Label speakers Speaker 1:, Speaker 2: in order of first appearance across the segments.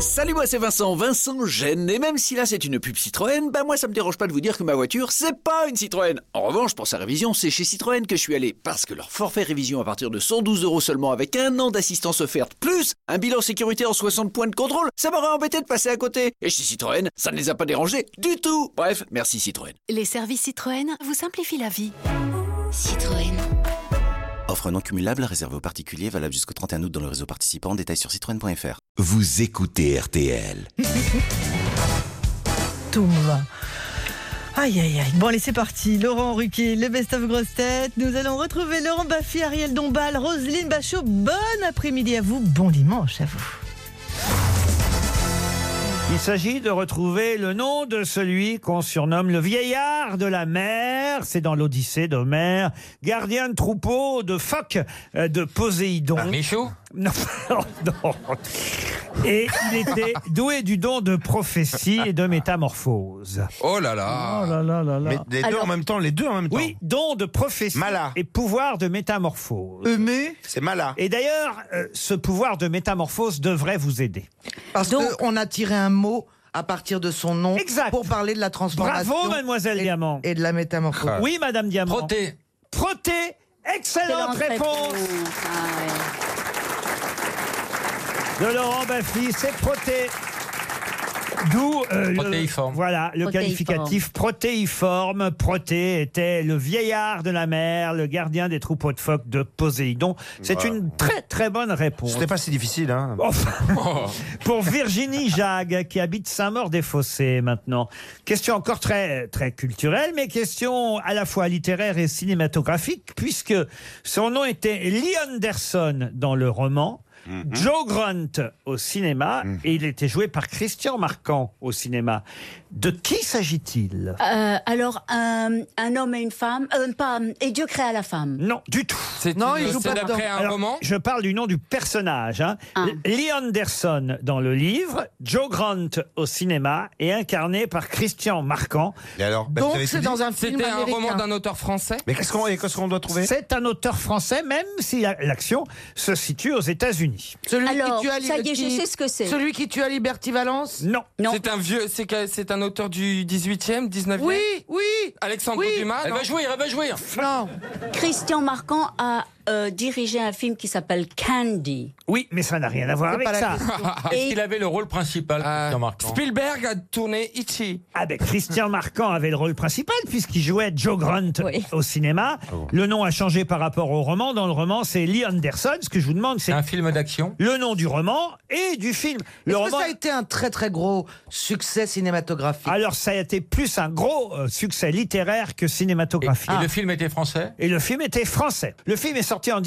Speaker 1: Salut, moi c'est Vincent, Vincent Gêne. Et même si là c'est une pub Citroën, bah moi ça me dérange pas de vous dire que ma voiture c'est pas une Citroën. En revanche, pour sa révision, c'est chez Citroën que je suis allé parce que leur forfait révision à partir de 112 euros seulement avec un an d'assistance offerte plus un bilan sécurité en 60 points de contrôle, ça m'aurait embêté de passer à côté. Et chez Citroën, ça ne les a pas dérangés du tout. Bref, merci Citroën.
Speaker 2: Les services Citroën vous simplifient la vie. Citroën.
Speaker 3: Offre non cumulable réservée aux particuliers valable jusqu'au 31 août dans le réseau participant. Détails sur citroën.fr.
Speaker 4: Vous écoutez RTL.
Speaker 5: Tombe. Aïe, aïe, aïe. Bon, allez, c'est parti. Laurent Ruquier, le best-of grosse tête. Nous allons retrouver Laurent Baffy, Ariel Dombal, Roselyne Bachot. Bon après-midi à vous. Bon dimanche à vous.
Speaker 6: Il s'agit de retrouver le nom de celui qu'on surnomme le vieillard de la mer. C'est dans l'Odyssée d'Homère. Gardien de troupeau de phoques euh, de Poséidon.
Speaker 7: Michou
Speaker 6: Non, non. Et il était doué du don de prophétie et de métamorphose.
Speaker 7: Oh là là
Speaker 6: Oh là là là là.
Speaker 8: Mais les deux
Speaker 9: Alors-
Speaker 8: en même temps, les deux en même temps.
Speaker 6: Oui, don de prophétie
Speaker 8: Mala.
Speaker 6: et pouvoir de métamorphose.
Speaker 8: Eumé C'est Mala.
Speaker 6: Et d'ailleurs, euh, ce pouvoir de métamorphose devrait vous aider.
Speaker 9: Parce qu'on a tiré un mot à partir de son nom
Speaker 6: Exact.
Speaker 9: pour parler de la transformation.
Speaker 6: Bravo, mademoiselle
Speaker 9: et-
Speaker 6: Diamant.
Speaker 9: Et de la métamorphose.
Speaker 7: Ah.
Speaker 6: Oui, Madame Diamant.
Speaker 7: Proté
Speaker 6: Proté, excellente réponse Ah de Laurent Baffy, c'est proté. D'où euh, le-
Speaker 7: Protéiforme.
Speaker 6: voilà le
Speaker 10: Protéiforme.
Speaker 6: qualificatif protéiforme. Proté était le vieillard de la mer, le gardien des troupeaux de phoques de Poséidon. C'est une très très bonne réponse.
Speaker 8: C'était pas si difficile, hein.
Speaker 6: Enfin,
Speaker 7: Oh.
Speaker 6: pour Virginie Jague, qui habite Saint-Maur-des-Fossés maintenant. Question encore très, très culturelle, mais question à la fois littéraire et cinématographique, puisque son nom était Lee Anderson dans le roman. Joe Grunt au cinéma et il était joué par Christian Marquand au cinéma. De qui s'agit-il
Speaker 10: Euh, alors, un, un homme et une femme, euh, pas, et Dieu créa la femme.
Speaker 6: Non, du tout.
Speaker 7: C'est
Speaker 9: Non,
Speaker 7: une-
Speaker 9: il joue
Speaker 7: c'est
Speaker 9: pas
Speaker 7: d'après
Speaker 9: dedans.
Speaker 7: un
Speaker 6: Alors,
Speaker 7: roman
Speaker 6: Je parle du nom du personnage. Hein.
Speaker 10: Ah.
Speaker 6: L- Lee Anderson dans le livre, Joe Grant au cinéma et incarné par Christian Marquand.
Speaker 8: Et alors bah, vous
Speaker 9: Donc
Speaker 8: avez
Speaker 9: c'est
Speaker 8: tout dit
Speaker 9: dans un film
Speaker 7: C'était un
Speaker 9: américain.
Speaker 7: roman d'un auteur français
Speaker 8: Mais qu'est-ce qu'on et qu'est-ce qu'on doit trouver
Speaker 6: C'est un auteur français, même si la- l'action se situe aux États-Unis.
Speaker 9: Celui
Speaker 10: Alors,
Speaker 9: qui tue à
Speaker 10: ça y est, je
Speaker 9: Liberty-
Speaker 10: sais ce que c'est.
Speaker 9: Celui qui tue à Liberty Valence
Speaker 6: Non.
Speaker 10: Non.
Speaker 7: C'est un vieux, c'est que- c'est un auteur du 18e, 19e
Speaker 9: Oui, oui
Speaker 7: Alexandre
Speaker 9: Oui.
Speaker 7: Dumas Elle va jouir, elle va jouir
Speaker 9: Non
Speaker 10: Christian Marquand a euh, dirigé un film qui s'appelle Candy.
Speaker 6: Oui, mais ça n'a rien à voir
Speaker 9: C'est
Speaker 6: avec
Speaker 9: pas la
Speaker 6: ça.
Speaker 9: question.
Speaker 10: Et-
Speaker 11: Est-ce qu'il avait le rôle principal,
Speaker 7: Ah.
Speaker 11: Christian Marquand
Speaker 7: Spielberg a tourné Itchy.
Speaker 6: Ah ben, Christian Marquand avait le rôle principal puisqu'il jouait Joe Grant
Speaker 10: Oui.
Speaker 6: au cinéma.
Speaker 11: Ah
Speaker 6: Le nom a changé par rapport au roman. Dans le roman, c'est Lee Anderson. Ce que je vous demande, c'est
Speaker 11: C'est un film d'action
Speaker 6: le nom du roman et du film. Le
Speaker 9: Est-ce que
Speaker 6: roman...
Speaker 9: ça a été un très très gros succès cinématographique
Speaker 6: Alors ça a été plus un gros euh, succès littéraire que
Speaker 11: et,
Speaker 6: cinématographique.
Speaker 11: et le film était français
Speaker 6: Et le film était français. Le film est sorti en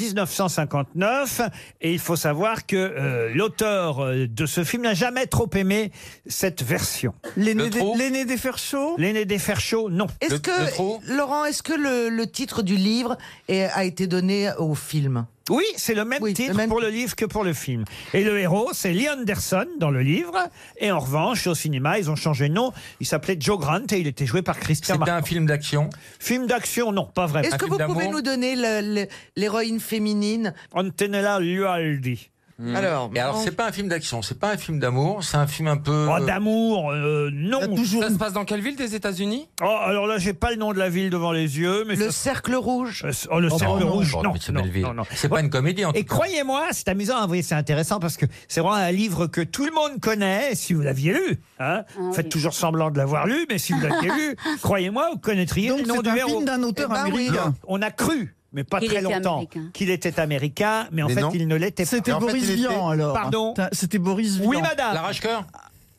Speaker 6: 1959 et il faut savoir que euh, l'auteur euh, de ce film n'a jamais trop aimé cette version.
Speaker 11: Le
Speaker 9: L'aîné
Speaker 11: trou.
Speaker 9: l'aîné des fers chauds
Speaker 6: L'aîné des fers chauds, non.
Speaker 9: Est-ce
Speaker 11: Le-
Speaker 9: que,
Speaker 11: le trou.
Speaker 9: Laurent, est-ce que le, le titre du livre est- a été donné au film
Speaker 6: Oui, c'est le même
Speaker 9: Oui,
Speaker 6: titre
Speaker 9: le même-
Speaker 6: pour le livre que pour le film. Et le héros, c'est Lee Anderson dans le livre. Et en revanche, au cinéma, ils ont changé de nom. Il s'appelait Joe Grant et il était joué par Christian
Speaker 11: C'était
Speaker 6: Marquand.
Speaker 11: un film d'action
Speaker 6: Film d'action, non, pas vraiment.
Speaker 9: Est-ce que
Speaker 11: film
Speaker 9: vous pouvez
Speaker 11: d'amour.
Speaker 9: nous donner le- le- l'héroïne féminine
Speaker 6: Antonella Lualdi.
Speaker 7: Hmm.
Speaker 9: Alors,
Speaker 11: Hmm. Et alors,
Speaker 9: non.
Speaker 11: c'est pas un film d'action, c'est pas un film d'amour, c'est un film un peu.
Speaker 6: Oh, d'amour, euh, non.
Speaker 7: Ça se passe dans quelle ville des États-Unis
Speaker 6: Oh, alors là, j'ai pas le nom de la ville devant les yeux, mais
Speaker 9: le
Speaker 6: ça-
Speaker 9: cercle rouge
Speaker 6: Euh, Oh, le
Speaker 11: Oh,
Speaker 6: cercle
Speaker 11: non,
Speaker 6: rouge,
Speaker 11: non,
Speaker 6: non,
Speaker 11: mais c'est
Speaker 6: non,
Speaker 11: Belleville.
Speaker 6: non, non.
Speaker 11: C'est pas une comédie en
Speaker 6: Et
Speaker 11: tout cas.
Speaker 6: croyez-moi, c'est amusant, hein, vous voyez, c'est intéressant parce que c'est vraiment un livre que tout le monde connaît, si vous l'aviez lu. Hein.
Speaker 10: Ah
Speaker 6: Faites
Speaker 10: oui.
Speaker 6: toujours semblant de l'avoir lu, mais si vous l'aviez lu, croyez-moi, vous connaîtriez le nom du héros.
Speaker 9: d'un auteur américain.
Speaker 6: On a cru, mais pas
Speaker 10: Eh ben Qu'il
Speaker 6: très
Speaker 10: était
Speaker 6: longtemps,
Speaker 10: américain.
Speaker 6: qu'il était américain, mais en
Speaker 8: Mais
Speaker 6: fait,
Speaker 8: non.
Speaker 6: il ne l'était pas.
Speaker 8: Et en fait, il était-
Speaker 6: alors. Pardon
Speaker 9: C'était Boris
Speaker 6: Oui, madame.
Speaker 11: La Rage-Cœur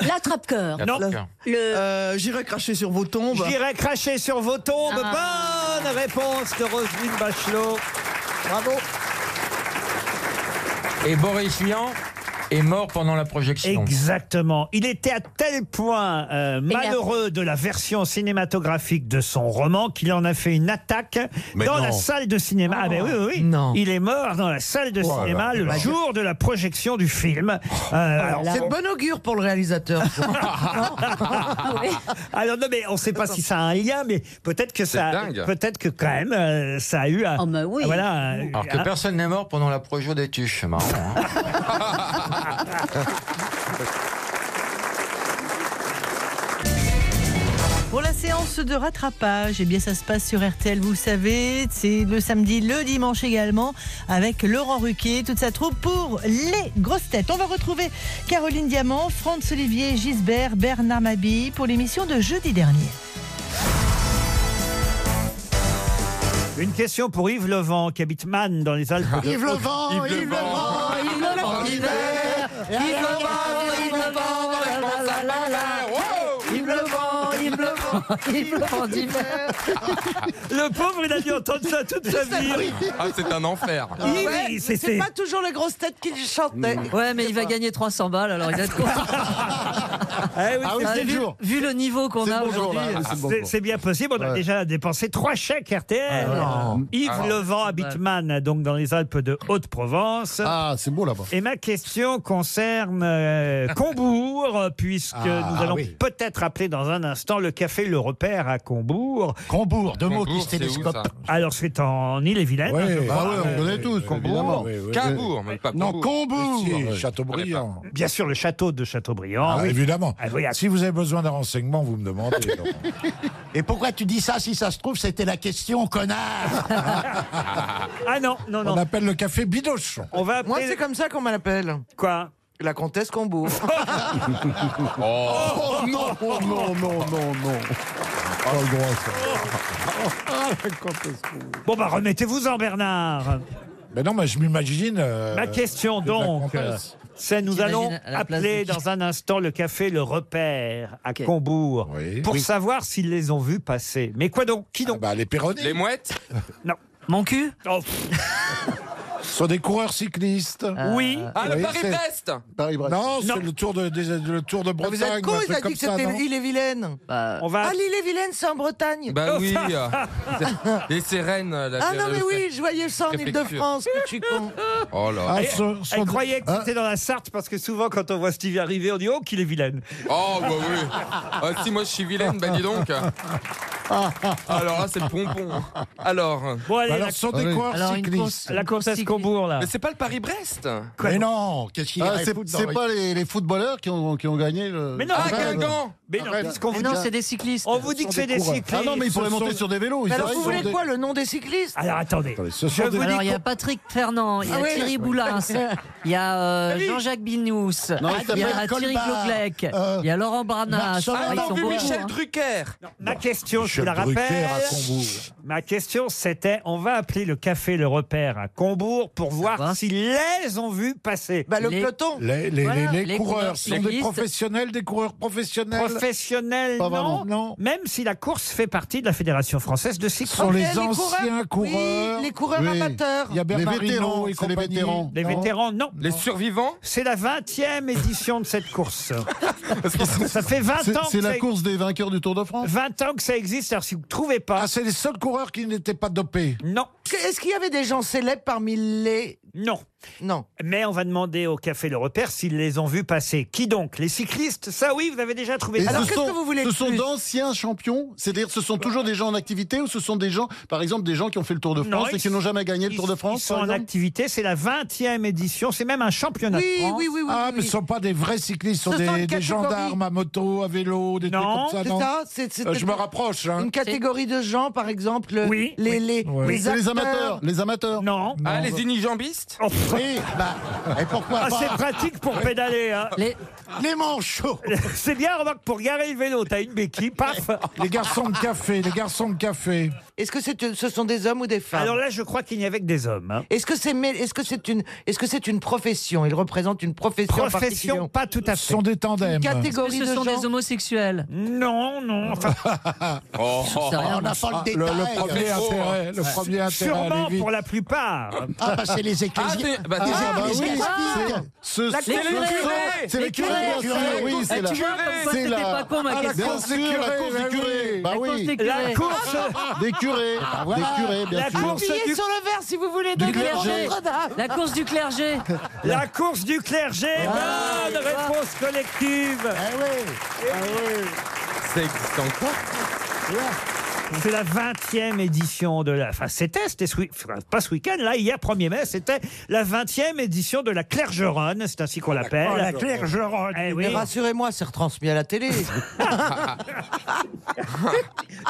Speaker 10: L'attrape-cœur.
Speaker 11: La
Speaker 6: Non.
Speaker 11: Rage-Cœur.
Speaker 10: Le...
Speaker 12: Euh,
Speaker 9: Euh, J'irai cracher sur vos tombes.
Speaker 6: J'irai cracher sur vos tombes.
Speaker 10: Ah.
Speaker 6: Bonne réponse de Roselyne Bachelot.
Speaker 9: Bravo.
Speaker 11: Et Boris Vian est mort pendant la projection.
Speaker 6: Exactement. Il était à tel point euh, malheureux de la version cinématographique de son roman qu'il en a fait une attaque
Speaker 8: Mais
Speaker 6: dans
Speaker 8: non.
Speaker 6: la salle de cinéma. Ah ben oui, oui, oui.
Speaker 9: Non.
Speaker 6: Il est mort dans la salle de
Speaker 8: Oh là
Speaker 6: cinéma
Speaker 8: là
Speaker 6: le
Speaker 8: là.
Speaker 6: jour de la projection du film. Euh, alors,
Speaker 9: Oh, C'est de bon augure pour le réalisateur.
Speaker 6: alors, non, mais on ne sait pas si ça a un lien, mais peut-être que ça,
Speaker 7: dingue.
Speaker 6: peut-être que quand même euh, ça a eu un, Ah,
Speaker 10: Oh, mais
Speaker 7: Ah,
Speaker 10: oui.
Speaker 6: voilà.
Speaker 7: euh,
Speaker 6: un-
Speaker 11: Alors que
Speaker 6: un-
Speaker 11: personne n'est mort pendant la projo des Tuches, c'est marrant. hein.
Speaker 5: Pour la séance de rattrapage, eh bien ça se passe sur RTL, vous le savez, c'est le samedi, le dimanche également, avec Laurent Ruquier, toute sa troupe pour les grosses têtes. On va retrouver Caroline Diamant, Franz Olivier, Gisbert, Bernard Mabille pour l'émission de jeudi dernier.
Speaker 6: Une question pour Yves Levent, qui habite Man dans les Alpes.
Speaker 13: Yves Levent, Yves Yves Levent, Levent, Yves Yves Levent, Levent, Yves Yves Levent, Yves Levent,
Speaker 6: Yves
Speaker 9: Oh,
Speaker 6: Levent, Yves Levent, Yves Levent d'hiver. Le pauvre, il a dû entendre ça toute sa vie.
Speaker 7: Ah, c'est un enfer.
Speaker 6: Oui, oui, c'est- c'est-
Speaker 9: c'est pas toujours les grosses têtes qui chantaient.
Speaker 14: Ouais, mais il va gagner 300 balles, alors il a de quoi.
Speaker 6: oui, Ah oui, c'est le
Speaker 14: vu,
Speaker 6: jour.
Speaker 14: vu le niveau qu'on a aujourd'hui.
Speaker 6: C'est- C'est bien possible, on a déjà dépensé trois chèques RTL.
Speaker 15: Ah ouais.
Speaker 6: Yves
Speaker 15: Ah ouais.
Speaker 6: Levent habite Man, donc dans les Alpes de Haute-Provence. Ah, c'est beau là-bas. Et ma question concerne euh, Combourg, puisque
Speaker 15: Ah,
Speaker 6: nous allons
Speaker 15: oui.
Speaker 6: peut-être appeler dans un instant le café Le Repère à Combourg. Combourg,
Speaker 15: deux mots Combourg, qui se c'est où, télescopent. ça
Speaker 6: Alors c'est en euh, Île-et-Vilaine.
Speaker 15: Ouais,
Speaker 6: je
Speaker 15: ah
Speaker 6: crois.
Speaker 15: ouais, on connaît tous, Combourg.
Speaker 6: évidemment.
Speaker 15: Ah, Oui, oui. Cabourg, mais pas Non, Combourg. Combourg. Mais si, Châteaubriand.
Speaker 6: Bien sûr, le château de Châteaubriand.
Speaker 15: Ah, évidemment.
Speaker 6: Ah oui, à
Speaker 15: si vous avez besoin d'un renseignement, vous me demandez. Laurent.
Speaker 13: Et pourquoi tu dis ça si ça se trouve c'était la question connard
Speaker 6: Ah non, non,
Speaker 15: On appelle le café Bidoche.
Speaker 6: On va
Speaker 9: Moi, c'est comme ça qu'on m'appelle.
Speaker 6: Quoi
Speaker 9: La comtesse Combourg.
Speaker 13: Oh non, non, non, non, non, non.
Speaker 9: Ah,
Speaker 6: Bon, bah remettez-vous en, Bernard.
Speaker 15: Mais Ben non, mais je m'imagine. euh,
Speaker 6: Ma question
Speaker 15: de la
Speaker 6: donc,
Speaker 15: comtesse.
Speaker 6: euh, c'est nous
Speaker 15: T'imagines
Speaker 6: allons
Speaker 15: à la place
Speaker 6: appeler
Speaker 15: de qui
Speaker 6: dans un instant le café Le Repère à
Speaker 15: Ok.
Speaker 6: Combourg pour
Speaker 15: Oui. Ah bah,
Speaker 6: savoir s'ils les ont vus passer. Mais quoi donc Qui donc
Speaker 15: Les Péronnés.
Speaker 7: Les mouettes
Speaker 6: Non.
Speaker 14: Mon cul
Speaker 6: Oh,
Speaker 15: Ce sont des coureurs cyclistes.
Speaker 6: Oui.
Speaker 7: Ah, le Paris-Brest.
Speaker 15: c'est- Non, c'est le tour de, des- le tour de
Speaker 9: Ah,
Speaker 15: Bretagne.
Speaker 9: vous êtes con,
Speaker 15: un
Speaker 9: il
Speaker 15: truc
Speaker 9: a
Speaker 15: comme
Speaker 9: dit que
Speaker 15: ça,
Speaker 9: c'était
Speaker 15: non
Speaker 9: l'île-et-vilaine.
Speaker 15: Bah, on va-
Speaker 9: Ah, l'île-et-vilaine, c'est en Bretagne.
Speaker 6: Oh,
Speaker 7: Bah oui. Et c'est Rennes. la-
Speaker 9: Ah non,
Speaker 7: la-
Speaker 9: mais
Speaker 7: la-
Speaker 9: oui, je voyais ça en
Speaker 7: préfecture.
Speaker 9: Ile-de-France, que tu con. Ah,
Speaker 7: Oh là.
Speaker 6: Ah,
Speaker 15: Ah,
Speaker 6: elle, elle croyait
Speaker 15: Hein?
Speaker 6: que c'était dans la Sarthe parce que souvent quand on voit Stevie arriver, on dit oh qu'il est vilaine.
Speaker 7: Oh, bah oui. Ah, si moi je suis vilaine, bah dis donc. Alors là, c'est le pompon. Alors.
Speaker 6: Bon,
Speaker 15: allez, Bah Alors, la- ce sont des coureurs Alors, une cyclistes. course-
Speaker 6: la course à ce Combourg, là.
Speaker 7: Mais c'est pas le Paris-Brest.
Speaker 15: Mais non, qu'est-ce qu'il y a
Speaker 13: Ah,
Speaker 15: à
Speaker 13: c'est
Speaker 15: foutre dans
Speaker 13: c'est
Speaker 15: le-
Speaker 13: pas les, les footballeurs qui ont, qui ont gagné le.
Speaker 15: Mais non, Ah, Guingamp.
Speaker 6: Mais non,
Speaker 9: Ah,
Speaker 6: puisqu'on vous
Speaker 14: non,
Speaker 6: dit-
Speaker 14: c'est des cyclistes.
Speaker 6: On vous dit que c'est des cyclistes.
Speaker 13: Ah non, mais ils pourraient
Speaker 6: Ce
Speaker 13: monter
Speaker 6: sont-
Speaker 13: sur des vélos. ils
Speaker 9: Alors,
Speaker 13: arrivent,
Speaker 9: vous
Speaker 13: ils ont
Speaker 9: voulez
Speaker 13: des-
Speaker 9: quoi, le nom des cyclistes
Speaker 6: Alors attendez.
Speaker 15: Je
Speaker 6: vous
Speaker 14: Alors,
Speaker 6: dis
Speaker 14: il y a
Speaker 6: qu'on-
Speaker 14: Patrick Fernand, il y a
Speaker 9: Ah oui.
Speaker 14: Thierry Boulins, il y a euh, Jean-Jacques Binous,
Speaker 13: Non, il
Speaker 14: il y a
Speaker 13: s'appelle
Speaker 14: Thierry
Speaker 13: Colbert,
Speaker 14: Gloglec,
Speaker 13: euh,
Speaker 14: il y a Laurent Barnas.
Speaker 13: Marceau,
Speaker 14: Ah,
Speaker 13: on
Speaker 14: ils
Speaker 13: a
Speaker 14: sont
Speaker 13: vu
Speaker 14: beaucoup,
Speaker 7: Michel
Speaker 14: hein.
Speaker 7: Drucker.
Speaker 6: Ma question, je
Speaker 15: Michel
Speaker 6: vous la
Speaker 15: Drucker
Speaker 6: rappelle.
Speaker 15: à Combourg.
Speaker 6: Ma question, c'était on va appeler le café Le Repère à Combourg pour voir s'ils les ont vus passer.
Speaker 9: Bah, le Les- peloton.
Speaker 15: Les, les-
Speaker 6: Voilà,
Speaker 15: les- les
Speaker 6: les
Speaker 15: coureurs
Speaker 6: coureurs
Speaker 15: ce sont des
Speaker 6: cyclistes.
Speaker 15: professionnels, des coureurs professionnels.
Speaker 6: Professionnels,
Speaker 15: Pas
Speaker 6: non,
Speaker 15: vraiment, non.
Speaker 6: Même si la course fait partie de la Fédération française de cyclisme.
Speaker 15: sont les anciens coureurs. Oui. Il y a Bernard Hinault et compagnie.
Speaker 6: Les vétérans, non.
Speaker 7: Les survivants
Speaker 6: C'est la 20e édition de cette course. ça fait 20
Speaker 13: C'est-
Speaker 6: ans
Speaker 13: C'est
Speaker 6: que
Speaker 13: la
Speaker 6: ça-
Speaker 13: course des vainqueurs du Tour de France.
Speaker 6: 20 ans que ça existe. Alors, si vous ne trouvez pas.
Speaker 15: Ah, c'est les seuls coureurs qui n'étaient pas dopés.
Speaker 6: Non.
Speaker 9: Est-ce qu'il y avait des gens célèbres parmi les.
Speaker 6: Non.
Speaker 9: Non.
Speaker 6: Mais on va demander au Café Le Repère s'ils les ont vus passer. Qui donc Les cyclistes Ça oui, vous avez déjà trouvé.
Speaker 13: Et
Speaker 6: ça.
Speaker 13: ce sont, ce sont d'anciens champions, c'est-à-dire ce sont toujours des gens en activité ou ce sont des gens, par exemple, des gens qui ont fait le Tour de
Speaker 6: Non,
Speaker 13: France et
Speaker 6: ils-
Speaker 13: qui n'ont jamais gagné le Tour de France
Speaker 6: Ils sont
Speaker 13: par
Speaker 6: en
Speaker 13: exemple
Speaker 6: activité, c'est la 20e édition, c'est même un championnat de France.
Speaker 15: ah, mais ce ne sont pas des vrais cyclistes, ce
Speaker 6: Ce
Speaker 15: sont des,
Speaker 6: sont
Speaker 15: des
Speaker 6: catégories.
Speaker 15: gendarmes à moto, à vélo, des
Speaker 6: Non.
Speaker 15: trucs comme ça.
Speaker 9: C'est
Speaker 15: Non,
Speaker 9: ça, c'est- c'est-
Speaker 15: Euh, Je me rapproche. hein.
Speaker 9: Une catégorie de gens, par exemple. le-
Speaker 6: Oui.
Speaker 9: Les, les,
Speaker 15: Oui.
Speaker 9: les
Speaker 15: C'est les
Speaker 9: acteurs.
Speaker 15: amateurs.
Speaker 13: Les amateurs
Speaker 6: Non.
Speaker 7: Ah, les unijambistes
Speaker 13: Oui, bah, et pourquoi
Speaker 6: Oh. Ah,
Speaker 13: pas
Speaker 6: c'est pratique pour pédaler. Hein.
Speaker 14: Les...
Speaker 13: manchots
Speaker 6: C'est bien, remarque, pour garer le vélo, t'as une béquille, paf
Speaker 15: Les garçons de café, les garçons de café.
Speaker 9: Est-ce que c'est- ce sont des hommes ou des femmes
Speaker 6: Alors là, je crois qu'il n'y avait que des hommes. hein.
Speaker 9: Est-ce que c'est est -ce c'est une, est -ce c'est une profession Il représente une profession
Speaker 6: Profession,
Speaker 9: particulière
Speaker 6: pas tout à fait.
Speaker 15: Ce sont des tandems.
Speaker 9: Une catégorie
Speaker 14: Est-ce que ce
Speaker 9: de
Speaker 14: sont
Speaker 9: gens.
Speaker 14: des homosexuels
Speaker 6: Non, non. enfin,
Speaker 9: Ah,
Speaker 7: Oh,
Speaker 14: sais rien,
Speaker 13: On a pas le
Speaker 15: Le,
Speaker 13: détail.
Speaker 15: le premier intérêt, le premier intérêt à
Speaker 6: sûrement
Speaker 15: aller vite.
Speaker 6: pour la plupart.
Speaker 13: Ah, bah, c'est les
Speaker 7: Ah,
Speaker 13: ecclésiastiques.
Speaker 7: c'est- bah,
Speaker 13: Ah,
Speaker 7: c'est-
Speaker 13: bah oui, c'est- ce-
Speaker 14: La
Speaker 13: ce-
Speaker 14: curée,
Speaker 13: ce- C'est
Speaker 14: les
Speaker 13: les curés,
Speaker 14: curés,
Speaker 13: bien sûr,
Speaker 14: les
Speaker 13: oui,
Speaker 14: curés.
Speaker 13: c'est
Speaker 14: Eh,
Speaker 13: la...
Speaker 14: tu vois, comme quoi,
Speaker 13: c'est
Speaker 14: c'était
Speaker 13: la-
Speaker 14: pas con, ma
Speaker 13: Ah, la
Speaker 14: question. Ah,
Speaker 13: course des curés, la course des curés. Bah
Speaker 14: La course
Speaker 13: oui.
Speaker 14: des
Speaker 6: La
Speaker 14: curés. Ah,
Speaker 6: course,
Speaker 13: Des curés,
Speaker 15: voilà.
Speaker 13: des curés, bien
Speaker 6: La
Speaker 13: sûr.
Speaker 6: course
Speaker 9: Appuyez
Speaker 6: du-
Speaker 9: sur le verre si vous voulez.
Speaker 14: Du
Speaker 9: donc, les
Speaker 14: clergé.
Speaker 9: Notre-Dame.
Speaker 14: La course du clergé.
Speaker 6: la course du clergé,
Speaker 9: Ah,
Speaker 6: bonne réponse
Speaker 9: Eh
Speaker 6: collective.
Speaker 13: Ah oui.
Speaker 7: Ça existe encore
Speaker 6: C'est la 20e édition de la. Enfin, c'était, c'était ce week- enfin, pas ce week-end, là, hier 1er mai, c'était la 20e édition de la Clergeronne, c'est ainsi qu'on l'appelle.
Speaker 9: Oh, la Clergeronne.
Speaker 6: Eh oui.
Speaker 9: Mais rassurez-moi, c'est retransmis à la télé.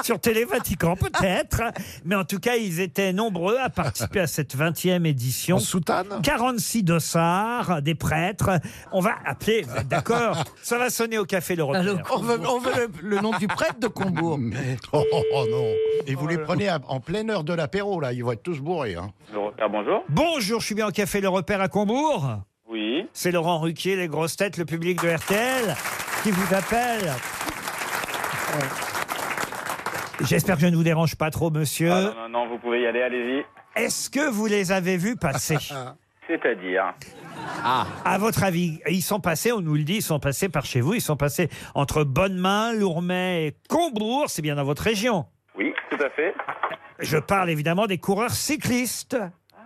Speaker 6: sur Télé Vatican peut-être, mais en tout cas, ils étaient nombreux à participer à cette 20e édition. En soutane 46 dossards, des prêtres. On va appeler, vous êtes d'accord Ça va sonner au café le repère.
Speaker 9: on veut, on veut le, le nom du prêtre de Combourg.
Speaker 15: Oh, oh, oh, non Et vous les prenez à- en pleine heure de l'apéro, là, ils vont être tous bourrés. Hein.
Speaker 16: Le repère, Ah, bonjour.
Speaker 6: Bonjour, je suis bien au café le repère à Combourg
Speaker 16: Oui.
Speaker 6: C'est Laurent Ruquier, les grosses têtes, le public de RTL, qui vous appelle. J'espère que je ne vous dérange pas trop, monsieur.
Speaker 16: Ah, non, non, non, vous pouvez y aller, allez-y.
Speaker 6: Est-ce que vous les avez vus passer
Speaker 9: Ah.
Speaker 16: C'est-à-dire
Speaker 6: À votre avis, ils sont passés, on nous le dit, ils sont passés par chez vous, ils sont passés entre Bonnemain, Lourmet et Combourg, c'est bien dans votre région.
Speaker 16: Oui, tout à fait.
Speaker 6: Je parle évidemment des coureurs cyclistes.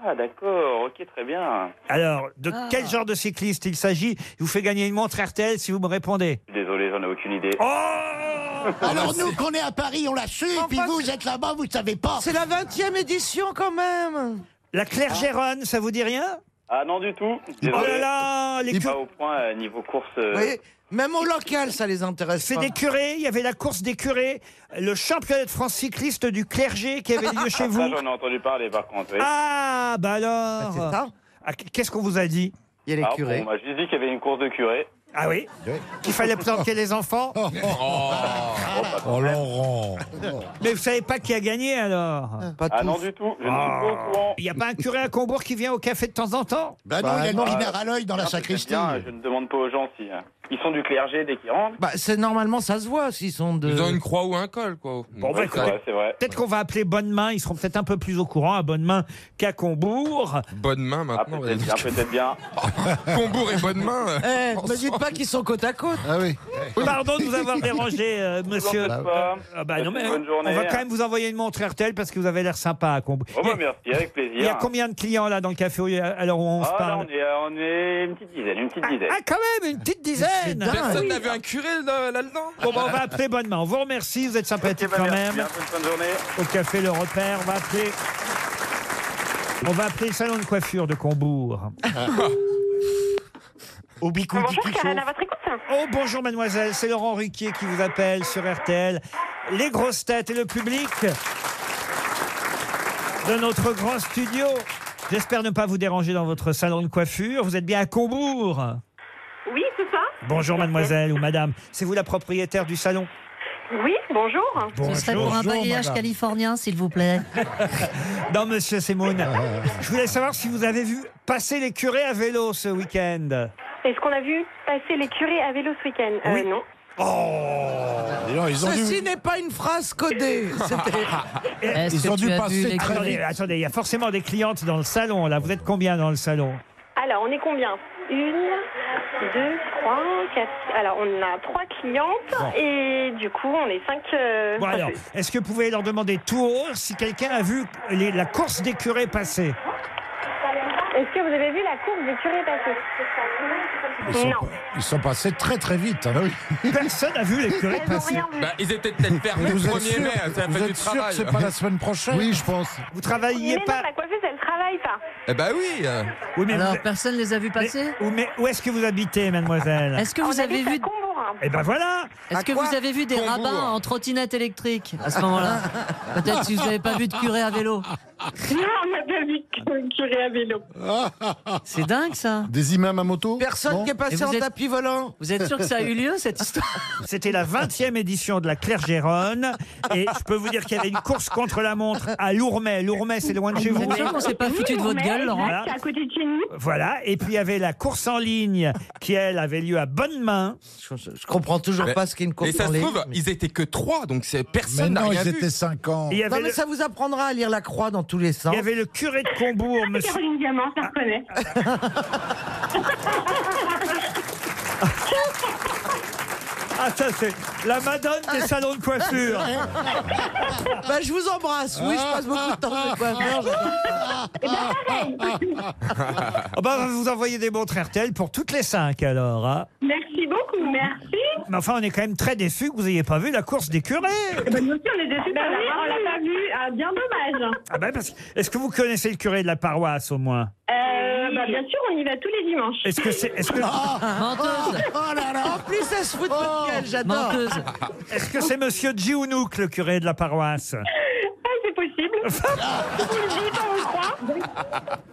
Speaker 16: Ah, d'accord, ok, très bien.
Speaker 6: Alors, de
Speaker 16: Ah.
Speaker 6: quel genre de cycliste il s'agit Je vous fais gagner une montre RTL si vous me répondez.
Speaker 16: Désolé, j'en ai aucune idée.
Speaker 6: Oh
Speaker 9: Ah,
Speaker 15: Alors
Speaker 16: Euh.
Speaker 15: nous qu'on est à Paris, on l'a su, et puis vous, vous êtes là-bas, vous ne savez pas.
Speaker 9: C'est la 20e édition quand même.
Speaker 6: La Clergéronne, ça vous dit rien
Speaker 16: Ah non, du tout. Désolé.
Speaker 9: Oh là
Speaker 11: Ah,
Speaker 9: là, les
Speaker 16: Je suis
Speaker 9: cu-
Speaker 16: pas au point euh, niveau course. euh,
Speaker 9: Vous voyez, même au local, ça les intéresse
Speaker 6: C'est
Speaker 9: pas.
Speaker 6: des curés, il y avait la course des curés, le championnat de France cycliste du clergé qui avait lieu chez
Speaker 16: Ah, Ça,
Speaker 6: vous.
Speaker 16: j'en ai entendu parler, par contre. oui.
Speaker 6: Ah, bah alors Ah, Qu'est-ce qu'on vous a dit Il
Speaker 16: Ah, bon,
Speaker 11: bah,
Speaker 16: On m'a juste dit qu'il y avait une course de curé.
Speaker 6: Ah oui Qu'il fallait planquer les enfants
Speaker 15: Oh,
Speaker 16: Oh,
Speaker 6: Laurent Mais vous savez pas qui a gagné alors Ah.
Speaker 16: Pas Ah tous. non, du tout, je ne suis pas au courant.
Speaker 6: Il n'y a pas un curé à Combourg qui vient au café de temps en temps
Speaker 15: Bah non, il y a le dîner à l'œil dans la
Speaker 16: Ah, c'est
Speaker 15: sacristie.
Speaker 16: bien, Je ne demande pas aux gens si. euh, Ils sont du clergé dès qu'ils rentrent.
Speaker 9: Bah, c'est normalement, ça se voit s'ils sont de.
Speaker 16: Ils ont une
Speaker 9: croix ou un col, quoi.
Speaker 6: Bon, bah,
Speaker 16: Ouais, c'est
Speaker 6: écoutez,
Speaker 16: vrai, c'est vrai.
Speaker 6: Peut-être qu'on va appeler Bonne Main, ils seront peut-être un peu plus au courant à Bonne Main qu'à Combourg.
Speaker 7: Bonne main maintenant.
Speaker 16: Ah, Peut-être bien, peut-être bien.
Speaker 7: Combourg et bonne main.
Speaker 9: Eh, me dites pas qu'ils sont côte à côte.
Speaker 15: Ah oui.
Speaker 6: Pardon de vous avoir dérangé, euh,
Speaker 16: Vous en
Speaker 6: monsieur.
Speaker 16: faites pas.
Speaker 6: Ah bah non, mais
Speaker 16: Passez une bonne journée. hein.
Speaker 6: on va quand même vous envoyer une montre RTL parce que vous avez l'air sympa à Combourg.
Speaker 16: Oh,
Speaker 6: Il
Speaker 16: bah,
Speaker 6: y a-
Speaker 16: merci, avec plaisir.
Speaker 6: Il y a combien de clients là dans le café où il y a- à l'heure où on se
Speaker 16: Ah, là,
Speaker 6: parle
Speaker 16: on est, euh, on est une petite dizaine, une petite dizaine.
Speaker 6: Ah, quand même, une petite dizaine
Speaker 7: Personne n'a vu un curé là- là-dedans
Speaker 6: Bon, bah, on va appeler bonne main. On vous remercie, vous êtes sympathique
Speaker 16: Bah,
Speaker 6: quand
Speaker 16: merci
Speaker 6: même.
Speaker 16: bien, bonne fin de journée.
Speaker 6: Au café Le Repère, on va appeler. On va appeler le salon de coiffure de Combourg. Au bicou
Speaker 17: Bonjour, Karen, à votre écoute.
Speaker 6: Oh bonjour mademoiselle, c'est Laurent Ruquier qui vous appelle sur RTL. Les grosses têtes et le public de notre grand studio. J'espère ne pas vous déranger dans votre salon de coiffure. Vous êtes bien à Combourg.
Speaker 17: Oui, c'est ça
Speaker 6: Bonjour mademoiselle ou madame. C'est vous la propriétaire du salon
Speaker 17: Oui, bonjour.
Speaker 6: Bonjour.
Speaker 14: Ce serait pour un
Speaker 6: Bonjour,
Speaker 14: balayage
Speaker 6: madame.
Speaker 14: californien, s'il vous plaît.
Speaker 6: Non monsieur Semoun. Je voulais savoir si vous avez vu passer les curés à vélo ce
Speaker 17: Euh,
Speaker 6: week-end.
Speaker 17: Est-ce qu'on a vu passer les curés à vélo ce week-end Euh,
Speaker 6: Oui. Oh.
Speaker 17: Non.
Speaker 6: ils ont
Speaker 9: Ceci
Speaker 6: dû-
Speaker 9: n'est pas une phrase codée. C'était- Est-ce Eh, Ils que ont tu dû as vu passer- les
Speaker 6: Attendez,
Speaker 9: curés
Speaker 6: attendez, il y a forcément des clientes dans le salon. Là, vous êtes combien dans le salon
Speaker 17: Alors, on est combien Une, deux, trois, quatre. Alors, on a trois clientes
Speaker 6: Bon.
Speaker 17: et du coup, on est cinq. euh,
Speaker 6: Bon alors,
Speaker 17: coiffeuses.
Speaker 6: est-ce que vous pouvez leur demander tout haut si quelqu'un a vu les- la course des curés passer
Speaker 17: Est-ce que vous avez vu la course des curés
Speaker 15: Ils
Speaker 17: passer
Speaker 15: sont,
Speaker 17: Non.
Speaker 15: pas- ils sont passés très très vite. hein.
Speaker 6: Ah Personne n'a vu les curés
Speaker 17: Elles ont
Speaker 15: passer.
Speaker 17: rien vu.
Speaker 7: Bah, ils étaient peut-être fermés le
Speaker 15: Vous êtes
Speaker 7: 1er
Speaker 15: sûr,
Speaker 7: mai, ça a
Speaker 15: vous
Speaker 7: fait du
Speaker 15: êtes sûr que
Speaker 7: travail.
Speaker 15: c'est pas la semaine prochaine Oui, je pense.
Speaker 6: Vous travaillez
Speaker 17: Mais
Speaker 6: pas
Speaker 17: non, la coiffeuse, elle travaille pas.
Speaker 7: Eh ben oui.
Speaker 6: Oui, mais
Speaker 14: Alors,
Speaker 6: vous-
Speaker 14: personne ne les a vus passer
Speaker 6: mais- ou- mais où est-ce que vous habitez, mademoiselle
Speaker 14: Est-ce que vous
Speaker 17: On
Speaker 14: avez
Speaker 17: habite à
Speaker 14: vu...
Speaker 17: Combourg.
Speaker 6: Eh ben voilà
Speaker 14: Est-ce que vous avez vu des rabbins en trottinette électrique à ce moment-là Peut-être si vous n'avez pas vu de curé à vélo.
Speaker 17: Non, on n'a pas vu que- curé à vélo.
Speaker 14: C'est dingue ça.
Speaker 15: Des imams à moto
Speaker 9: Personne
Speaker 15: Non
Speaker 9: qui est
Speaker 14: Et
Speaker 9: passé
Speaker 14: vous
Speaker 9: en
Speaker 14: êtes-
Speaker 9: tapis volant.
Speaker 14: Vous êtes sûr que ça a eu lieu cette histoire
Speaker 6: C'était la 20e édition de la Clergéronne. Et je peux vous dire qu'il y avait une course contre la montre à Lourmet. Lourmet, c'est loin de chez
Speaker 14: Vous
Speaker 6: vous.
Speaker 14: êtes sûr qu'on s'est pas foutu de votre
Speaker 17: Mais
Speaker 14: gueule,
Speaker 17: exact,
Speaker 14: Laurent
Speaker 17: C'est à côté de chez nous.
Speaker 6: Voilà. Et puis il y avait la course en ligne qui, elle, avait lieu à Bonnemain.
Speaker 9: Je comprends toujours
Speaker 7: Mais-
Speaker 9: pas ce qu'est une course
Speaker 7: Et ça
Speaker 9: en
Speaker 7: se
Speaker 9: ligne.
Speaker 7: trouve, ils étaient que trois, donc c'est-
Speaker 15: Mais
Speaker 7: personne n'a
Speaker 15: non,
Speaker 7: rien
Speaker 15: ils
Speaker 7: vu.
Speaker 15: étaient 5 ans.
Speaker 6: Et il y avait
Speaker 9: Non, mais
Speaker 6: le-
Speaker 9: ça vous apprendra à lire la croix dans tous les sens.
Speaker 6: Il y avait le curé de Combourg, monsieur.
Speaker 17: Caroline Diamant, ça reconnaît.
Speaker 6: Ah, ça, c'est la madone des salons de coiffure.
Speaker 9: Bah, je vous embrasse. Oui, je passe beaucoup de temps avec ma mère.
Speaker 6: Ah bah, on va vous envoyer des montres RTL pour toutes les cinq, alors. hein.
Speaker 17: Merci Merci beaucoup, merci.
Speaker 6: Mais enfin, on est quand même très déçus que vous n'ayez pas vu la course des curés.
Speaker 17: Eh ben, nous aussi, on est déçus,
Speaker 6: Ben
Speaker 17: par
Speaker 6: oui.
Speaker 17: la- on l'a pas vu. Ah, bien dommage.
Speaker 6: Ah ben, parce que- Est-ce que vous connaissez le curé de la paroisse au moins
Speaker 17: Euh, bah, bien sûr, on y va tous les dimanches.
Speaker 6: Est-ce que c'est- est-ce que- Ah, menteuse.
Speaker 9: Oh, oh là là, en plus elle se fout de votre gueule, j'adore.
Speaker 6: Est-ce que c'est monsieur Djiounouk, le curé de la paroisse
Speaker 17: Ah, c'est possible. Vous le dites, on vous croit.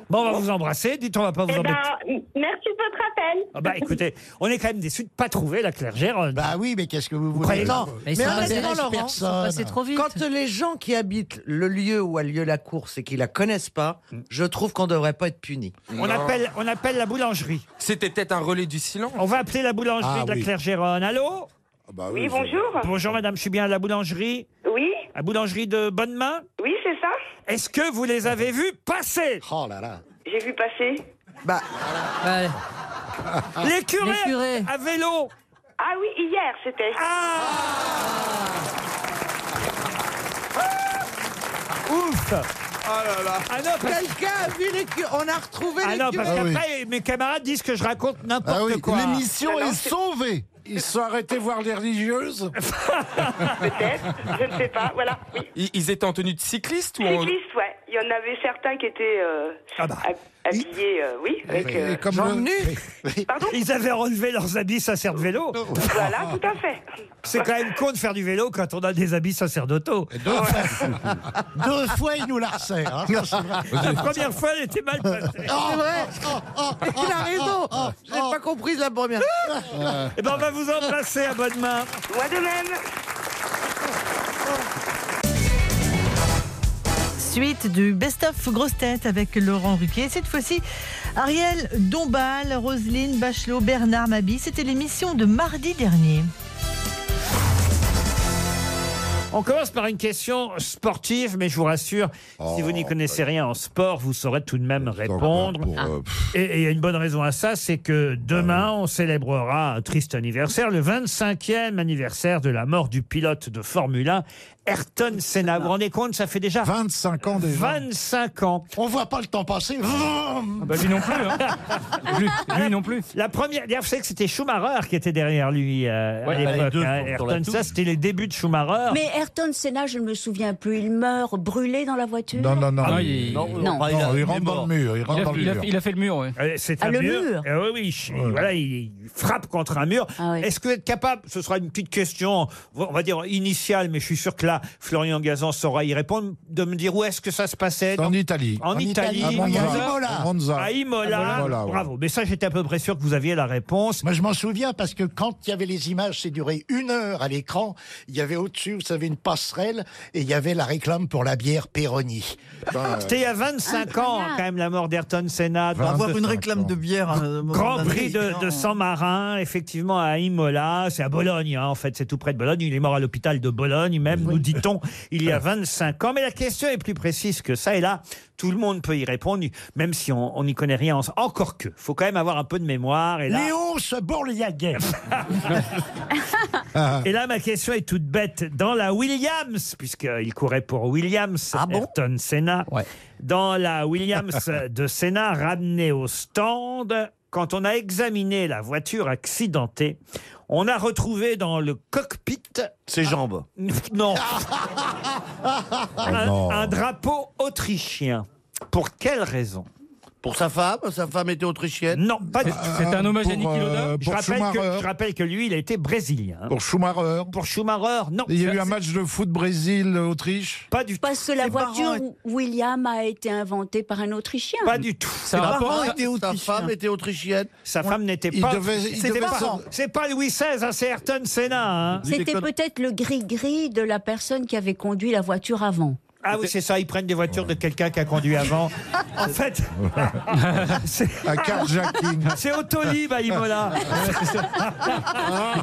Speaker 6: Bon, on va vous embrasser. Dites, on va pas vous
Speaker 17: Eh
Speaker 6: embêter.
Speaker 17: ben, merci de votre appel.
Speaker 6: Ah bah écoutez, on est quand même déçus de pas trouver la Claire Gérald. Bah oui, mais qu'est-ce que vous
Speaker 9: Mais
Speaker 6: voulez
Speaker 9: non,
Speaker 6: Mais
Speaker 9: mais honnêtement, Laurent, quand les gens qui habitent le lieu où a lieu la course et qui la connaissent pas, je trouve qu'on devrait pas être puni.
Speaker 7: On Non. appelle-
Speaker 6: on appelle la boulangerie.
Speaker 7: C'était peut-être un relais du silence.
Speaker 6: On va appeler la boulangerie
Speaker 7: Ah
Speaker 6: de la
Speaker 7: oui.
Speaker 6: Claire Géronne. Allô
Speaker 7: oui, Oui, c'est- bonjour.
Speaker 6: Bonjour madame, je suis bien à la boulangerie
Speaker 17: Oui.
Speaker 6: La boulangerie de Bonne Main
Speaker 17: Oui, c'est ça.
Speaker 6: Est-ce que vous les avez vus passer
Speaker 13: Oh là là.
Speaker 17: J'ai vu passer.
Speaker 9: Bah.
Speaker 6: Les curés, à vélo Ah.
Speaker 17: Ah oui, hier, c'était.
Speaker 6: Ouf
Speaker 1: Oh
Speaker 6: Ah non, parce-
Speaker 9: Quelqu'un a vu les cu- On a retrouvé
Speaker 6: Ah
Speaker 9: les
Speaker 6: non,
Speaker 9: curés.
Speaker 6: parce qu'après, mes camarades disent que je raconte n'importe
Speaker 13: Ah oui,
Speaker 6: quoi.
Speaker 13: l'émission est sauvée. Ils se sont arrêtés voir les religieuses.
Speaker 17: Je ne sais pas, voilà.
Speaker 7: Ils, ils étaient en tenue de cycliste ou en...
Speaker 17: Cycliste, ouais. Il y en avait certains qui étaient euh,
Speaker 9: Ah bah.
Speaker 17: hab- habillés, euh, oui, avec. euh,
Speaker 6: Ils avaient relevé leurs habits sacerdotaux.
Speaker 17: Voilà, tout à fait.
Speaker 6: C'est quand même con de faire du vélo quand on a des habits sacerdotaux. Deux, fois, ils nous larçaient. La première fois, elle était mal passée.
Speaker 9: C'est vrai. Ah, Il a raison. J'ai pas compris la première.
Speaker 6: Eh ben, on va vous embrasser à bonne main.
Speaker 17: Moi de même.
Speaker 5: Suite du best-of grosse tête avec Laurent Ruquier. Cette fois-ci, Ariel Dombal, Roselyne Bachelot, Bernard Mabi. C'était l'émission de mardi dernier.
Speaker 6: On commence par une question sportive, mais je vous rassure, si vous n'y connaissez rien en sport, vous saurez tout de même répondre. Et et il y a une bonne raison à ça, c'est que demain, on célébrera un triste anniversaire, le 25e anniversaire de la mort du pilote de Formule 1, Ayrton Senna. Vous vous rendez compte, ça fait déjà 25 ans déjà. 25 ans. On voit pas le temps passer.
Speaker 18: lui non plus, hein. Lui- lui non plus.
Speaker 6: La première, d'ailleurs, vous savez que c'était Schumacher qui était derrière lui euh,
Speaker 18: Ouais, bah,
Speaker 6: à
Speaker 18: les
Speaker 6: l'époque.
Speaker 18: deux
Speaker 6: hein,
Speaker 18: sur- sur la
Speaker 6: Ayrton, ça,
Speaker 18: touche.
Speaker 6: c'était les débuts de Schumacher.
Speaker 10: Mais Ayrton Senna, je ne me souviens plus, il meurt brûlé dans la voiture
Speaker 13: Non, non, non.
Speaker 18: Ah, il-
Speaker 13: Non,
Speaker 10: non.
Speaker 13: non,
Speaker 18: il a-
Speaker 13: il
Speaker 18: il est
Speaker 13: rentre dans
Speaker 18: mort.
Speaker 13: le mur. Il
Speaker 18: Il
Speaker 13: rentre
Speaker 18: a-
Speaker 13: dans le
Speaker 18: il a-
Speaker 13: mur.
Speaker 18: il a fait le mur, oui.
Speaker 6: Euh, C'est
Speaker 18: Ah,
Speaker 6: un
Speaker 18: le
Speaker 6: mur.
Speaker 18: mur.
Speaker 6: Euh, oui, oui, il- voilà, il il frappe contre un mur. Est-ce que vous êtes capable Ce sera une petite question, on va dire initiale, mais je suis sûr que là, Florian Gazan saura y répondre, de me dire où est-ce que ça se passait En
Speaker 13: Italie.
Speaker 6: En,
Speaker 13: En
Speaker 6: Italie.
Speaker 13: Italie, à Monza. À Monza.
Speaker 6: À Imola.
Speaker 13: À Imola, ouais.
Speaker 6: Bravo. Mais ça, j'étais à peu près sûr que vous aviez la réponse.
Speaker 19: Moi, je m'en souviens parce que quand il y avait les images, c'est duré une heure à l'écran. Il y avait au-dessus, vous savez, une passerelle et il y avait la réclame pour la bière Peroni.
Speaker 18: Bah,
Speaker 6: C'était il y a 25 ans, quand même, la mort d'Ayrton Senna.
Speaker 19: Va avoir une
Speaker 6: réclame de bière.
Speaker 12: hein, euh,
Speaker 6: Grand Prix de, de San Marin, effectivement, à Imola. C'est à Bologne, hein, en fait. C'est tout près de Bologne. Il est mort à l'hôpital de Bologne, même, nous dit-on, il y a 25 ans. Mais la question est plus précise que ça. Et là, tout le monde peut y répondre, même si on on n'y connaît rien. en- Encore que. faut quand même avoir un peu de mémoire. Et là...
Speaker 19: Léon se bourre la guerre.
Speaker 6: Et là, ma question est toute bête. Dans la Williams, puisqu'il courait pour Williams, Ayrton Senna, dans la Williams de Senna, ramenée au stand, quand on a examiné la voiture accidentée, on a retrouvé dans le cockpit... Ses jambes. Non.
Speaker 19: Ah
Speaker 6: un,
Speaker 8: non.
Speaker 6: un drapeau autrichien. Pour quelle raison
Speaker 9: Pour sa femme, sa femme était autrichienne.
Speaker 6: Non, pas du
Speaker 18: C'est un hommage à Niki Lauda
Speaker 19: euh,
Speaker 15: euh,
Speaker 6: je, rappelle que, je rappelle que lui, il a été brésilien.
Speaker 13: Pour Schumacher.
Speaker 6: Pour Schumacher, non.
Speaker 13: Il y a eu un match de foot Brésil-Autriche
Speaker 6: Pas du tout.
Speaker 10: Parce que la voiture William a été inventée par un Autrichien.
Speaker 6: Pas du tout.
Speaker 9: Sa, femme était autrichienne.
Speaker 6: Sa femme n'était
Speaker 9: Il
Speaker 6: pas.
Speaker 9: devait- il
Speaker 6: C'était
Speaker 9: devait
Speaker 6: pas-
Speaker 9: s'en-
Speaker 6: C'est pas Louis XVI, hein, c'est Ayrton Senna. hein.
Speaker 10: C'était peut-être le gris-gris de la personne qui avait conduit la voiture avant.
Speaker 6: Ah oui, c'est ça, ils prennent des voitures de quelqu'un qui a conduit avant. en fait. c'est-
Speaker 13: Un carjacking.
Speaker 6: C'est Autolib à Imola.
Speaker 19: Ah,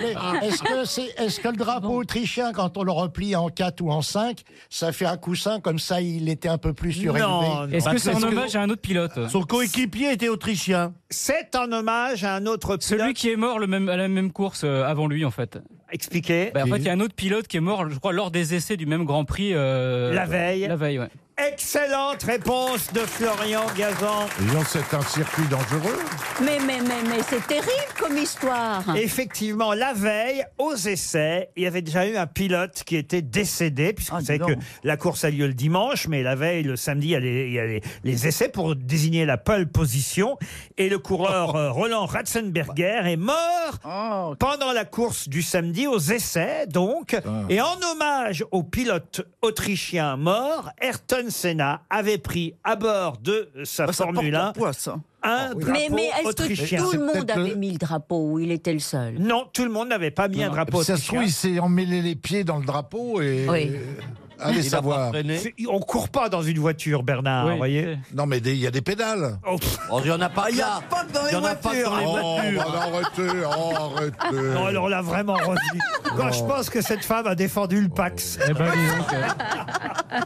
Speaker 19: mais attendez, Est-ce que, c'est- est-ce que le drapeau autrichien, quand on le replie en 4 ou en 5, ça fait un coussin comme ça, il était un peu plus surélevé
Speaker 18: Est-ce que c'est un hommage à un autre pilote
Speaker 9: Son coéquipier était autrichien.
Speaker 6: C'est un hommage à un autre pilote.
Speaker 18: Celui qui est mort le même, à la même course euh, avant lui, en fait.
Speaker 6: Expliquez.
Speaker 18: Bah, en fait, il y a un autre pilote qui est mort, je crois, lors des essais du même Grand Prix. euh,
Speaker 6: La veille.
Speaker 18: La veille, ouais.
Speaker 6: Excellente réponse de Florian Gazan.
Speaker 15: Disons, c'est un circuit dangereux.
Speaker 10: Mais, mais, mais, mais c'est terrible comme histoire.
Speaker 6: Effectivement, la veille, aux essais, il y avait déjà eu un pilote qui était décédé, puisque vous savez que la course a lieu le dimanche, mais la veille, le samedi, il y a les, il y a les- les essais pour désigner la pole position. Et le coureur euh, Roland Ratzenberger est mort pendant la course du samedi, aux essais, donc. Et en hommage au pilote autrichien mort, Ayrton Senna avait pris à bord de sa Formule 1
Speaker 15: Ah
Speaker 6: un drapeau
Speaker 10: mais mais est-ce que
Speaker 6: autrichien.
Speaker 10: tout le monde avait mis le drapeau ou il était le seul
Speaker 6: Non, tout le monde n'avait pas mis un drapeau
Speaker 15: Ça se trouve, il
Speaker 6: autrichien.
Speaker 15: s'est emmêlé les pieds dans le drapeau et.
Speaker 6: Oui.
Speaker 15: Allez
Speaker 6: Il a
Speaker 15: savoir.
Speaker 6: pas freiné. On court pas dans une voiture, Bernard,
Speaker 15: Oui.
Speaker 6: vous voyez
Speaker 15: Non, mais des- il y a des
Speaker 6: Oh,
Speaker 15: pédales.
Speaker 6: Il n'y en a
Speaker 15: pas, il y a-
Speaker 6: pas
Speaker 15: dans les voitures. Oh, bah, arrêtez, oh, arrêtez. Ah,
Speaker 6: Non, alors là, vraiment, Roselyne, quand je pense que cette femme a défendu le Pax.
Speaker 10: Eh ben, hein.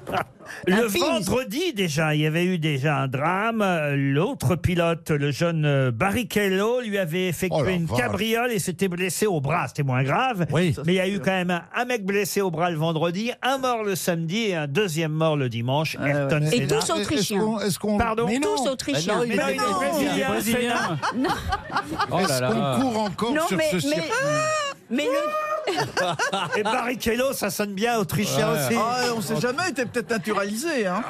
Speaker 6: Le vendredi déjà, il y avait eu déjà un drame. L'autre pilote, le jeune euh, Barrichello, lui avait effectué
Speaker 15: Oh la
Speaker 6: une
Speaker 15: vache.
Speaker 6: cabriole et s'était blessé au bras. C'était moins grave. Mais il y a eu quand même un, un mec blessé au bras le vendredi, un mort le samedi et un deuxième mort le dimanche. Ayrton
Speaker 10: Ah Et
Speaker 6: Senna.
Speaker 10: tous autrichiens. Est-ce qu'on- est-ce qu'on-
Speaker 6: Pardon
Speaker 10: Mais Tous non. autrichiens.
Speaker 6: Mais non,
Speaker 10: Mais
Speaker 6: il
Speaker 10: non,
Speaker 6: est
Speaker 10: il est
Speaker 6: brésilien,
Speaker 10: brésilien.
Speaker 6: Senna.
Speaker 10: Non.
Speaker 6: Oh là là.
Speaker 10: Non, mais, mais- ah, Mais le-
Speaker 6: Et Barrichello, ça sonne bien autrichien
Speaker 12: Ouais.
Speaker 6: aussi.
Speaker 12: Ah, on sait jamais, il était peut-être naturalisé. Hein.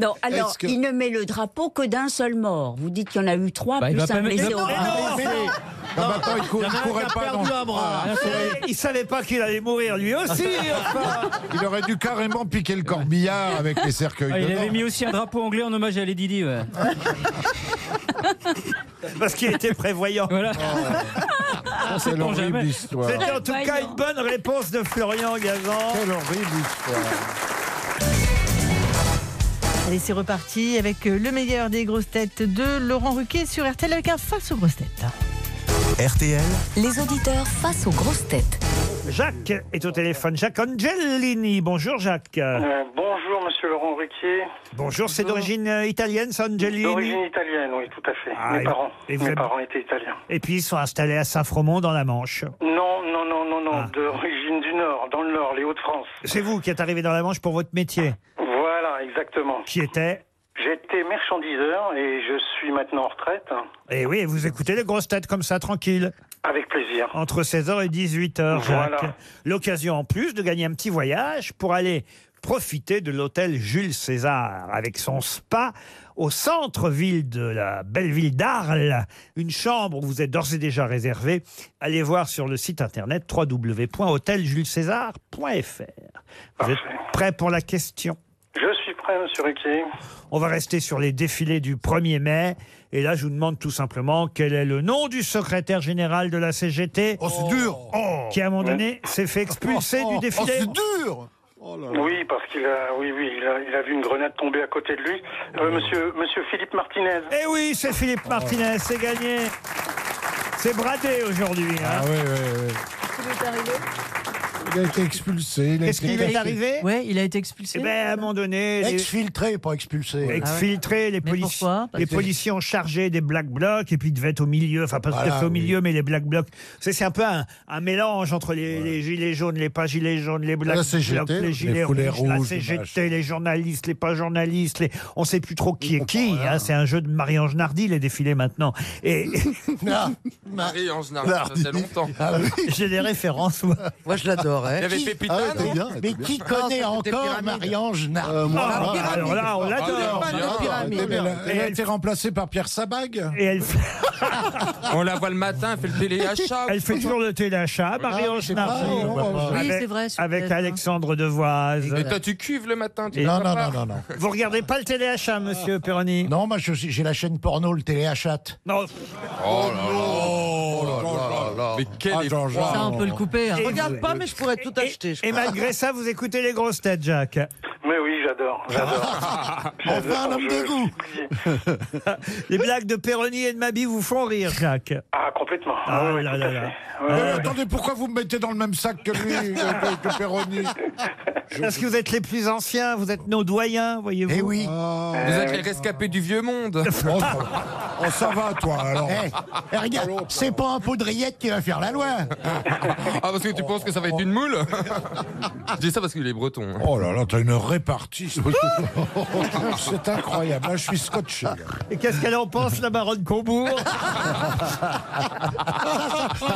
Speaker 10: Non, alors,
Speaker 12: Est-ce que-
Speaker 10: il ne met le drapeau que d'un seul mort. Vous dites qu'il y en a eu trois,
Speaker 12: Bah, il
Speaker 10: plus
Speaker 12: va pas
Speaker 10: un
Speaker 12: mettre-
Speaker 10: blessé
Speaker 12: Non,
Speaker 10: au
Speaker 12: mais
Speaker 10: bras.
Speaker 12: non, mais non.
Speaker 15: Non, mais bah, attends, il cou- il courait pas dans- Ah, il courait-
Speaker 6: Il savait pas qu'il allait mourir lui aussi. enfin.
Speaker 15: Il aurait dû carrément piquer le corbillard avec les cercueils.
Speaker 18: Ah, il
Speaker 15: dedans.
Speaker 18: avait mis aussi un drapeau anglais en hommage à Lady Di. ouais.
Speaker 6: Parce qu'il était prévoyant.
Speaker 18: Voilà.
Speaker 15: Ah,
Speaker 18: sait-on
Speaker 15: Quelle horrible
Speaker 18: jamais.
Speaker 15: histoire.
Speaker 6: C'était en tout cas une bonne réponse de Florian Gazan.
Speaker 15: Quelle horrible histoire.
Speaker 5: Allez, c'est reparti avec euh, le meilleur des grosses têtes de Laurent Ruquier sur RTL avec un face aux grosses têtes.
Speaker 4: RTL,
Speaker 5: Les auditeurs face aux grosses têtes.
Speaker 6: Jacques est au téléphone. Jacques Angelini. Bonjour Jacques.
Speaker 16: Euh, bonjour, monsieur Laurent Ruquier.
Speaker 6: Bonjour, c'est d'origine euh, italienne, ça, Angelini
Speaker 16: D'origine italienne, oui, tout à fait.
Speaker 6: Ah,
Speaker 16: Mes
Speaker 6: et-
Speaker 16: parents.
Speaker 6: et vous
Speaker 16: Mes
Speaker 6: avez-
Speaker 16: parents étaient italiens.
Speaker 6: Et puis ils sont installés à Saint-Fromont dans la Manche.
Speaker 16: Non, non, non, non, non. D'origine du Nord, dans le Nord, les Hauts-de-France.
Speaker 6: Ah. C'est vous qui êtes arrivé dans la Manche pour votre métier,
Speaker 16: Voilà, exactement.
Speaker 6: qui était.
Speaker 16: J'étais merchandiseur et je suis maintenant en retraite.
Speaker 6: Et Eh oui, vous écoutez les grosses têtes comme ça, tranquille.
Speaker 16: Avec plaisir.
Speaker 6: Entre 16h et 18h, Jacques.
Speaker 16: Voilà.
Speaker 6: L'occasion en plus de gagner un petit voyage pour aller profiter de l'hôtel Jules César avec son spa au centre-ville de la belle ville d'Arles. Une chambre où vous êtes d'ores et déjà réservé. Allez voir sur le site internet www.hôteljulescésar.fr. Vous êtes prêt pour la question
Speaker 16: Je suis prêt, monsieur Ruquier.
Speaker 6: on va rester sur les défilés du 1er mai. Et là, je vous demande tout simplement quel est le nom du secrétaire général de la CGT. Oh, c'est dur Oh, Qui, à un moment donné, s'est fait expulser du défilé.
Speaker 15: dur
Speaker 16: Oui, parce qu'il a, oui, oui, il a, il a vu une grenade tomber à côté de lui.
Speaker 15: Oh.
Speaker 16: Euh, monsieur, monsieur Philippe Martinez.
Speaker 6: Eh oui, c'est Philippe Martinez, c'est gagné. C'est bradé aujourd'hui. hein.
Speaker 15: Ah oui, oui, oui. Il a été expulsé. il a
Speaker 6: Qu'est-ce
Speaker 15: été-
Speaker 6: qui lui est arrivé
Speaker 14: Ouais, il a été expulsé.
Speaker 6: Eh ben, à un moment donné. les-
Speaker 19: Exfiltré, pas expulsé.
Speaker 6: Exfiltrés, les, polici-
Speaker 14: pourquoi Parce
Speaker 6: les
Speaker 14: que-
Speaker 6: policiers ont chargé des black blocs et puis ils devaient être au milieu, enfin pas
Speaker 19: Voilà,
Speaker 6: tout à fait au
Speaker 19: oui.
Speaker 6: milieu, mais les black blocs. C'est c'est un peu un, un mélange entre les, les gilets jaunes, les pas gilets jaunes, les black
Speaker 15: La CGT,
Speaker 6: blocs, les
Speaker 15: les
Speaker 6: gilets
Speaker 15: foulées
Speaker 6: rouges, la
Speaker 15: rouges,
Speaker 6: CGT, les journalistes, les pas journalistes, les... on sait plus trop qui est qui. hein. C'est un jeu de Marie-Ange Nardi, les défilés maintenant. Et
Speaker 19: Ah,
Speaker 7: Marie-Ange Nardi, ça faisait longtemps.
Speaker 6: Ah j'ai des références. Moi,
Speaker 9: je l'adore.
Speaker 7: Il y avait Pépita, non
Speaker 19: Mais qui connaît
Speaker 15: Ah,
Speaker 19: encore
Speaker 15: Euh,
Speaker 19: Marie-Ange Nardi
Speaker 6: Ah, alors là, on l'adore.
Speaker 15: Ah, d'accord. Elle, elle a été remplacée par Pierre Sabag.
Speaker 6: Et elle fait,
Speaker 7: On la voit le matin, elle fait le téléachat.
Speaker 6: elle fait toujours le
Speaker 15: Ah,
Speaker 6: téléachat, Marie-Ange Nardi.
Speaker 7: Oui,
Speaker 6: Avec-
Speaker 7: c'est vrai, sur hein.
Speaker 6: Avec
Speaker 7: TF1.
Speaker 6: Alexandre Devoise.
Speaker 7: Et toi, tu cuves le matin, tu
Speaker 6: Et-
Speaker 7: te
Speaker 6: Non,
Speaker 7: prépares.
Speaker 6: non, non, non,
Speaker 19: non.
Speaker 6: Vous regardez pas le téléachat, monsieur Perroni
Speaker 19: Non, moi je- j'ai la chaîne porno, le téléachat.
Speaker 6: Non.
Speaker 19: Oh là là.
Speaker 6: Oh,
Speaker 15: Oh
Speaker 7: Mais quel
Speaker 19: Ah,
Speaker 7: effroi.
Speaker 19: Jean-Jean.
Speaker 14: Ça, on peut le couper. hein.
Speaker 6: Et
Speaker 9: Regarde
Speaker 6: vous-
Speaker 9: pas, mais je pourrais tout acheter. je
Speaker 6: Et
Speaker 9: crois.
Speaker 6: malgré ça, vous écoutez les grosses têtes, Jacques.
Speaker 16: Mais oui, j'adore, j'adore. J'adore,
Speaker 6: Enfin, un homme
Speaker 16: je-
Speaker 6: de goût. les blagues de Perroni et de Mabi vous font rire, Jacques.
Speaker 16: Ah, complètement.
Speaker 6: Ah
Speaker 16: oui, oui,
Speaker 6: là
Speaker 16: tout
Speaker 6: là
Speaker 16: à
Speaker 6: là.
Speaker 16: fait.
Speaker 15: Mais Euh, attendez, pourquoi vous me mettez dans le même sac que lui, euh, que, que Perroni
Speaker 6: Parce que vous êtes les plus anciens, vous êtes nos doyens, voyez-vous. Eh
Speaker 19: oui.
Speaker 7: Vous êtes les rescapés du vieux monde.
Speaker 15: Ah. Oh, ça va. Oh, ça va, toi, alors.
Speaker 19: Eh, eh, regarde, c'est pas un pot de rillettes qui va faire la loi.
Speaker 7: Ah, parce que tu penses que ça va être une moule Je dis ça parce qu'il est breton.
Speaker 19: Oh
Speaker 15: Oh là là, t'as une répartie.
Speaker 19: raciste. C'est incroyable. Là, je suis scotché. là.
Speaker 6: Et qu'est-ce qu'elle en pense, la baronne Combourg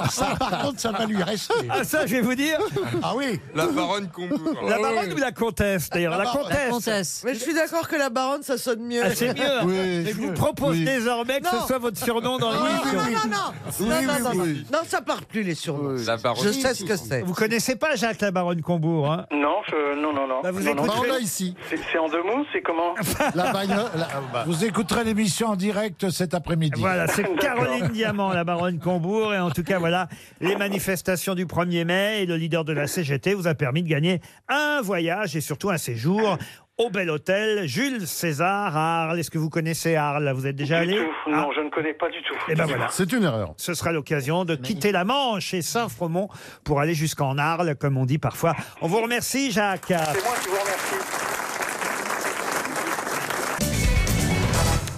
Speaker 19: Ça, par contre, ça va lui rester.
Speaker 6: Ah, ça, je vais vous dire.
Speaker 19: Ah oui. Ah
Speaker 7: La baronne Combourg.
Speaker 6: La baronne ou la comtesse, d'ailleurs La comtesse.
Speaker 9: Mais je suis d'accord que la baronne, ça sonne mieux.
Speaker 6: Ah, c'est mieux. Et je vous propose désormais que
Speaker 9: Non.
Speaker 6: ce soit votre surnom dans le
Speaker 9: Non,
Speaker 6: livre.
Speaker 9: non, non, non. non, non, non, non. Non, ça part plus, les surnoms.
Speaker 16: Ah,
Speaker 9: Je sais ce que c'est.
Speaker 6: Vous connaissez pas Jacques la baronne Combourg, hein
Speaker 16: Non, je- non, non, non.
Speaker 6: Bah, vous
Speaker 16: non, non.
Speaker 6: écouterez- Bah, on l'a
Speaker 19: ici.
Speaker 16: C'est c'est en deux mots, c'est comment
Speaker 19: La bagnole- la-
Speaker 15: ah, bah.
Speaker 19: Vous écouterez l'émission en direct cet après-midi.
Speaker 6: Voilà, c'est Caroline Diamant, la baronne Combourg. Et en tout cas, voilà, les manifestations du 1er mai et le leader de la CGT vous a permis de gagner un voyage et surtout un séjour au bel hôtel Jules César à Arles. Est-ce que vous connaissez Arles Vous êtes déjà
Speaker 16: Du
Speaker 6: allé
Speaker 16: tout. Non, je ne connais pas du tout.
Speaker 6: Eh ben voilà.
Speaker 13: C'est une erreur.
Speaker 6: Ce sera l'occasion de quitter la Manche et Saint-Fromont pour aller jusqu'en Arles, comme on dit parfois. On vous remercie, Jacques.
Speaker 16: Ah. C'est moi qui vous remercie.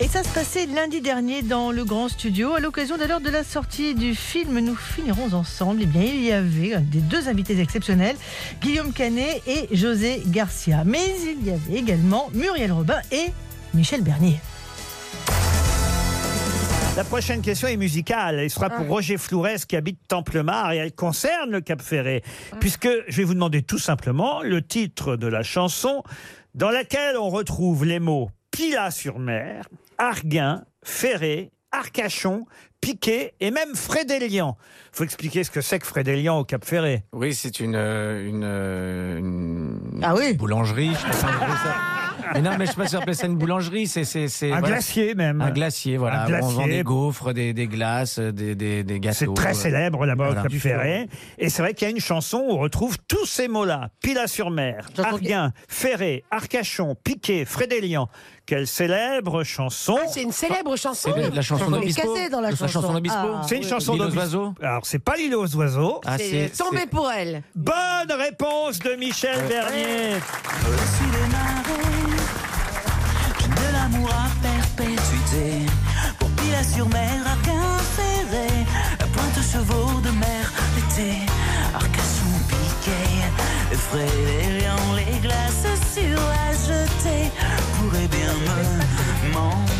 Speaker 5: Et ça se passait lundi dernier dans le grand studio à l'occasion d'ailleurs de la sortie du film Nous finirons ensemble. Et bien il y avait des deux invités exceptionnels, Guillaume Canet et José Garcia. Mais il y avait également Muriel Robin et Michel Bernier.
Speaker 6: La prochaine question est musicale. Elle sera
Speaker 5: Ah.
Speaker 6: pour Roger Flourez qui habite Templemar et elle concerne le Cap Ferré.
Speaker 5: Ah.
Speaker 6: Puisque je vais vous demander tout simplement le titre de la chanson dans laquelle on retrouve les mots Pila-sur-Mer, Arguin, Ferré, Arcachon, Piquet et même Frédélian. faut expliquer ce que c'est que Frédélian au Cap Ferré.
Speaker 11: Oui, c'est une, euh, une, euh, une
Speaker 5: Ah oui
Speaker 11: boulangerie. Je sais pas si on appelle ça- mais non, mais je sais pas si on appelle ça une boulangerie. C'est, c'est, c'est,
Speaker 6: Un glacier, même.
Speaker 11: Un glacier, voilà.
Speaker 6: Un
Speaker 11: Où On vend
Speaker 6: glacier.
Speaker 11: des gaufres, des, des glaces, des, des, des gâteaux.
Speaker 6: C'est très
Speaker 11: euh,
Speaker 6: célèbre là-bas
Speaker 11: voilà.
Speaker 6: au Cap Ferré. Et c'est vrai qu'il y a une chanson où on retrouve tous ces mots-là. Pila-sur-Mer, Arguin, Ferré, Arcachon, Piquet, Frédélian. Quelle célèbre chanson
Speaker 20: Ah, C'est une célèbre chanson.
Speaker 11: Ah, C'est la chanson
Speaker 20: On est
Speaker 11: d'Obispo.
Speaker 20: casé dans la
Speaker 11: C'est la
Speaker 20: chanson.
Speaker 11: chanson d'Obispo.
Speaker 20: Ah,
Speaker 6: C'est une
Speaker 20: oui.
Speaker 6: chanson
Speaker 11: L'île aux
Speaker 6: d'Obis-
Speaker 11: oiseaux
Speaker 6: Alors, c'est pas l'île aux oiseaux.
Speaker 11: Ah,
Speaker 20: C'est euh, tombé pour elle.
Speaker 6: Bonne réponse de Michel
Speaker 20: Ouais.
Speaker 6: Bernier.
Speaker 21: Au-dessus des marais, de l'amour à perpétuité. Pour Pila sur mer, Arquin ferré, la pointe aux chevaux de mer l'été. Arcachon piqué, Frédérian, les glaces sur la jetée pourraient bien me manquer.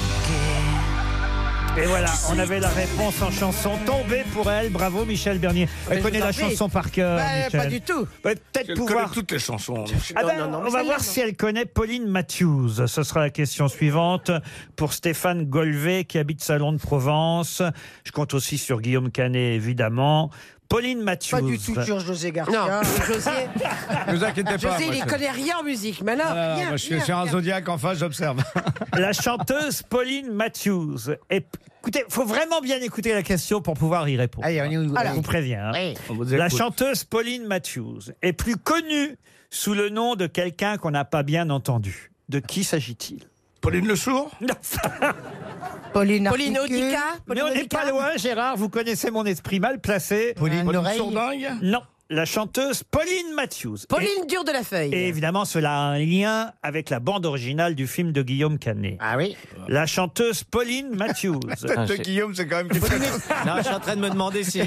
Speaker 6: Et voilà, on avait la réponse en chanson. Tombé pour elle. Bravo, Michel Bernier. Elle
Speaker 8: je
Speaker 6: connaît
Speaker 8: vous en
Speaker 6: la
Speaker 8: prie.
Speaker 6: chanson par cœur.
Speaker 8: Bah,
Speaker 6: Michel.
Speaker 8: pas du tout.
Speaker 6: Ouais, Peut-être
Speaker 8: Elle
Speaker 6: pouvoir.
Speaker 8: connaît toutes les chansons.
Speaker 6: Ah
Speaker 8: Non,
Speaker 6: ben,
Speaker 8: non, non, mais
Speaker 6: on va
Speaker 8: celle-là,
Speaker 6: voir
Speaker 8: non.
Speaker 6: si elle connaît Pauline Matthews. Ce sera la question suivante pour Stéphane Golvet qui habite Salon de Provence. Je compte aussi sur Guillaume Canet, évidemment. Pauline Matthews.
Speaker 20: Pas du tout sur José Garcia.
Speaker 8: Non.
Speaker 20: José.
Speaker 8: Ne vous inquiétez pas,
Speaker 20: José,
Speaker 8: moi,
Speaker 20: il
Speaker 8: je-
Speaker 20: connaît rien en musique. Mais alors,
Speaker 8: Ah,
Speaker 20: rien,
Speaker 8: moi, je suis
Speaker 20: rien,
Speaker 8: sur un
Speaker 20: rien.
Speaker 8: zodiaque en face, j'observe.
Speaker 6: La chanteuse Pauline Matthews. Et, écoutez, faut vraiment bien écouter la question pour pouvoir y répondre.
Speaker 20: Alors.
Speaker 6: Je vous préviens. hein.
Speaker 20: Oui.
Speaker 8: On vous
Speaker 6: La
Speaker 8: écoute.
Speaker 6: chanteuse Pauline Matthews est plus connue sous le nom de quelqu'un qu'on n'a pas bien entendu. De qui s'agit-il
Speaker 8: Pauline Le Sourd
Speaker 6: Non.
Speaker 20: Pauline,
Speaker 6: Pauline
Speaker 20: Articuno.
Speaker 6: Audica Mais on n'est pas loin, Gérard. Vous connaissez mon esprit mal placé.
Speaker 19: Pauline Pauline L'Oreille
Speaker 8: Sourdingue
Speaker 6: Non. La chanteuse Pauline Matthews.
Speaker 20: Pauline
Speaker 6: Et-
Speaker 20: Dure de la Feuille.
Speaker 6: et évidemment, cela a un lien avec la bande originale du film de Guillaume Canet.
Speaker 20: Ah oui.
Speaker 6: La chanteuse Pauline Matthews.
Speaker 8: Tête de Guillaume, c'est quand même quelque chose.
Speaker 11: Non, je suis en train de me demander si.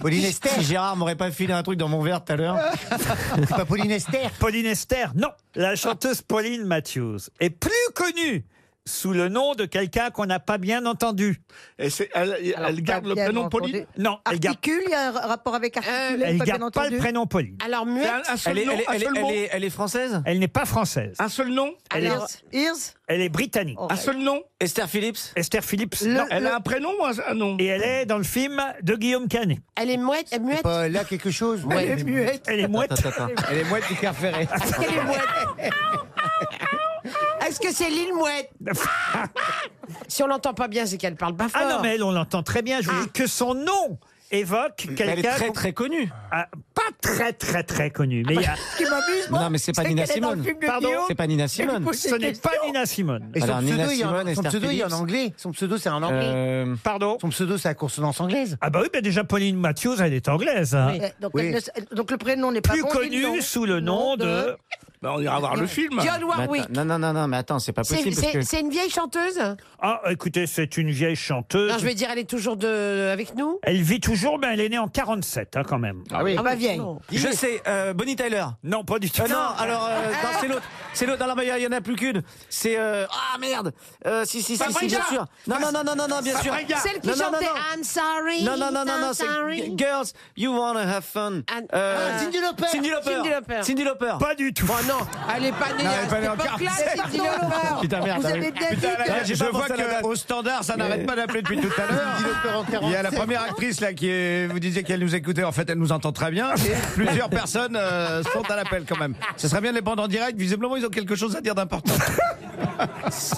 Speaker 8: Pauline Esther.
Speaker 11: Si Gérard m'aurait pas filé un truc dans mon verre tout à l'heure.
Speaker 6: C'est pas Pauline Esther Pauline Esther, non. La chanteuse Pauline Matthews est plus connue sous le nom de quelqu'un qu'on n'a pas bien entendu.
Speaker 8: Et c'est- elle,
Speaker 6: Alors,
Speaker 8: elle garde
Speaker 6: pas
Speaker 8: le
Speaker 6: bien
Speaker 8: prénom
Speaker 6: entendu. Ah,
Speaker 8: Pauline
Speaker 6: Non, elle garde,
Speaker 20: Articule, il y a un rapport avec articule.
Speaker 6: elle garde pas le prénom Pauline.
Speaker 20: Alors,
Speaker 8: Un-
Speaker 20: muette.
Speaker 8: un seul
Speaker 11: Euh, Elle est-
Speaker 8: nom,
Speaker 11: elle est-
Speaker 8: un
Speaker 11: elle est-
Speaker 8: seul
Speaker 11: elle
Speaker 8: mot.
Speaker 11: est- elle est française
Speaker 6: Elle n'est pas française.
Speaker 8: Un seul nom
Speaker 6: Elle est,
Speaker 20: Alors, Ears.
Speaker 6: elle est britannique.
Speaker 8: Un seul nom
Speaker 11: Esther Phillips
Speaker 6: Esther Phillips.
Speaker 20: Le-
Speaker 6: non.
Speaker 8: Elle a un prénom ou un- un nom
Speaker 6: Et elle est dans le film de Guillaume Canet.
Speaker 20: Elle est muette. Elle est muette.
Speaker 11: Euh,
Speaker 19: Pas là quelque chose.
Speaker 20: Elle est muette.
Speaker 6: Elle est mouette.
Speaker 8: Elle est mouette du Carferré.
Speaker 20: Est-ce qu'elle est muette Est-ce que c'est l'île mouette Si on l'entend pas bien, c'est qu'elle parle pas fort.
Speaker 6: Ah non, mais elle, on l'entend très bien. Je vous
Speaker 20: Ah.
Speaker 6: dis que son nom évoque quelqu'un.
Speaker 11: Elle est très
Speaker 6: qu'on-
Speaker 11: très connue.
Speaker 6: Ah, pas très très très connu, mais il y a-
Speaker 20: Ah, Ce qui m'amuse, moi,
Speaker 11: Non, mais c'est pas
Speaker 20: qu'elle
Speaker 11: Nina
Speaker 20: est dans le
Speaker 11: Simone.
Speaker 20: film de
Speaker 11: Pardon
Speaker 20: Guillaume.
Speaker 11: C'est pas Nina Simone.
Speaker 20: Elle pose des
Speaker 6: ce n'est pas
Speaker 20: questions.
Speaker 6: Nina Simone.
Speaker 19: Et son
Speaker 11: Alors, Nina
Speaker 19: pseudo, il y a
Speaker 11: Simone,
Speaker 19: un- son
Speaker 11: Esther
Speaker 19: pseudo, il est en
Speaker 11: Phillips.
Speaker 19: anglais. Son pseudo, c'est en anglais.
Speaker 11: Euh,
Speaker 6: Pardon.
Speaker 19: Son pseudo, c'est la consonance anglaise.
Speaker 6: Ah bah oui, bah déjà Pauline Matthews, elle est anglaise. hein.
Speaker 5: Euh,
Speaker 20: Oui. Euh, Donc,
Speaker 19: Oui.
Speaker 20: elle ne s- elle- donc le prénom n'est pas
Speaker 6: Plus
Speaker 20: bon, il est
Speaker 6: connue
Speaker 20: long.
Speaker 6: sous le nom de.
Speaker 8: Bah, on ira voir le film.
Speaker 20: John
Speaker 11: mais
Speaker 20: Warwick.
Speaker 11: attends- Non, non, non, non, mais attends, c'est pas
Speaker 20: C'est
Speaker 11: possible. parce
Speaker 20: c'est-
Speaker 11: que-
Speaker 20: c'est une vieille chanteuse
Speaker 6: Ah, écoutez, c'est une vieille chanteuse.
Speaker 20: Non, je vais dire, elle est toujours de... avec nous
Speaker 6: Elle vit toujours, mais elle est née en 47, hein, quand même.
Speaker 11: Ah oui.
Speaker 20: Ah bah vieille.
Speaker 11: Je sais, euh, Bonnie Tyler.
Speaker 6: Non, pas du tout.
Speaker 11: Euh, non, alors, euh, non, c'est l'autre. C'est le. Dans la il y en a plus qu'une. C'est. euh, Ah merde Euh, Si, si, si, si,
Speaker 20: Fabregas
Speaker 11: bien sûr. Non, non, non, non, non, non, bien sûr.
Speaker 20: Fabregas. Celle qui
Speaker 11: Non, non, non,
Speaker 20: chantait
Speaker 11: non.
Speaker 20: I'm sorry,
Speaker 11: Non, non, non, non,
Speaker 20: I'm
Speaker 11: non, c'est
Speaker 20: sorry.
Speaker 11: Girls, you wanna have fun. Euh,
Speaker 20: Ah, Cyndi Lauper.
Speaker 11: Cindy Lauper.
Speaker 20: Cyndi Lauper.
Speaker 11: Cindy Lauper.
Speaker 6: Pas du tout.
Speaker 11: Oh non,
Speaker 20: elle est pas née
Speaker 11: Non,
Speaker 20: à
Speaker 11: elle est pas
Speaker 20: cette
Speaker 11: née en
Speaker 20: époque-là,
Speaker 11: 47.
Speaker 20: Cyndi Lauper.
Speaker 11: Putain, merde,
Speaker 20: Vous
Speaker 11: t'as
Speaker 20: avez
Speaker 11: raison.
Speaker 20: bien dit
Speaker 11: Putain,
Speaker 20: que-
Speaker 11: là, j'ai
Speaker 1: Je
Speaker 11: pas
Speaker 1: vois
Speaker 11: pensé à la date.
Speaker 1: qu'au standard, ça n'arrête pas d'appeler depuis tout à l'heure. Il y a la première actrice là qui est- vous disiez qu'elle nous écoutait. En fait, elle nous entend très bien. Et plusieurs personnes euh, sont à l'appel quand même. Ce serait bien de les prendre en direct. Visiblement, ils ont quelque chose à dire d'important.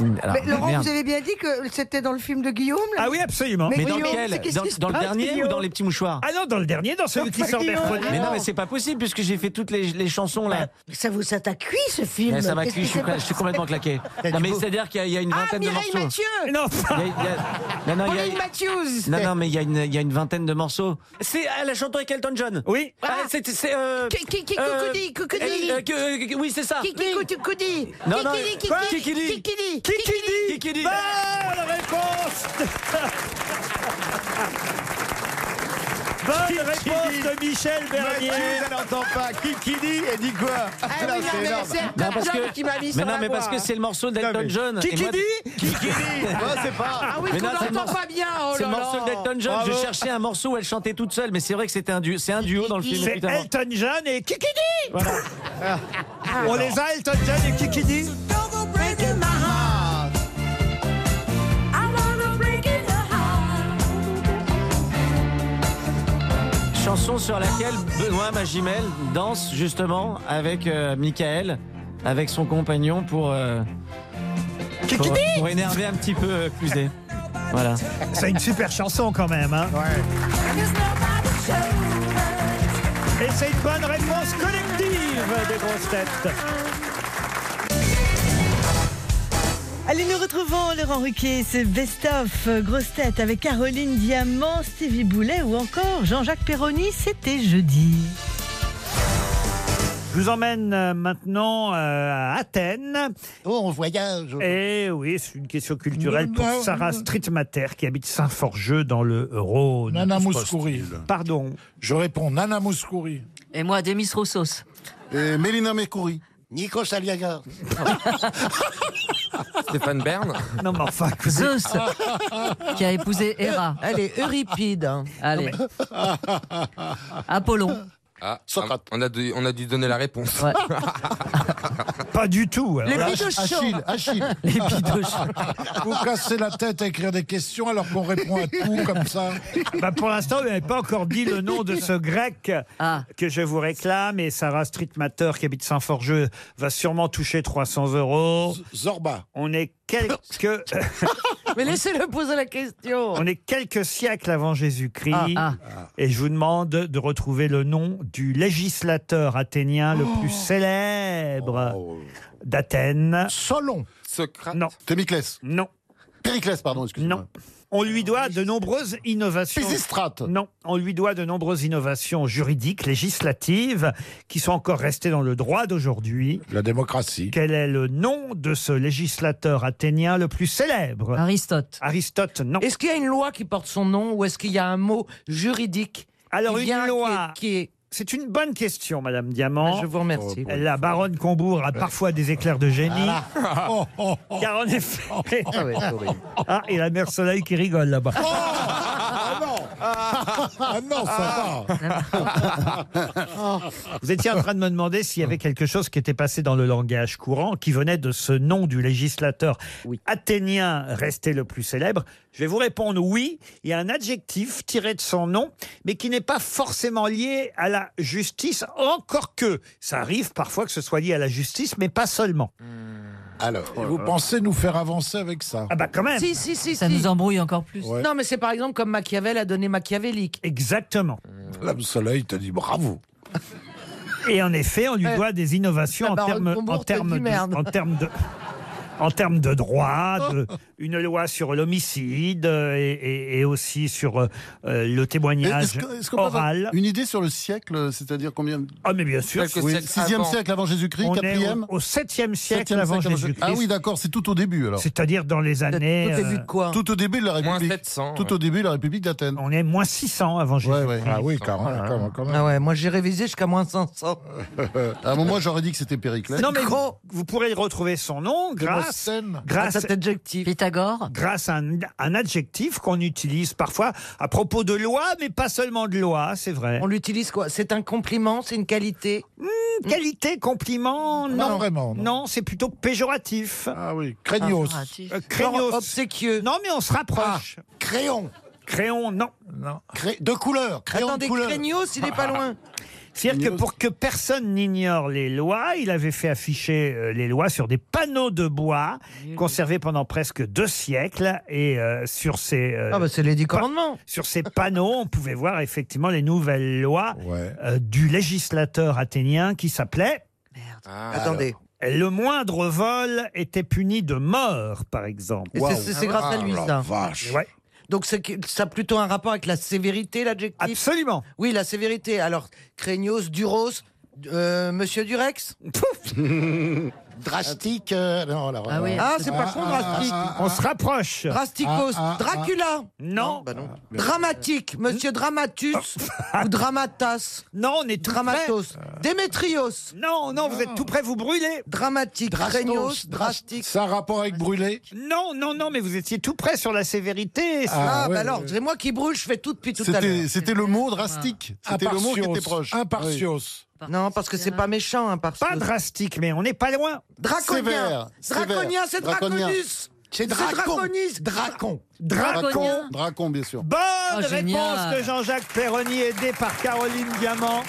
Speaker 22: Mais Laurent, vous avez bien dit que c'était dans le film de Guillaume là
Speaker 6: Ah oui, absolument.
Speaker 11: Mais, dans
Speaker 22: Guillaume,
Speaker 11: lequel
Speaker 22: c'est qu'est-ce
Speaker 11: dans,
Speaker 22: qui se
Speaker 11: dans le
Speaker 22: passe,
Speaker 11: dernier ou
Speaker 22: Guillaume
Speaker 11: dans les petits mouchoirs
Speaker 6: Ah non, dans le dernier, dans celui qui sort mercredi.
Speaker 11: Mais non, mais c'est pas possible puisque j'ai fait toutes les, les chansons là.
Speaker 22: Ça vous ça t'a cuit ce film
Speaker 11: Mais ça m'a
Speaker 22: Qu'est-ce
Speaker 11: cuit, je
Speaker 22: qui
Speaker 11: suis,
Speaker 22: s'est
Speaker 11: je suis
Speaker 22: passé
Speaker 11: complètement claqué.
Speaker 22: T'as
Speaker 11: Non,
Speaker 22: du
Speaker 11: mais
Speaker 22: beau.
Speaker 11: c'est-à-dire qu'il y, a- il y a une
Speaker 22: Ah,
Speaker 11: vingtaine de
Speaker 22: Mireille
Speaker 11: morceaux.
Speaker 22: Mathieu
Speaker 6: Non,
Speaker 11: Il y a- il y a- non, non, il y a-
Speaker 20: Pauline Matthews.
Speaker 11: Non, non, mais il y, a une- il y a une vingtaine de morceaux. C'est elle a chanté avec Elton John.
Speaker 6: Oui.
Speaker 11: Ah, c'est c'est, euh,
Speaker 20: Qui- qui- qui-
Speaker 11: euh,
Speaker 20: Koukoudi, Koukoudi.
Speaker 11: euh, euh, que- que- oui, c'est ça.
Speaker 20: Kiki Koukoudi.
Speaker 11: Non, non.
Speaker 20: Kikili,
Speaker 11: Quoi
Speaker 20: Kikili,
Speaker 11: Kikili.
Speaker 20: Kikili.
Speaker 6: Kikili.
Speaker 11: Kikili.
Speaker 6: Bonne réponse Bonne réponse de Michel Bernier.
Speaker 1: Mathieu, elle n'entend pas. Kiki dit et dit quoi
Speaker 20: Ah oui,
Speaker 1: Non,
Speaker 20: non, mais c'est Elton
Speaker 11: Non, parce
Speaker 20: John
Speaker 11: que-
Speaker 20: qui m'a mis
Speaker 11: mais
Speaker 20: sur
Speaker 11: non,
Speaker 20: la
Speaker 11: mais
Speaker 20: voie. hein.
Speaker 11: parce que c'est le morceau d'Elton John. et
Speaker 1: Kiki
Speaker 11: moi-
Speaker 1: dit Kiki dit Ouais, c'est pas.
Speaker 20: Ah oui,
Speaker 11: Mais
Speaker 20: qu'on
Speaker 11: non, c'est le
Speaker 20: l'entend
Speaker 11: morceau-
Speaker 20: pas bien. Oh
Speaker 11: c'est le
Speaker 20: là là.
Speaker 11: morceau d'Elton John. Je cherchais un morceau où elle chantait toute seule, mais c'est vrai que c'était un duo. C'est un duo dans le film.
Speaker 6: C'est
Speaker 11: évidemment.
Speaker 6: Elton John et Kikidi
Speaker 11: Voilà. Ah.
Speaker 6: On les a, Elton John et Kikidi
Speaker 11: Chanson sur laquelle Benoît Magimel danse justement avec euh, Michael, avec son compagnon pour, euh, pour, pour énerver un petit peu euh, Cluzet. Voilà.
Speaker 6: C'est une super chanson quand même. Hein Et c'est une bonne réponse collective des grosses têtes.
Speaker 5: Allez, nous retrouvons Laurent Ruquier, c'est Best of euh, Grosse Tête avec Caroline Diamant, Stevie Boulet ou encore Jean-Jacques Perroni. C'était jeudi.
Speaker 6: Je vous emmène euh, maintenant euh, à Athènes.
Speaker 19: Oh, on voyage.
Speaker 6: Et oui, c'est une question culturelle pour Sarah Streetmater qui habite Saint-Forgeux dans le Rhône.
Speaker 19: Nana
Speaker 6: Que se
Speaker 19: Mouskouri.
Speaker 6: passe-t-il Pardon.
Speaker 19: Je réponds Nana Mouskouri.
Speaker 14: Et moi, Demis Roussos.
Speaker 19: Et Mélina Mercouri. Nico Aliaga.
Speaker 7: Stéphane Bern.
Speaker 6: Non, mais enfin, que-
Speaker 14: Zeus, qui a épousé Héra.
Speaker 9: Elle est Euripide. hein.
Speaker 14: Allez. Apollon.
Speaker 7: Ah, on a, dû, on a dû donner la réponse.
Speaker 14: Ouais.
Speaker 6: Pas du tout. hein.
Speaker 7: Les
Speaker 19: Voilà.
Speaker 7: bidochons.
Speaker 19: Achille, Achille.
Speaker 14: Les bidochons.
Speaker 19: Vous cassez la tête à écrire des questions alors qu'on répond à tout comme ça.
Speaker 6: Bah, pour l'instant, vous n'avez pas encore dit le nom de ce grec
Speaker 19: Ah.
Speaker 6: que je vous réclame. Et Sarah Streetmater, qui habite Saint-Forgeux, va sûrement toucher 300 euros.
Speaker 19: Zorba.
Speaker 6: On est quelques,
Speaker 20: Mais laissez-le poser la question.
Speaker 6: on est quelques siècles avant Jésus-Christ.
Speaker 20: Ah,
Speaker 6: Et je vous demande de retrouver le nom du législateur athénien le
Speaker 19: Oh.
Speaker 6: plus célèbre d'Athènes.
Speaker 19: Solon.
Speaker 7: Socrate.
Speaker 6: Non.
Speaker 13: Thémiclès.
Speaker 6: Non.
Speaker 13: Périclès, pardon, excusez-moi.
Speaker 6: Non. On lui doit de nombreuses innovations.
Speaker 13: Pisistrate.
Speaker 6: Non, on lui doit de nombreuses innovations juridiques, législatives, qui sont encore restées dans le droit d'aujourd'hui.
Speaker 19: La démocratie.
Speaker 6: Quel est le nom de ce législateur athénien le plus célèbre
Speaker 14: Aristote.
Speaker 6: Aristote, non.
Speaker 9: Est-ce qu'il y a une loi qui porte son nom ou est-ce qu'il y a un mot juridique
Speaker 6: Alors,
Speaker 9: qui
Speaker 6: une
Speaker 9: vient, qui est-
Speaker 6: loi.
Speaker 9: qui est
Speaker 6: C'est une bonne question, Madame Diamant.
Speaker 9: Ah, je vous remercie.
Speaker 19: Oh,
Speaker 6: La baronne Combourg a parfois des éclairs de génie.
Speaker 19: Voilà. Oh, oh, oh.
Speaker 6: Car en effet.
Speaker 9: Ça va être horrible.
Speaker 6: Ah, et la mère Soleil qui rigole là-bas.
Speaker 19: Ah non Ah non, ça
Speaker 10: Ah.
Speaker 19: va
Speaker 6: Vous étiez en train de me demander s'il y avait quelque chose qui était passé dans le langage courant, qui venait de ce nom du législateur athénien resté le plus célèbre. Je vais vous répondre oui. Il y a un adjectif tiré de son nom, mais qui n'est pas forcément lié à la justice, encore que ça arrive parfois que ce soit lié à la justice, mais pas seulement.
Speaker 13: Hmm.
Speaker 19: Alors,
Speaker 13: Oh
Speaker 19: vous pensez nous faire avancer avec ça
Speaker 6: Ah bah quand même.
Speaker 9: Si, si, si.
Speaker 14: Ça
Speaker 9: si.
Speaker 14: nous embrouille encore plus.
Speaker 19: Ouais.
Speaker 9: Non, mais c'est par exemple comme Machiavel a donné machiavélique.
Speaker 6: Exactement.
Speaker 19: Madame Soleil te dit bravo.
Speaker 6: Et en effet, on lui doit des innovations
Speaker 9: Euh, La
Speaker 6: en
Speaker 9: baronne
Speaker 6: termes
Speaker 9: Combourg
Speaker 6: en
Speaker 9: te
Speaker 6: termes
Speaker 9: dit
Speaker 6: de,
Speaker 9: merde.
Speaker 6: en termes de en termes de droit,
Speaker 9: Oh.
Speaker 6: de- une loi sur l'homicide euh, et, et- et aussi sur euh, euh, le témoignage
Speaker 13: Est-ce que- est-ce qu'on peut avoir
Speaker 6: oral.
Speaker 13: une idée sur le siècle, c'est-à-dire combien
Speaker 6: Ah mais bien sûr,
Speaker 13: Oui, sixième siècle avant Jésus-Christ,
Speaker 6: On est
Speaker 13: quatrième
Speaker 6: au, au 7e siècle
Speaker 13: Septième
Speaker 6: avant Jésus-Christ.
Speaker 13: Ah oui, d'accord, c'est tout au début alors.
Speaker 6: C'est-à-dire dans les années. euh,
Speaker 13: Tout au début de quoi Tout au début de la République. Tout au début de la République d'Athènes.
Speaker 6: On est moins 600 avant Jésus-Christ.
Speaker 13: Ah oui, quand même.
Speaker 9: Ah ouais, moi j'ai révisé jusqu'à moins 500.
Speaker 13: à un moment, j'aurais dit que c'était Périclès.
Speaker 6: Non mais vous, vous pourrez retrouver son nom grâce,
Speaker 13: Démosthène.
Speaker 6: grâce
Speaker 13: À cet
Speaker 6: adjectif. Pythagore. Grâce à un, un adjectif qu'on utilise parfois à propos de loi, mais pas seulement de loi, hein, c'est vrai.
Speaker 9: On l'utilise quoi C'est un compliment, c'est une qualité
Speaker 6: Hmm, Qualité, compliment, non.
Speaker 9: vraiment,
Speaker 6: Non, c'est plutôt péjoratif.
Speaker 13: Ah oui,
Speaker 9: craignos.
Speaker 6: Euh, craignos.
Speaker 19: Genre
Speaker 6: obséquieux. Non, mais on se rapproche.
Speaker 19: Crayon.
Speaker 6: Crayon, non.
Speaker 19: Cré- De couleur. Crayon
Speaker 6: Attendez,
Speaker 19: de couleur. Ah.
Speaker 6: craignos, il est pas loin. C'est-à-dire que pour que personne n'ignore les lois, il avait fait afficher euh, les lois sur des panneaux de bois conservés pendant presque deux siècles. Et euh, sur ces. euh,
Speaker 9: Ah bah, c'est les dix
Speaker 6: pa-
Speaker 9: commandements.
Speaker 6: Sur ces panneaux, on pouvait voir effectivement les nouvelles lois euh, du législateur athénien qui s'appelait.
Speaker 19: Ah,
Speaker 6: Ah.
Speaker 9: Attendez.
Speaker 6: Le moindre vol était puni de mort, par exemple.
Speaker 9: Et c'est- c'est c'est grâce à lui,
Speaker 6: Ah,
Speaker 19: Ah,
Speaker 9: ça.
Speaker 6: Ouais.
Speaker 9: Donc c'est que- ça a plutôt un rapport avec la sévérité, l'adjectif
Speaker 6: Absolument.
Speaker 9: Oui, la sévérité. Alors, Craignos, Duros, euh, Monsieur Durex
Speaker 19: Drastique. euh, non, alors,
Speaker 9: Ah oui.
Speaker 19: euh,
Speaker 9: Ah, c'est pas con, drastique.
Speaker 13: ah,
Speaker 9: Ah,
Speaker 6: On se rapproche.
Speaker 9: Drasticos, Dracula
Speaker 6: ah,
Speaker 9: Bah
Speaker 6: Non.
Speaker 13: Ah.
Speaker 9: Dramatique, Monsieur Dramatus ou Dramatas
Speaker 6: Non, on est tout
Speaker 9: Dramatos. Démétrios
Speaker 6: Non, non, vous êtes tout près, vous brûlez
Speaker 9: Dramatique, Craignos, drastique.
Speaker 13: Ça a rapport avec brûler
Speaker 6: Non, non, non, mais vous étiez tout près sur la sévérité. sur-
Speaker 9: Ah, bah alors, c'est moi qui brûle, je fais tout depuis tout à
Speaker 13: C'était-
Speaker 9: l'heure.
Speaker 13: c'était le mot drastique. C'était le mot qui était proche.
Speaker 9: Impartios. Non, parce que c'est pas méchant, impartios.
Speaker 6: Pas drastique, mais on n'est pas loin.
Speaker 9: Draconien.
Speaker 13: Sévère,
Speaker 9: Draconien, c'est
Speaker 13: sévère.
Speaker 9: Draconis.
Speaker 13: C'est Dracon.
Speaker 9: Draconis.
Speaker 19: Dracon.
Speaker 6: Draconien.
Speaker 13: Dracon, Dracon, bien sûr.
Speaker 6: Bonne
Speaker 13: Oh,
Speaker 6: réponse
Speaker 13: génial.
Speaker 6: de Jean-Jacques Perroni, aidé par Caroline Diamant.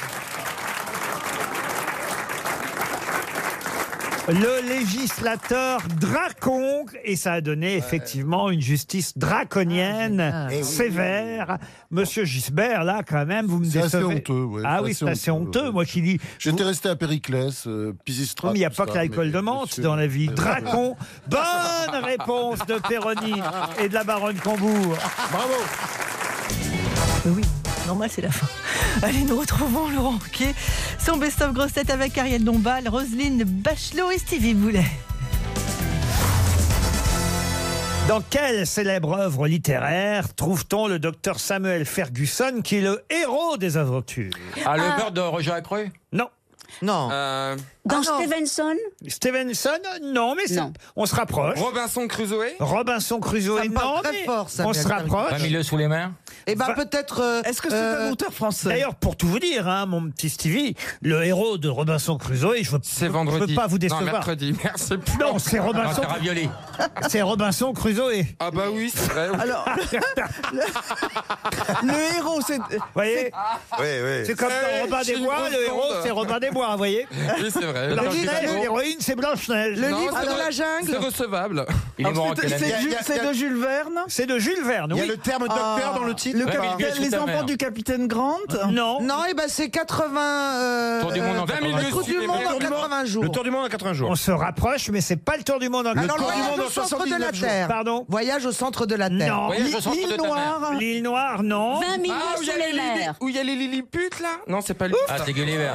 Speaker 6: Le législateur dracon, et ça a donné effectivement une justice draconienne,
Speaker 13: Ah, génial.
Speaker 6: sévère. Monsieur Gisbert, là, quand même, vous me
Speaker 13: C'est assez
Speaker 6: décevez.
Speaker 13: honteux, ouais,
Speaker 6: Ah
Speaker 13: c'est
Speaker 6: oui,
Speaker 13: assez
Speaker 6: c'est assez
Speaker 13: honteux,
Speaker 6: honteux, moi qui dis...
Speaker 13: J'étais resté à Périclès, euh, Pisistrate,
Speaker 6: Mais il n'y a
Speaker 13: tout
Speaker 6: pas
Speaker 13: ça,
Speaker 6: que l'alcool
Speaker 13: mais-
Speaker 6: de menthe dans la vie.
Speaker 15: Euh,
Speaker 13: Ouais.
Speaker 6: Dracon, bonne réponse de Perroni et de la baronne Combourg.
Speaker 13: Bravo
Speaker 5: Oui, normal, c'est la fin. Allez, nous retrouvons Laurent Ruquier, son best-of grosse tête avec Ariel Dombal, Roselyne Bachelot et Stevie Boulet.
Speaker 6: Dans quelle célèbre œuvre littéraire trouve-t-on le docteur Samuel Ferguson qui est le héros des aventures
Speaker 7: Ah, le beurre de Roger Euh, Accru
Speaker 6: Non.
Speaker 9: Non.
Speaker 10: Dans Stevenson
Speaker 6: Stevenson, non, mais c'est- on se rapproche.
Speaker 7: Robinson Crusoe
Speaker 6: Robinson Crusoe, non, mais on se rapproche.
Speaker 7: Famille sous les mers
Speaker 9: Eh ben
Speaker 6: Va-
Speaker 9: peut-être. euh,
Speaker 6: Est-ce
Speaker 9: que c'est un
Speaker 6: auteur français euh, D'ailleurs, pour tout vous dire, hein, mon petit Stevie, le héros de Robinson Crusoe, et je
Speaker 7: C'est vendredi.
Speaker 6: ne peux pas vous décevoir.
Speaker 7: Non, mercredi. Merci.
Speaker 6: Non, c'est Robinson.
Speaker 7: Ah, c'est ravioli.
Speaker 6: C'est Robinson Crusoe.
Speaker 7: Ah bah oui, c'est vrai.
Speaker 6: Alors,
Speaker 12: Le héros, c'est.
Speaker 6: voyez C'est comme dans Robin des Bois, le héros, c'est Robin des Bois, vous voyez
Speaker 7: Oui, c'est vrai.
Speaker 6: Le
Speaker 7: Blanche-Neige.
Speaker 6: livre, l'héroïne, c'est Blanche-Neige.
Speaker 7: Non, c'est vrai. C'est recevable. Il est mort en quelle année
Speaker 12: Ah, de Jules Verne
Speaker 6: C'est de Jules Verne,
Speaker 12: Il y a
Speaker 6: oui.
Speaker 12: le terme docteur Ah. dans le titre. Le capitaine- Ouais, mais- les enfants du
Speaker 9: capitaine Grant
Speaker 6: Non.
Speaker 9: Non, et ben c'est 80. euh,
Speaker 7: Tour du monde en
Speaker 9: euh,
Speaker 7: 80
Speaker 9: le Tour
Speaker 7: jours.
Speaker 9: du monde en 80 jours.
Speaker 6: monde en 80 jours. On se rapproche, mais c'est pas le tour du monde en 80
Speaker 9: Alors, le voyage au centre de la Terre.
Speaker 6: Pardon
Speaker 9: Voyage au centre de la Terre.
Speaker 6: Non. Voyage au centre de ta mère. L'île Noire,
Speaker 10: 20
Speaker 6: non.
Speaker 10: 000
Speaker 7: Ah,
Speaker 10: lieues
Speaker 7: où il y
Speaker 10: sous
Speaker 7: a
Speaker 10: les
Speaker 7: les
Speaker 10: mers.
Speaker 7: Où il y a les lilliputes, là Non, c'est pas lui.
Speaker 12: Ah, c'est
Speaker 7: Gulliver.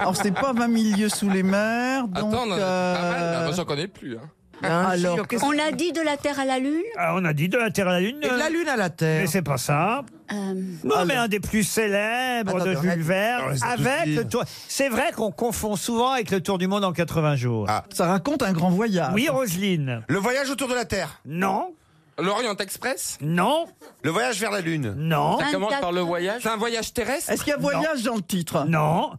Speaker 12: Alors, c'est pas 20 000 lieues sous les mers. Donc,
Speaker 7: Attends, on en a pas mal, là.
Speaker 12: euh,
Speaker 7: Moi, j'en connais plus. hein.
Speaker 12: Alors, qu'est-ce-
Speaker 10: On a dit de la Terre à la Lune
Speaker 6: Ah, on a dit de la Terre à la Lune.
Speaker 9: Et de la Lune à la Terre. Euh,
Speaker 6: Mais c'est pas ça. Non, mais un des plus célèbres
Speaker 9: Attends,
Speaker 6: de
Speaker 9: on
Speaker 6: Jules
Speaker 9: reste-
Speaker 6: Verne
Speaker 9: on reste
Speaker 6: avec
Speaker 9: tout de
Speaker 6: le
Speaker 9: suite.
Speaker 6: tour. C'est vrai qu'on confond souvent avec le tour du monde en 80 jours.
Speaker 12: ça raconte un grand voyage.
Speaker 6: Oui, Roselyne.
Speaker 8: Le voyage autour de la Terre.
Speaker 6: Non.
Speaker 7: L'Orient Express
Speaker 6: Non.
Speaker 8: Le voyage vers la Lune.
Speaker 6: Non.
Speaker 7: Ça commence par le voyage. C'est un voyage terrestre
Speaker 12: Est-ce qu'il y a voyage dans le titre
Speaker 6: Non.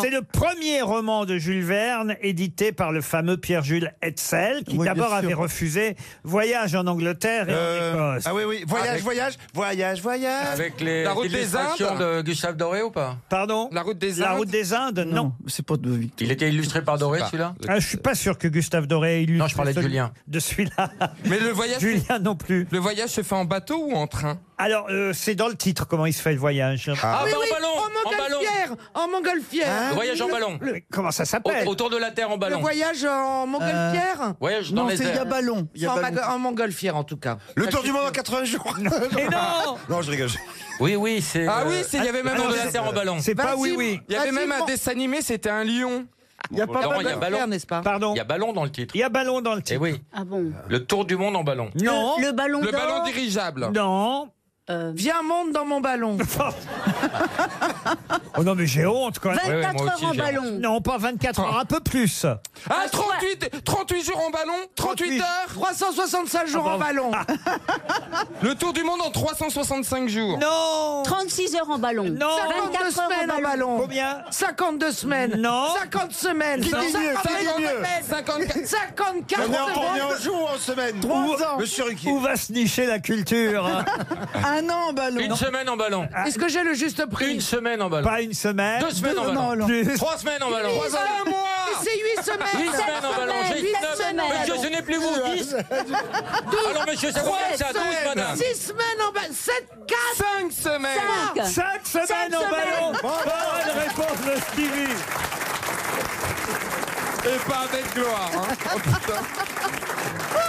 Speaker 6: C'est le premier roman de Jules Verne, édité par le fameux Pierre-Jules Hetzel, qui
Speaker 8: Oui, bien
Speaker 6: d'abord
Speaker 8: sûr.
Speaker 6: avait refusé Voyage en Angleterre et
Speaker 7: Euh,
Speaker 6: en Écosse.
Speaker 8: Ah oui, oui. Voyage, voyage, voyage, voyage.
Speaker 7: Avec les
Speaker 8: La route des
Speaker 7: illustrations
Speaker 8: Indes.
Speaker 7: de Gustave Doré ou pas
Speaker 6: Pardon
Speaker 7: La route des
Speaker 6: La
Speaker 7: Indes
Speaker 6: route des Indes, non.
Speaker 12: C'est pas de
Speaker 7: Il était illustré par Doré, celui-là
Speaker 6: Ah, je suis pas sûr que Gustave Doré ait lu. Non, je
Speaker 7: parlais de Julien.
Speaker 6: De celui-là.
Speaker 7: Mais le voyage-
Speaker 6: Julien non plus.
Speaker 7: Le voyage se fait en bateau ou en train
Speaker 6: Alors, euh, c'est dans le titre comment il se fait le voyage.
Speaker 7: Ah, bah, en ballon
Speaker 20: en
Speaker 7: En ballon
Speaker 20: montgolfière En montgolfière
Speaker 7: Le Voyage en
Speaker 20: Le-
Speaker 7: ballon
Speaker 6: Hein Comment ça
Speaker 7: Au-
Speaker 6: s'appelle
Speaker 7: Autour de la Terre en
Speaker 20: Le
Speaker 7: ballon Euh,
Speaker 20: voyage en montgolfière
Speaker 7: Voyage dans les airs.
Speaker 20: C'est en mago- En montgolfière, en tout cas.
Speaker 8: Le tour du monde en 80 jours.
Speaker 20: Mais non
Speaker 8: Non, je rigole.
Speaker 11: Oui, oui, c'est.
Speaker 7: Ah oui, c'est- il y avait même
Speaker 6: Ah,
Speaker 7: un de la
Speaker 6: c'est-
Speaker 7: Terre en ballon.
Speaker 6: c'est pas oui, oui.
Speaker 7: Il y avait
Speaker 6: Vas-y,
Speaker 7: même un
Speaker 6: mon-
Speaker 7: dessin animé, c'était un lion.
Speaker 6: Il y a pas
Speaker 7: Laurent,
Speaker 6: mal
Speaker 7: il y a
Speaker 6: de-
Speaker 7: ballon.
Speaker 20: n'est-ce pas
Speaker 6: Pardon.
Speaker 7: Il y a ballon dans le titre.
Speaker 6: Il y a ballon dans le
Speaker 7: Eh
Speaker 6: titre.
Speaker 7: oui.
Speaker 10: Ah bon
Speaker 7: Le tour du monde en ballon.
Speaker 6: Non.
Speaker 10: Le ballon
Speaker 7: Le
Speaker 10: d'or. Euh.
Speaker 7: ballon dirigeable.
Speaker 6: Non.
Speaker 20: Viens, monte dans mon ballon.
Speaker 6: Oh non, mais j'ai honte quand même.
Speaker 10: 24 Ouais, ouais, moi heures aussi, en j'ai honte. ballon.
Speaker 6: Non, pas 24 heures, un peu plus.
Speaker 7: Ah, 38, 38 jours en ballon, 38 heures,
Speaker 20: 365 jours
Speaker 6: Ah
Speaker 20: en ballon.
Speaker 7: le tour du monde en 365 jours.
Speaker 6: Non
Speaker 10: 36 heures en ballon.
Speaker 6: Non.
Speaker 20: 52
Speaker 10: 24
Speaker 20: semaines
Speaker 10: heures
Speaker 20: en ballon.
Speaker 6: Combien
Speaker 20: 52 semaines.
Speaker 6: Non.
Speaker 20: 50 semaines.
Speaker 8: Qui dit mieux,
Speaker 20: 50
Speaker 8: qui dit mieux
Speaker 20: semaines.
Speaker 7: 54
Speaker 20: 54
Speaker 8: On est en- on est en
Speaker 20: semaines.
Speaker 8: jour en semaine.
Speaker 6: Où-
Speaker 8: Monsieur Ruquier.
Speaker 6: Où va se nicher la culture hein
Speaker 12: Un an en ballon.
Speaker 7: Une semaine en ballon.
Speaker 20: Est-ce que j'ai le juste
Speaker 7: Une
Speaker 20: prix
Speaker 7: semaine en ballon.
Speaker 6: Pas une semaine.
Speaker 7: Deux semaines en
Speaker 6: Deux-
Speaker 7: ballon.
Speaker 6: non, plus.
Speaker 7: Trois semaines en ballon.
Speaker 20: Trois ans.
Speaker 7: Un mois.
Speaker 20: Et C'est 8 semaines.
Speaker 7: Huit semaines en ballon. J'ai
Speaker 10: huit
Speaker 7: dit neuf.
Speaker 10: semaines en
Speaker 7: Monsieur,
Speaker 10: ballon.
Speaker 7: je n'ai plus vous. Dix. Alors, monsieur, c'est
Speaker 20: Trois
Speaker 7: combien que ça Douze,
Speaker 20: semaines.
Speaker 7: madame.
Speaker 20: Six semaines en ballon. 7, 4.
Speaker 7: Cinq semaines.
Speaker 6: Cinq semaines
Speaker 20: Cinq
Speaker 6: en
Speaker 20: semaines.
Speaker 6: ballon. Bonne réponse de Stevie.
Speaker 7: Et pas avec gloire. hein. Oh putain.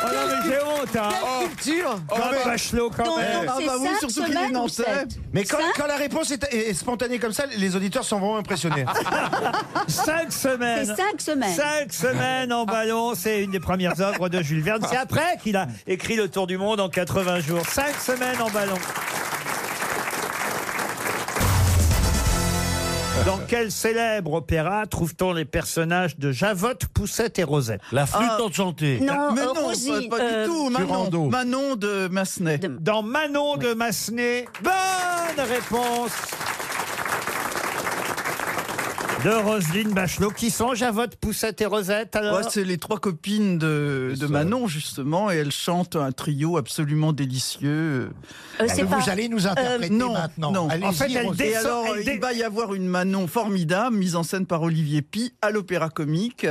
Speaker 6: Oh non, mais j'ai honte. Hein.
Speaker 20: Quelle culture
Speaker 6: Oh,
Speaker 15: bah,
Speaker 8: mais-
Speaker 6: Bachelot, quand
Speaker 10: Donc,
Speaker 6: même.
Speaker 10: donc,
Speaker 12: Ah
Speaker 10: c'est
Speaker 12: bah oui,
Speaker 10: cinq
Speaker 12: surtout qu'il est
Speaker 10: semaines ou
Speaker 12: Nantais.
Speaker 10: sept
Speaker 8: Mais quand,
Speaker 10: Cinq
Speaker 8: quand la réponse est, est spontanée comme ça, les auditeurs sont vraiment impressionnés.
Speaker 6: Cinq
Speaker 10: C'est
Speaker 6: semaines.
Speaker 10: 5 semaines.
Speaker 6: Cinq semaines en ballon, c'est une des premières œuvres de Jules Verne. C'est après qu'il a écrit Le Tour du Monde en 80 jours. Cinq semaines en ballon. Dans quel célèbre opéra trouve-t-on les personnages de Javotte, Poussette et Rosette Ah,
Speaker 11: La flûte enchantée.
Speaker 10: Non,
Speaker 12: Mais
Speaker 10: euh,
Speaker 12: non,
Speaker 10: Rosie,
Speaker 12: pas, pas
Speaker 10: euh,
Speaker 12: du tout.
Speaker 11: Durando.
Speaker 12: Manon, Manon de Massenet.
Speaker 6: Dans Manon de Massenet. Bonne réponse de Roselyne Bachelot. Qui sont Javotte, Poussette et Rosette alors
Speaker 12: Ouais, c'est les trois copines de, de Manon, justement, et elles chantent un trio absolument délicieux. Euh,
Speaker 10: euh, c'est pas.
Speaker 15: Ah, Vous allez nous interpréter
Speaker 12: non,
Speaker 15: maintenant.
Speaker 12: non.
Speaker 15: Allez-y,
Speaker 6: En fait, elle
Speaker 15: Roselyne.
Speaker 6: dé-
Speaker 12: Et
Speaker 6: Descend-
Speaker 12: alors,
Speaker 6: elle dé-
Speaker 12: il va y avoir une Manon formidable, mise en scène par Olivier Pi à l'Opéra Comique.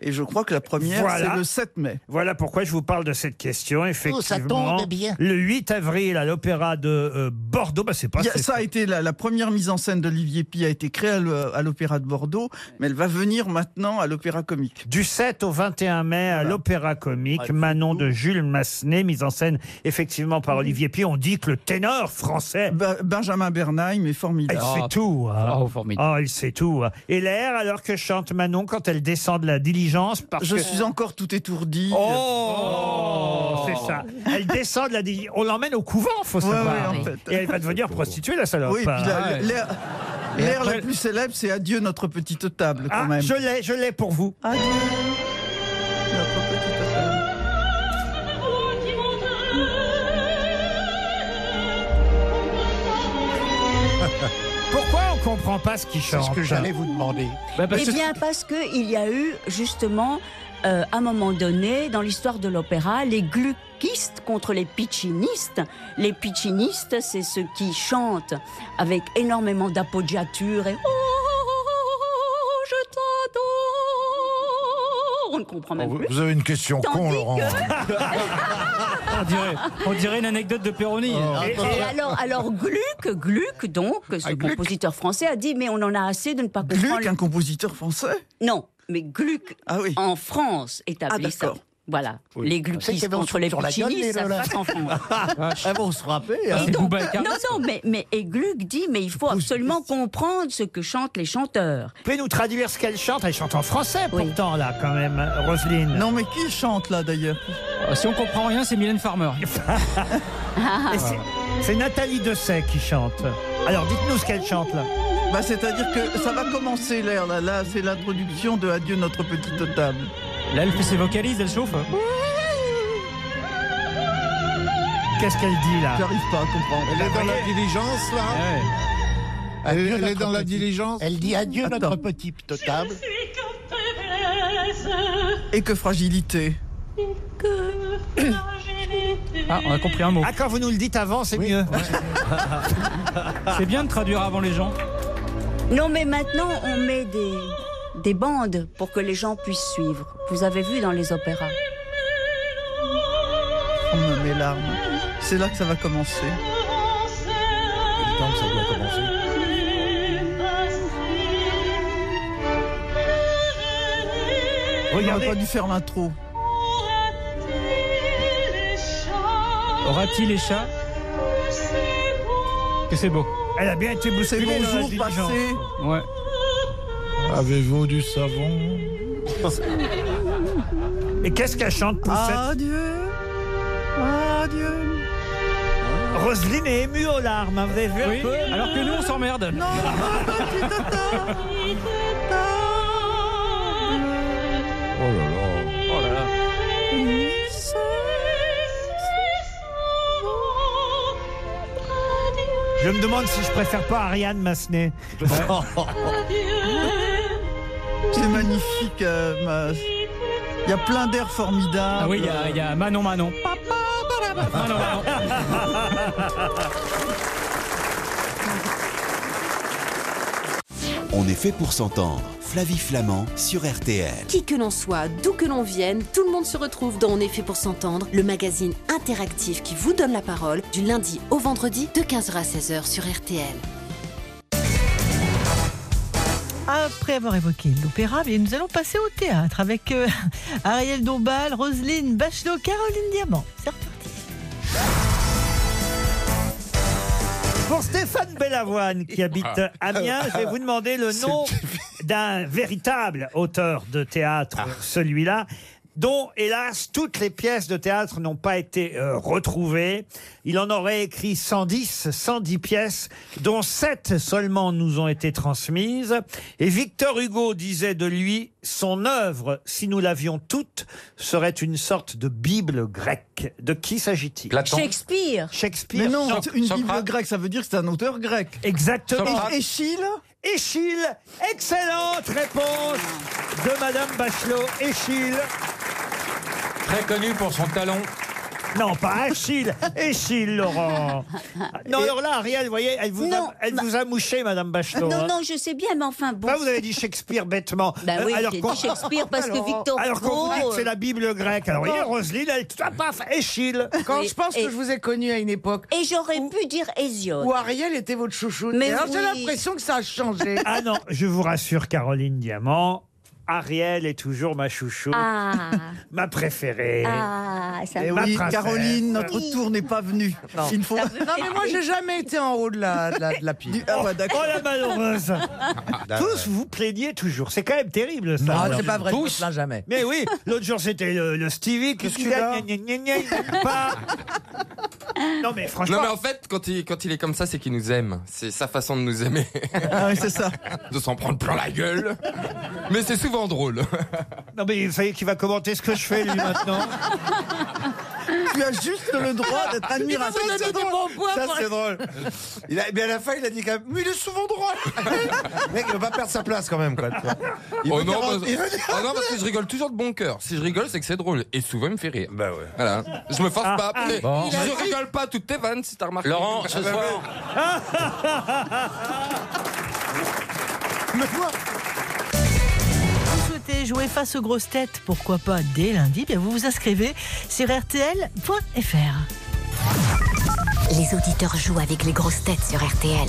Speaker 12: Et je crois que la première,
Speaker 6: Voilà.
Speaker 12: c'est le 7 mai.
Speaker 6: Voilà pourquoi je vous parle de cette question,
Speaker 12: Oh,
Speaker 6: effectivement.
Speaker 15: ça
Speaker 12: eh
Speaker 15: tombe bien.
Speaker 6: Le 8 avril à l'Opéra de euh, Bordeaux, bah, c'est pas
Speaker 12: Il y a-
Speaker 6: c'est-
Speaker 12: ça a été la, la première mise en scène d'Olivier Pi a été créée à l'O- à l'Opéra de Bordeaux, mais elle va venir maintenant à l'Opéra Comique.
Speaker 6: Du 7 au 21 mai à l'Opéra
Speaker 12: Ah,
Speaker 6: Comique, Manon de Jules Massenet, mise en scène effectivement par Olivier Pi. On dit que le ténor français,
Speaker 12: Mhm. Ba- Benjamin Bernheim est
Speaker 6: il
Speaker 12: formidable.
Speaker 6: sait tout. hein. Ah, il sait tout. hein. Et l'air alors que chante Manon quand elle descend de la diligence parce
Speaker 12: Je
Speaker 6: que...
Speaker 12: suis encore tout étourdi.
Speaker 6: Oh, c'est ça. Elle descend de la diligence. On l'emmène au couvent, faut
Speaker 12: Ouais,
Speaker 6: savoir.
Speaker 12: ouais, en fait.
Speaker 6: Et elle va devenir prostituée, la salope. Ah,
Speaker 12: Oui, et puis la-
Speaker 7: ouais.
Speaker 12: l'air l'air
Speaker 6: après-
Speaker 12: la plus célèbre, c'est Adieu notre petite table, quand
Speaker 6: Ah,
Speaker 12: même.
Speaker 6: je l'ai, je l'ai pour vous.
Speaker 12: Adieu notre petite table.
Speaker 6: Pourquoi on comprend pas ce qu'il
Speaker 15: C'est
Speaker 6: chante
Speaker 15: ce que j'allais vous demander.
Speaker 10: Eh bien, parce qu'il y a eu, justement, euh, à un moment donné, dans l'histoire de l'opéra, les gluckistes contre les piccinistes. Les piccinistes, c'est ceux qui chantent avec énormément d'apoggiature et Oh, je t'adore. On ne comprend même plus.
Speaker 15: Oh, Vous avez une question
Speaker 10: Tandis
Speaker 15: con,
Speaker 10: que-
Speaker 15: Laurent.
Speaker 18: On dirait, on dirait une anecdote de
Speaker 15: Oh.
Speaker 18: Péroni.
Speaker 15: Ah,
Speaker 10: Et, et alors, alors Gluck, Gluck donc, ce compositeur français a dit mais on en a assez de ne pas comprendre.
Speaker 12: Gluck, un compositeur français
Speaker 10: Non, mais Gluck
Speaker 12: Ah oui.
Speaker 10: en France établit
Speaker 12: Ah,
Speaker 10: ça.
Speaker 12: d'accord.
Speaker 10: Voilà, les
Speaker 15: qu'il y
Speaker 10: gluckistes
Speaker 15: avait
Speaker 10: contre les
Speaker 15: sur la gueule, les
Speaker 10: piccinistes, ça se
Speaker 15: Lola.
Speaker 10: passe en France.
Speaker 6: Ah,
Speaker 15: Elles vont se
Speaker 6: hein.
Speaker 15: frapper.
Speaker 10: Et donc,
Speaker 18: Boubacar,
Speaker 10: euh, non, non, mais, mais et Gluck dit mais il faut absolument comprendre ce que chantent les chanteurs.
Speaker 6: Vous pouvez nous traduire ce qu'elle chante Elle chante en français
Speaker 10: Oui.
Speaker 6: pourtant là quand même, Roselyne.
Speaker 12: Non, mais qui chante là d'ailleurs
Speaker 18: Ah, Si on comprend rien, c'est Mylène Farmer.
Speaker 10: Ah.
Speaker 6: Et c'est- C'est Nathalie Dessay qui chante. Alors dites-nous ce qu'elle chante là.
Speaker 12: bah, C'est-à-dire que ça va commencer l'air, là, là c'est l'introduction de Adieu notre petite table.
Speaker 18: Là, elle fait ses vocalises, elle
Speaker 6: hein.
Speaker 18: chauffe.
Speaker 6: Qu'est-ce qu'elle dit là
Speaker 12: J'arrive pas à comprendre.
Speaker 13: Elle est dans la diligence, là Elle,
Speaker 15: Adieu,
Speaker 13: elle est
Speaker 15: notre
Speaker 13: dans la
Speaker 15: petit-
Speaker 13: diligence
Speaker 15: Elle dit adieu
Speaker 12: Attends.
Speaker 15: notre petite table.
Speaker 12: Et que fragilité.
Speaker 18: Ah, on a compris un mot.
Speaker 6: Ah quand vous nous le dites avant c'est mieux.
Speaker 18: C'est bien de traduire avant les gens.
Speaker 10: Non, mais maintenant on met des des bandes pour que les gens puissent suivre. Vous avez vu dans les opéras.
Speaker 12: forme mes larmes. C'est là que ça va commencer.
Speaker 2: Tant que ça doit commencer.
Speaker 12: On n'aurait
Speaker 6: Regardez.
Speaker 12: pas dû faire l'intro.
Speaker 18: Aura-t-il les chats Que c'est beau.
Speaker 6: Elle a bien été
Speaker 18: C'est
Speaker 6: bousculée, dans la
Speaker 18: bonjour,
Speaker 6: diligence.
Speaker 18: passé. Ouais.
Speaker 15: Avez-vous du savon
Speaker 6: Et qu'est-ce qu'elle chante
Speaker 15: Ah,
Speaker 6: Poussette
Speaker 12: Adieu, adieu.
Speaker 6: Roselyne est émue aux larmes, hein, vous avez vu un
Speaker 18: Oui,
Speaker 6: peu
Speaker 18: alors que nous, on s'emmerde.
Speaker 12: Non, tu te
Speaker 2: Oh là là. Oh là là.
Speaker 4: Mm-hmm.
Speaker 6: Je me demande si je préfère pas Ariane Massenet.
Speaker 12: C'est magnifique. euh, ma- Il y a plein d'air formidables.
Speaker 18: Ah oui, il y a- il y, a Manon Manon. Manon Manon.
Speaker 4: On est fait pour s'entendre. Flavie Flamand sur RTL.
Speaker 3: Qui que l'on soit, d'où que l'on vienne, tout le monde se retrouve dans On est fait pour s'entendre, le magazine interactif qui vous donne la parole du lundi au vendredi de 15h à 16h sur RTL.
Speaker 5: Après avoir évoqué l'opéra, eh bien, nous allons passer au théâtre avec euh, Ariel Dombal, Roselyne Bachelot, Caroline Diamant. C'est reparti.
Speaker 6: Pour Stéphane Bellavoine qui habite Amiens, je vais vous demander le
Speaker 2: C'est
Speaker 6: nom d'un véritable auteur de théâtre, celui-là, dont hélas toutes les pièces de théâtre n'ont pas été euh, retrouvées. Il en aurait écrit 110, 110 pièces, dont 7 seulement nous ont été transmises. Et Victor Hugo disait de lui, son œuvre, si nous l'avions toute, serait une sorte de Bible grecque. De qui s'agit-il
Speaker 10: Shakespeare.
Speaker 6: Shakespeare.
Speaker 12: Mais non,
Speaker 6: Sop-
Speaker 12: une
Speaker 6: Sopra-
Speaker 12: Bible grecque, ça veut dire que c'est un auteur grec.
Speaker 6: Exactement.
Speaker 12: Et- Échille
Speaker 6: Échille, excellente réponse de Madame Bachelot. Échille.
Speaker 7: Très connu pour son talon.
Speaker 6: Non, pas Achille. Échille, Laurent. Non, alors là, Ariel, vous voyez, elle vous,
Speaker 10: Non, bah
Speaker 6: a, elle vous a mouché, Madame Bachelot.
Speaker 10: Non,
Speaker 6: hein.
Speaker 10: non, je sais bien, mais enfin bon.
Speaker 6: Là, vous avez dit Shakespeare bêtement.
Speaker 10: Bah oui,
Speaker 6: Euh,
Speaker 10: j'ai
Speaker 6: qu'on-
Speaker 10: dit Shakespeare parce que
Speaker 6: Alors-
Speaker 10: Victor
Speaker 6: Alors qu'on vous dit
Speaker 10: Hugo, euh,
Speaker 6: que c'est la Bible grecque. Alors,
Speaker 10: Bon.
Speaker 6: il y a Roselyne, elle, tout à paf, Échille.
Speaker 9: Quand
Speaker 10: Oui,
Speaker 9: je pense
Speaker 10: et-
Speaker 9: que je vous ai connu à une époque
Speaker 10: Et j'aurais pu dire Hésiode.
Speaker 9: où Ariel était votre chouchou,
Speaker 10: Mais
Speaker 9: j'ai
Speaker 10: oui.
Speaker 9: l'impression que ça a changé.
Speaker 6: Ah non, je vous rassure, Caroline Diamant, Ariel est toujours ma chouchou,
Speaker 10: Ah,
Speaker 6: ma préférée.
Speaker 10: ah, ça
Speaker 12: Eh
Speaker 10: va.
Speaker 12: oui,
Speaker 6: princesse.
Speaker 12: Caroline, notre
Speaker 10: Oui.
Speaker 12: tour n'est pas venu. Il ne faut...
Speaker 9: Non, mais moi, j'ai jamais été en haut de la, de la, de la pile.
Speaker 12: Ah ouais, d'accord.
Speaker 6: Oh la malheureuse Ah, Tous vous plaignez toujours. C'est quand même terrible ça.
Speaker 9: Ah,
Speaker 6: Alors,
Speaker 9: c'est pas vrai, je me
Speaker 6: tous.
Speaker 9: plains jamais.
Speaker 6: Mais oui, l'autre jour c'était le, le Stevie. Qu'est-ce
Speaker 9: que tu dors
Speaker 6: pas. Non mais franchement.
Speaker 7: Non mais en fait, quand il, quand il est comme ça, c'est qu'il nous aime. C'est sa façon de nous aimer.
Speaker 12: Ah oui, c'est ça.
Speaker 7: de s'en prendre plein la gueule. Mais c'est souvent drôle.
Speaker 6: Non mais vous savez qui va commenter ce que je fais lui maintenant.
Speaker 12: Tu as juste le droit d'être admiratif.
Speaker 8: Ça, c'est drôle. Il a, mais à la fin, il a dit quand même, mais il est souvent drôle. Le Mec, il veut pas perdre sa place quand même, quoi. tu vois. Il
Speaker 7: Oh
Speaker 8: veut
Speaker 7: non,
Speaker 8: dire-
Speaker 7: parce...
Speaker 8: il veut dire-
Speaker 7: oh non, parce que je rigole toujours de bon cœur. Si je rigole, c'est que c'est drôle. Et souvent, il me fait rire. Bah ouais. Voilà. Je me force
Speaker 15: Ah,
Speaker 7: pas. Mais
Speaker 8: Ah,
Speaker 2: Bon.
Speaker 7: Je rigole pas à toutes tes vannes, si t'as remarqué. Ah,
Speaker 11: Laurent, ce soir,
Speaker 7: bah
Speaker 5: Vous souhaitez jouer face aux grosses têtes, pourquoi pas dès lundi, Eh bien vous vous inscrivez sur rtl.fr.
Speaker 3: Les auditeurs jouent avec les grosses têtes sur RTL.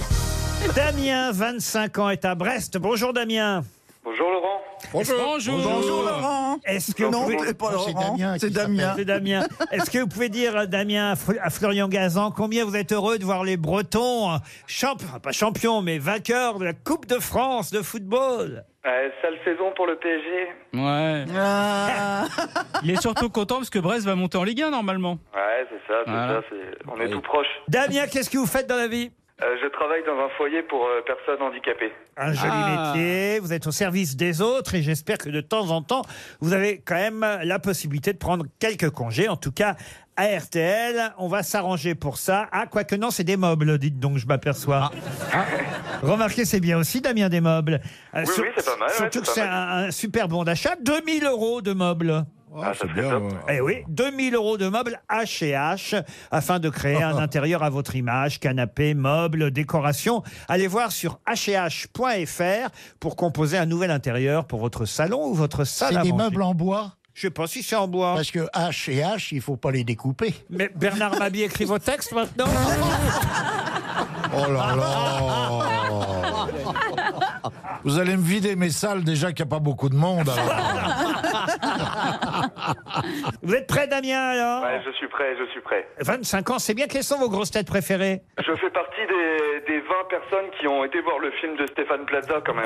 Speaker 6: Damien, 25 ans, est à Brest. Bonjour Damien.
Speaker 16: Bonjour Laurent.
Speaker 6: Bonjour.
Speaker 12: Bonjour Laurent.
Speaker 6: Est-ce que
Speaker 12: Non,
Speaker 6: vous pouvez-
Speaker 12: c'est pas
Speaker 6: Non, c'est
Speaker 12: Laurent,
Speaker 6: Damien qui
Speaker 12: c'est Damien.
Speaker 6: C'est Damien. Est-ce que vous pouvez dire, euh, Damien, à Fl- à Florian Gazan, combien vous êtes heureux de voir les Bretons, euh, champ- enfin, pas champions, mais vainqueurs de la Coupe de France de football
Speaker 16: Euh, sale saison pour le PSG.
Speaker 18: Ouais.
Speaker 12: Ah.
Speaker 18: Il est surtout content parce que Brest va monter en Ligue 1 normalement.
Speaker 16: Ouais, c'est ça,
Speaker 11: Ah.
Speaker 16: c'est
Speaker 15: Ah.
Speaker 18: Voilà.
Speaker 16: ça. c'est- On est tout proche.
Speaker 6: Damien, qu'est-ce que vous faites dans la vie
Speaker 16: Euh, je travaille dans un foyer pour euh, personnes handicapées.
Speaker 6: un joli
Speaker 18: Ah.
Speaker 6: métier, vous êtes au service des autres et j'espère que de temps en temps, vous avez quand même la possibilité de prendre quelques congés. En tout cas, à RTL, on va s'arranger pour ça. Ah, quoique non, c'est des meubles, dites donc, je m'aperçois.
Speaker 16: Ah.
Speaker 6: Ah. Remarquez, c'est bien aussi, Damien, des meubles. Euh,
Speaker 16: Oui, oui, c'est pas mal, ouais,
Speaker 6: Surtout
Speaker 16: c'est
Speaker 6: que
Speaker 16: pas
Speaker 6: c'est un, un super bon d'achat, 2000 euros de meubles.
Speaker 8: Oh,
Speaker 16: ah, ça serait top.
Speaker 6: Eh oui, 2000 euros de meubles H&H afin de créer un intérieur à votre image, canapé, meubles, décoration. Allez voir sur h&h.fr pour composer un nouvel intérieur pour votre salon ou votre salle
Speaker 15: C'est
Speaker 6: à
Speaker 15: des
Speaker 6: manger.
Speaker 15: meubles en bois
Speaker 6: Je sais pas si c'est en bois.
Speaker 19: Parce que H et H, il faut pas les découper.
Speaker 6: Mais Bernard Mabie écrit vos textes maintenant
Speaker 15: Oh là là Vous allez me vider mes salles déjà qu'il n'y a pas beaucoup de monde. alors.
Speaker 6: Vous êtes prêt, Damien, alors
Speaker 16: Ouais, je suis prêt, je suis prêt.
Speaker 6: 25 ans, c'est bien. Quelles sont vos grosses têtes préférées
Speaker 16: Je fais partie des, des 20 personnes qui ont été voir le film de Stéphane Plaza quand même.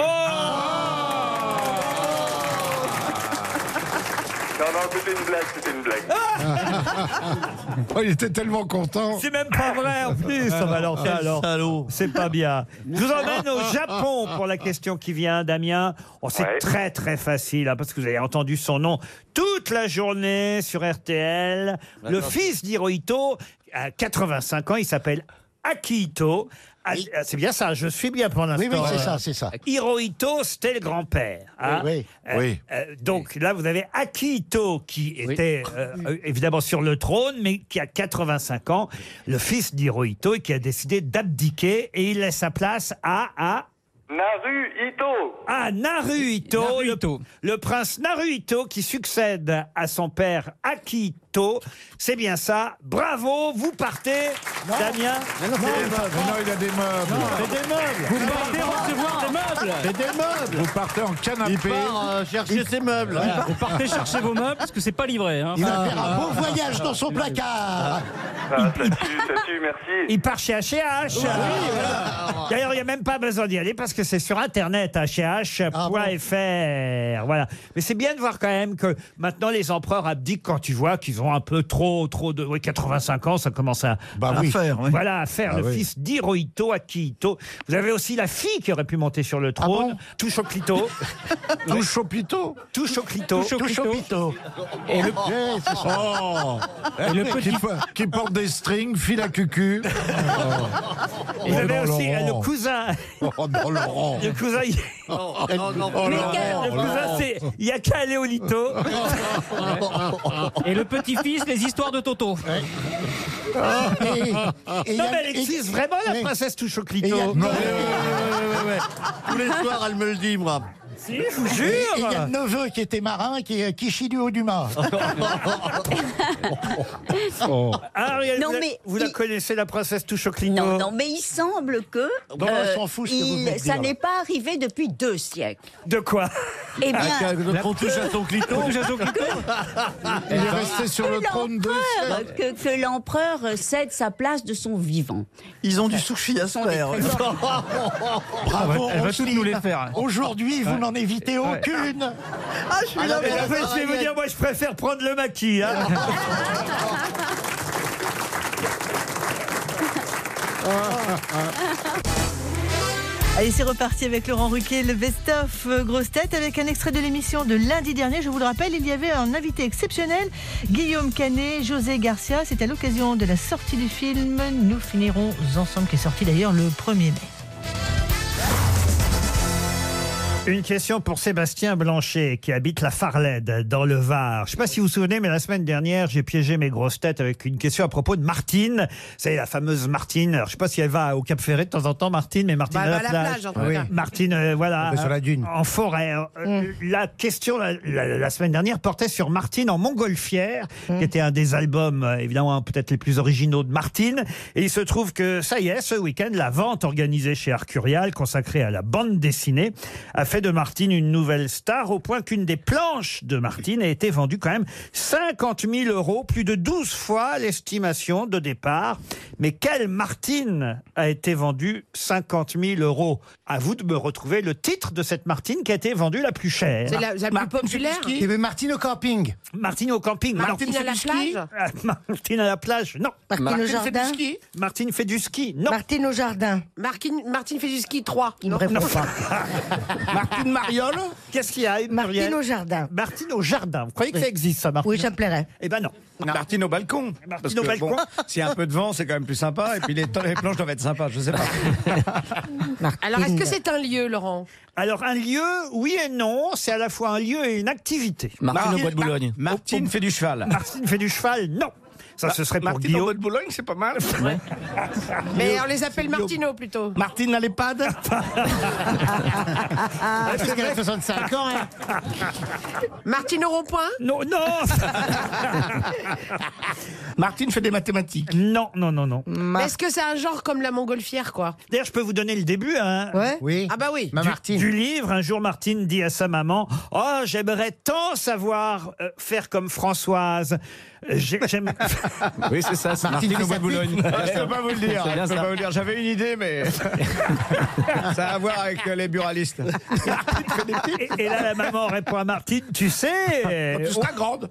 Speaker 16: non, non, c'était une blague, c'était une blague.
Speaker 15: Oh, il était tellement content.
Speaker 6: C'est même pas vrai en plus. Ah, bah alors, ça, alors, c'est pas bien. Je vous emmène au Japon pour la question qui vient, Damien. Oh, c'est très très facile hein, parce que vous avez entendu son nom toute la journée sur RTL. Le
Speaker 2: D'accord.
Speaker 6: fils d'Hirohito, à 85 ans, il s'appelle Akihito. Ah, C'est bien ça, je suis bien pour l'instant. hein.
Speaker 19: Oui, oui, c'est ça, c'est ça.
Speaker 6: Hirohito, c'était le grand-père. hein.
Speaker 19: Oui, oui. Oui.
Speaker 6: euh, donc là, vous avez Akihito qui était euh, euh, évidemment sur le trône, mais qui a 85 ans, le fils d'Hirohito, et qui a décidé d'abdiquer, et il laisse sa place à... à
Speaker 16: Naruhito
Speaker 6: à Naruhito, Le, le prince Naruhito qui succède à son père Akihito. C'est bien ça. Bravo, vous partez, Damien.
Speaker 15: Non, il a des meubles.
Speaker 6: C'est des meubles.
Speaker 15: Vous partez
Speaker 6: recevoir des meubles.
Speaker 15: C'est des meubles. Vous partez en canapé.
Speaker 11: Il part, euh, chercher ses meubles.
Speaker 15: Il part-
Speaker 18: Vous partez chercher vos meubles parce que c'est pas livré. Hein.
Speaker 15: Il
Speaker 19: va faire un beau voyage dans son placard.
Speaker 16: Ah, ça tue, ça tue, merci.
Speaker 6: Il part chez H&H. D'ailleurs, il n'y a même pas besoin d'y aller parce que c'est sur Internet, H&H.fr. Voilà. Mais c'est bien de voir quand même que maintenant, les empereurs abdiquent quand tu vois qu'ils ont un peu trop, trop de... Oui, 85 ans, ça commence à,
Speaker 15: Bah
Speaker 6: à
Speaker 15: oui.
Speaker 6: faire.
Speaker 15: oui.
Speaker 6: Voilà, à faire
Speaker 15: Ah
Speaker 6: le
Speaker 15: oui.
Speaker 6: fils d'Hirohito Akihito. Vous avez aussi la fille qui aurait pu monter sur le trône. Touche au clito.
Speaker 15: Touche au pito.
Speaker 6: Touche au clito.
Speaker 15: Touche au clito.
Speaker 6: Et le-
Speaker 15: Eh, c'est ça.
Speaker 6: Et le
Speaker 15: qui,
Speaker 6: petit-
Speaker 15: po- qui porte des strings, file à cucu.
Speaker 6: Et vous avez aussi euh, le cousin.
Speaker 15: Oh non, Laurent. Oh,
Speaker 6: Le cousin, il-
Speaker 18: Oh
Speaker 6: Mais quel- Oh le cousin, c'est- il y a qu'à aller au lito.
Speaker 18: Et le petit-fils, les histoires de Toto.
Speaker 6: non, mais elle existe vraiment, la princesse touche au clito.
Speaker 15: Non,
Speaker 11: Tous les soirs, elle me le dit, moi.
Speaker 6: Si, je vous
Speaker 19: Et- et Il y a
Speaker 6: jure
Speaker 19: le neveu qui était marin, qui est Kishi du Haut-Dumas.
Speaker 18: Oh.
Speaker 6: Oh. Ariel,
Speaker 10: Non,
Speaker 6: Ah, vous la-
Speaker 10: mais
Speaker 6: vous la connaissez, la princesse touche au clito
Speaker 10: Non, non, mais il semble que
Speaker 6: Euh,
Speaker 10: euh,
Speaker 6: Non, on s'en fout ce que vous
Speaker 10: il-
Speaker 6: venez de
Speaker 10: ça
Speaker 6: dire.
Speaker 10: n'est pas arrivé depuis deux siècles.
Speaker 6: De quoi
Speaker 10: Eh bien,
Speaker 11: on touche à son clito.
Speaker 10: On touche à son clito.
Speaker 15: Il est resté sur le trône de
Speaker 10: l'empereur- que, que l'empereur cède sa place de son vivant.
Speaker 12: Ils ont du sushi à se faire.
Speaker 19: Bravo,
Speaker 18: Elle va
Speaker 19: Roselyne.
Speaker 18: toutes nous les faire. hein.
Speaker 19: Aujourd'hui, vous
Speaker 18: Ouais.
Speaker 19: n'en évitez
Speaker 18: Ouais.
Speaker 19: aucune.
Speaker 12: Ah, je suis
Speaker 6: Ah,
Speaker 12: là,
Speaker 6: mais
Speaker 12: mais
Speaker 6: en fait, je vais vous dire, moi, je préfère prendre le maquis. hein.
Speaker 5: Ah. Allez, c'est reparti avec Laurent Ruquier, le best-of euh, grosse tête, avec un extrait de l'émission de lundi dernier. Je vous le rappelle, il y avait un invité exceptionnel, Guillaume Canet, José Garcia. C'est à l'occasion de la sortie du film Nous finirons ensemble, qui est sorti d'ailleurs le 1er mai.
Speaker 6: Une question pour Sébastien Blanchet qui habite la Farlède dans le Var. Je sais pas si vous vous souvenez, mais la semaine dernière, j'ai piégé mes grosses têtes avec une question à propos de Martine. C'est la fameuse Martine. Alors, je sais pas si elle va au Cap Ferré de temps en temps, Martine, mais Martine
Speaker 20: Bah,
Speaker 6: à la,
Speaker 20: bah, à la plage, en tout
Speaker 6: Oui.
Speaker 20: cas.
Speaker 6: Martine, euh, voilà.
Speaker 8: Elle va sur la dune.
Speaker 6: En forêt. Euh, La question la, la- la semaine dernière portait sur Martine en Montgolfière, qui était un des albums euh, évidemment peut-être les plus originaux de Martine. Et il se trouve que ça y est, ce week-end, la vente organisée chez Arcurial, consacrée à la bande dessinée, a fait de Martine une nouvelle star, au point qu'une des planches de Martine a été vendue quand même 50 000 euros, plus de 12 fois l'estimation de départ. Mais quelle Martine a été vendue 50 000 euros À vous de me retrouver le titre de cette Martine qui a été vendue la plus chère.
Speaker 20: C'est la, la plus populaire.
Speaker 19: Il y avait Martine au camping.
Speaker 6: Martine au camping.
Speaker 20: Martine
Speaker 6: Martine
Speaker 20: à la plage.
Speaker 6: Martine à la plage, non.
Speaker 13: Martine au Martine fait
Speaker 20: jardin. du ski.
Speaker 6: Martine fait du ski, non.
Speaker 20: Martine au jardin. Martine, Martine fait du ski 3. Il me
Speaker 6: répond pas. Martine Mariole Qu'est-ce qu'il y a Martine
Speaker 22: au jardin.
Speaker 6: Martine au jardin. Vous croyez que ça existe, ça, Martine
Speaker 22: Oui, ça me plairait.
Speaker 6: Eh ben non.
Speaker 1: Eh ben, Martine au balcon. Parce
Speaker 6: au
Speaker 1: que,
Speaker 6: balcon.
Speaker 1: bon, S'il y a un peu de vent, c'est quand même plus sympa. Et puis les, temps- les planches doivent être sympas, je sais pas.
Speaker 20: Alors, est-ce que c'est un lieu, Laurent
Speaker 6: Mmh. Alors, un lieu, oui et non, c'est à la fois un lieu et une activité.
Speaker 1: Martine au Bois de Boulogne. Martine fait du cheval.
Speaker 6: Martine fait du cheval, non.
Speaker 1: Bah,
Speaker 6: Ça, ce serait pour
Speaker 15: Martine
Speaker 6: Guillaume.
Speaker 15: en bonne Boulogne, c'est pas mal.
Speaker 7: Mais on les appelle Martino plutôt.
Speaker 15: Martine à l'EHPAD
Speaker 6: Ah,
Speaker 7: Parce
Speaker 15: qu'elle a 65 ans.
Speaker 9: hein.
Speaker 7: Martino Rond-Point
Speaker 6: Non, non
Speaker 15: Martine fait des mathématiques.
Speaker 6: Non, non, non, non.
Speaker 7: Mais Est-ce que c'est un genre comme la montgolfière, quoi
Speaker 6: D'ailleurs, je peux vous donner le début. Hein,
Speaker 7: Oui. Ah bah oui.
Speaker 6: du, du livre, un jour, Martine dit à sa maman Oh, j'aimerais tant savoir euh, faire comme Françoise. J'ai- j'aime-
Speaker 11: Oui, c'est ça, c'est Martine Martine au bois de Boulogne.
Speaker 1: Ah, je peux pas vous le dire.
Speaker 11: C'est bien
Speaker 1: Je peux
Speaker 11: ça.
Speaker 1: pas vous le dire. J'avais une idée, mais ça a à voir avec euh, les buralistes.
Speaker 6: Et là, la maman répond à Martine, tu sais,
Speaker 1: Quand tu seras grande.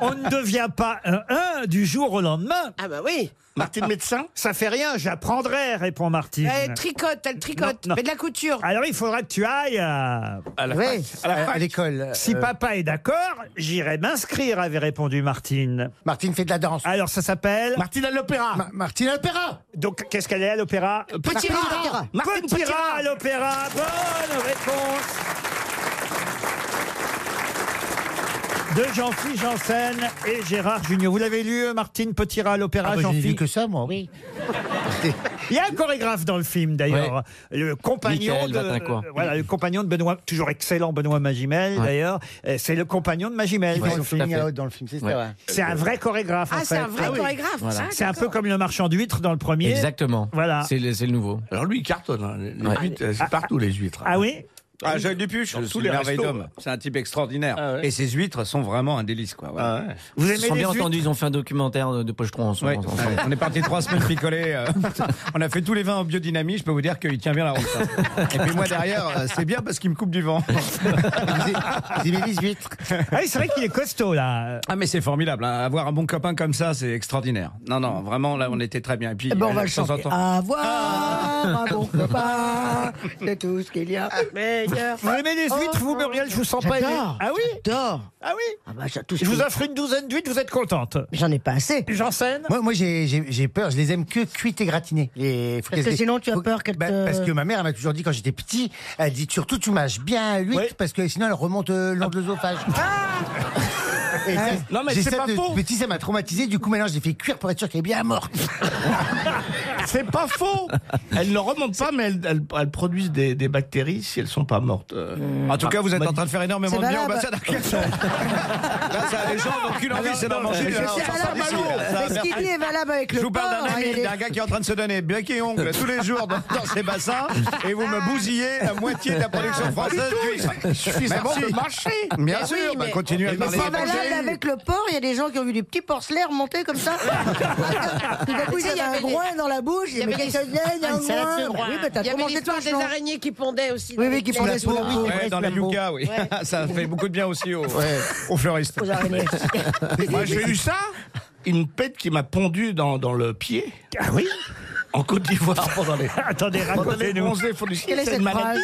Speaker 6: on ne devient pas un un du jour au lendemain.
Speaker 7: Ah bah oui.
Speaker 6: Martine médecin Ça fait rien, j'apprendrai, répond Martine.
Speaker 7: Elle tricote, elle tricote.
Speaker 6: Non, non.
Speaker 7: Mais de la couture.
Speaker 6: Alors il faudra que tu ailles à,
Speaker 7: Oui,
Speaker 6: à
Speaker 7: à- à
Speaker 6: l'école. Si
Speaker 7: euh.
Speaker 6: papa est d'accord, j'irai m'inscrire, avait répondu Martine. Martine fait de la danse. Alors ça s'appelle Martine à l'opéra. Martine à l'opéra. Donc qu'est-ce qu'elle est à l'opéra
Speaker 23: Petit rat.
Speaker 6: rat.
Speaker 23: Martine
Speaker 6: Petit
Speaker 23: Petit
Speaker 6: rat
Speaker 23: rat.
Speaker 6: à l'opéra. Bonne réponse. De Jean-Philippe Janssen et Gérard Junior. Vous l'avez lu, euh, Martine Petit rat à l'opéra,
Speaker 19: Ah bah, je n'ai
Speaker 6: Jean-Philippe
Speaker 19: vu que ça, moi. Oui.
Speaker 6: il y a un chorégraphe dans le film d'ailleurs, le compagnon
Speaker 11: Michael
Speaker 6: de
Speaker 11: Vatincourt.
Speaker 6: euh, voilà le compagnon de Benoît, toujours excellent Benoît Magimel
Speaker 19: Ouais.
Speaker 6: d'ailleurs, Euh, c'est le compagnon de Magimel.
Speaker 19: Ils
Speaker 6: dans le
Speaker 19: ont
Speaker 6: film.
Speaker 19: fini out dans le film, c'est ça.
Speaker 6: Ouais.
Speaker 19: ouais.
Speaker 6: C'est un vrai chorégraphe.
Speaker 19: Ah,
Speaker 6: en
Speaker 19: c'est
Speaker 6: fait.
Speaker 19: un vrai Ah oui. chorégraphe, Voilà. ça,
Speaker 6: C'est un peu comme le marchand d'huîtres dans le premier.
Speaker 11: Exactement.
Speaker 6: Voilà.
Speaker 11: C'est le, c'est le nouveau.
Speaker 15: Alors lui, il cartonne. hein. Les
Speaker 11: Ouais.
Speaker 15: huîtres, euh, c'est partout les huîtres.
Speaker 6: Ah oui
Speaker 1: Ah, Jacques Dupuche,
Speaker 15: Dans
Speaker 1: tous les merveilles
Speaker 15: restos.
Speaker 1: d'homme. C'est un type extraordinaire.
Speaker 15: Ah ouais.
Speaker 1: Et ses huîtres sont vraiment un délice, quoi. Ah ouais.
Speaker 15: Ah
Speaker 11: Vous Ah Ils se sont bien entendus, ils ont fait un documentaire de, de Pochetron ensemble.
Speaker 1: Ouais. On est parti trois semaines picoler. euh, on a fait tous les vins en biodynamie. Je peux vous dire qu'il tient bien la route. hein. ça. Et puis moi derrière, euh, c'est bien parce qu'il me coupe du vent. Il est 18.
Speaker 6: Ah, c'est vrai qu'il est costaud là.
Speaker 1: Ah mais c'est formidable. hein. Avoir un bon copain comme ça, c'est extraordinaire. Non non, vraiment là, on était très bien. Et
Speaker 11: Eh
Speaker 1: puis
Speaker 11: ben,
Speaker 9: Bon, on va
Speaker 1: euh,
Speaker 9: le
Speaker 1: de temps en
Speaker 9: chanter.
Speaker 1: temps-
Speaker 11: Ah,
Speaker 9: Avoir un bon copain, c'est tout ce qu'il y
Speaker 7: Ah,
Speaker 9: a de meilleur.
Speaker 6: Vous aimez les huîtres, vous, Muriel Je vous sens pas aimé.
Speaker 9: J'adore.
Speaker 6: Ah oui
Speaker 9: J'adore.
Speaker 6: Ah oui
Speaker 9: Ah bah, j'ai tout ce
Speaker 6: Je vous
Speaker 9: que-
Speaker 6: offre une douzaine d'huîtres, vous êtes contente
Speaker 9: J'en ai pas assez.
Speaker 6: J'enseigne
Speaker 19: Moi, moi j'ai- j'ai j'ai peur, je les aime que cuites et gratinées. Les bah,
Speaker 9: Parce que sinon, tu as peur qu'elles te-
Speaker 19: Parce que ma mère, elle m'a toujours dit quand j'étais petit, elle dit surtout tu mâches bien l'huître parce que sinon elle remonte euh, le long de l'œsophage.
Speaker 6: Ah
Speaker 19: Et ça,
Speaker 15: Non, mais
Speaker 19: j'ai
Speaker 15: c'est
Speaker 19: ça
Speaker 15: pas
Speaker 19: de
Speaker 15: faux.
Speaker 19: Petit, ça m'a traumatisé. Du coup, maintenant, je l'ai fait cuire pour être sûr qu'elle est bien morte.
Speaker 15: C'est pas faux. Elles ne remontent pas, mais elles, elles- elles produisent des, des bactéries si elles sont pas mortes. Euh,
Speaker 1: En tout
Speaker 15: ah,
Speaker 1: cas, vous êtes
Speaker 15: bah,
Speaker 1: en train de faire énormément
Speaker 15: c'est
Speaker 1: de bien au
Speaker 15: valable.
Speaker 1: bassin d'Arcachon. Là, ça, les gens n'ont aucune envie, c'est d'en manger.
Speaker 9: Mais
Speaker 1: là, on
Speaker 9: c'est
Speaker 1: s'en
Speaker 9: valable,
Speaker 1: sort d'ici,
Speaker 9: allô.
Speaker 1: là. hein, Ça,
Speaker 9: Mais ce qu'il
Speaker 1: merci.
Speaker 9: dit est valable avec
Speaker 1: Je
Speaker 9: le
Speaker 1: vous parle d'un
Speaker 9: porc, il
Speaker 1: ami,
Speaker 9: est-
Speaker 1: d'un gars qui est en train de se donner bec et ongle tous les jours dans, dans ses bassins et vous me bousillez la moitié de la production française d'huître.
Speaker 15: Il suffit
Speaker 1: Mais
Speaker 15: seulement
Speaker 1: bon,
Speaker 15: de marcher.
Speaker 1: Bien
Speaker 9: Mais
Speaker 1: sûr,
Speaker 9: oui,
Speaker 1: bah,
Speaker 9: mais-
Speaker 1: continuez à
Speaker 9: mais
Speaker 1: parler.
Speaker 9: C'est valable avec le porc. Il y a des gens qui ont vu des petits porcelets remonter comme ça. Tout d'un coup,
Speaker 7: Tu
Speaker 9: ils
Speaker 7: sais, il y
Speaker 9: avaient un
Speaker 7: avait des-
Speaker 9: groin dans la bouche.
Speaker 7: il y
Speaker 9: Mais
Speaker 7: avait
Speaker 9: qu'est-ce que
Speaker 7: des-
Speaker 9: c'est, il y a un
Speaker 7: Une salade
Speaker 9: groin.
Speaker 7: de groin.
Speaker 9: Oui, mais t'as
Speaker 7: Il
Speaker 9: trop
Speaker 7: y avait
Speaker 9: mangé de
Speaker 7: l'histoire des
Speaker 9: cochon.
Speaker 7: araignées qui pondaient aussi.
Speaker 9: Oui, oui, qui
Speaker 7: les-
Speaker 9: pondaient
Speaker 7: les-
Speaker 9: sous la peau.
Speaker 1: Ouais, dans les yucca, oui.
Speaker 7: Ouais.
Speaker 1: ça fait beaucoup de bien aussi aux, aux fleuristes.
Speaker 15: Moi, j'ai eu ça. Une pète qui m'a pondu dans, dans le pied.
Speaker 6: Ah oui
Speaker 15: En Côte d'Ivoire pendant les.
Speaker 6: Attendez,
Speaker 15: pendant les
Speaker 6: racontez-nous.
Speaker 15: bronzés font du ski,
Speaker 9: Quelle est
Speaker 15: c'est
Speaker 9: cette
Speaker 15: une maladie.
Speaker 9: phrase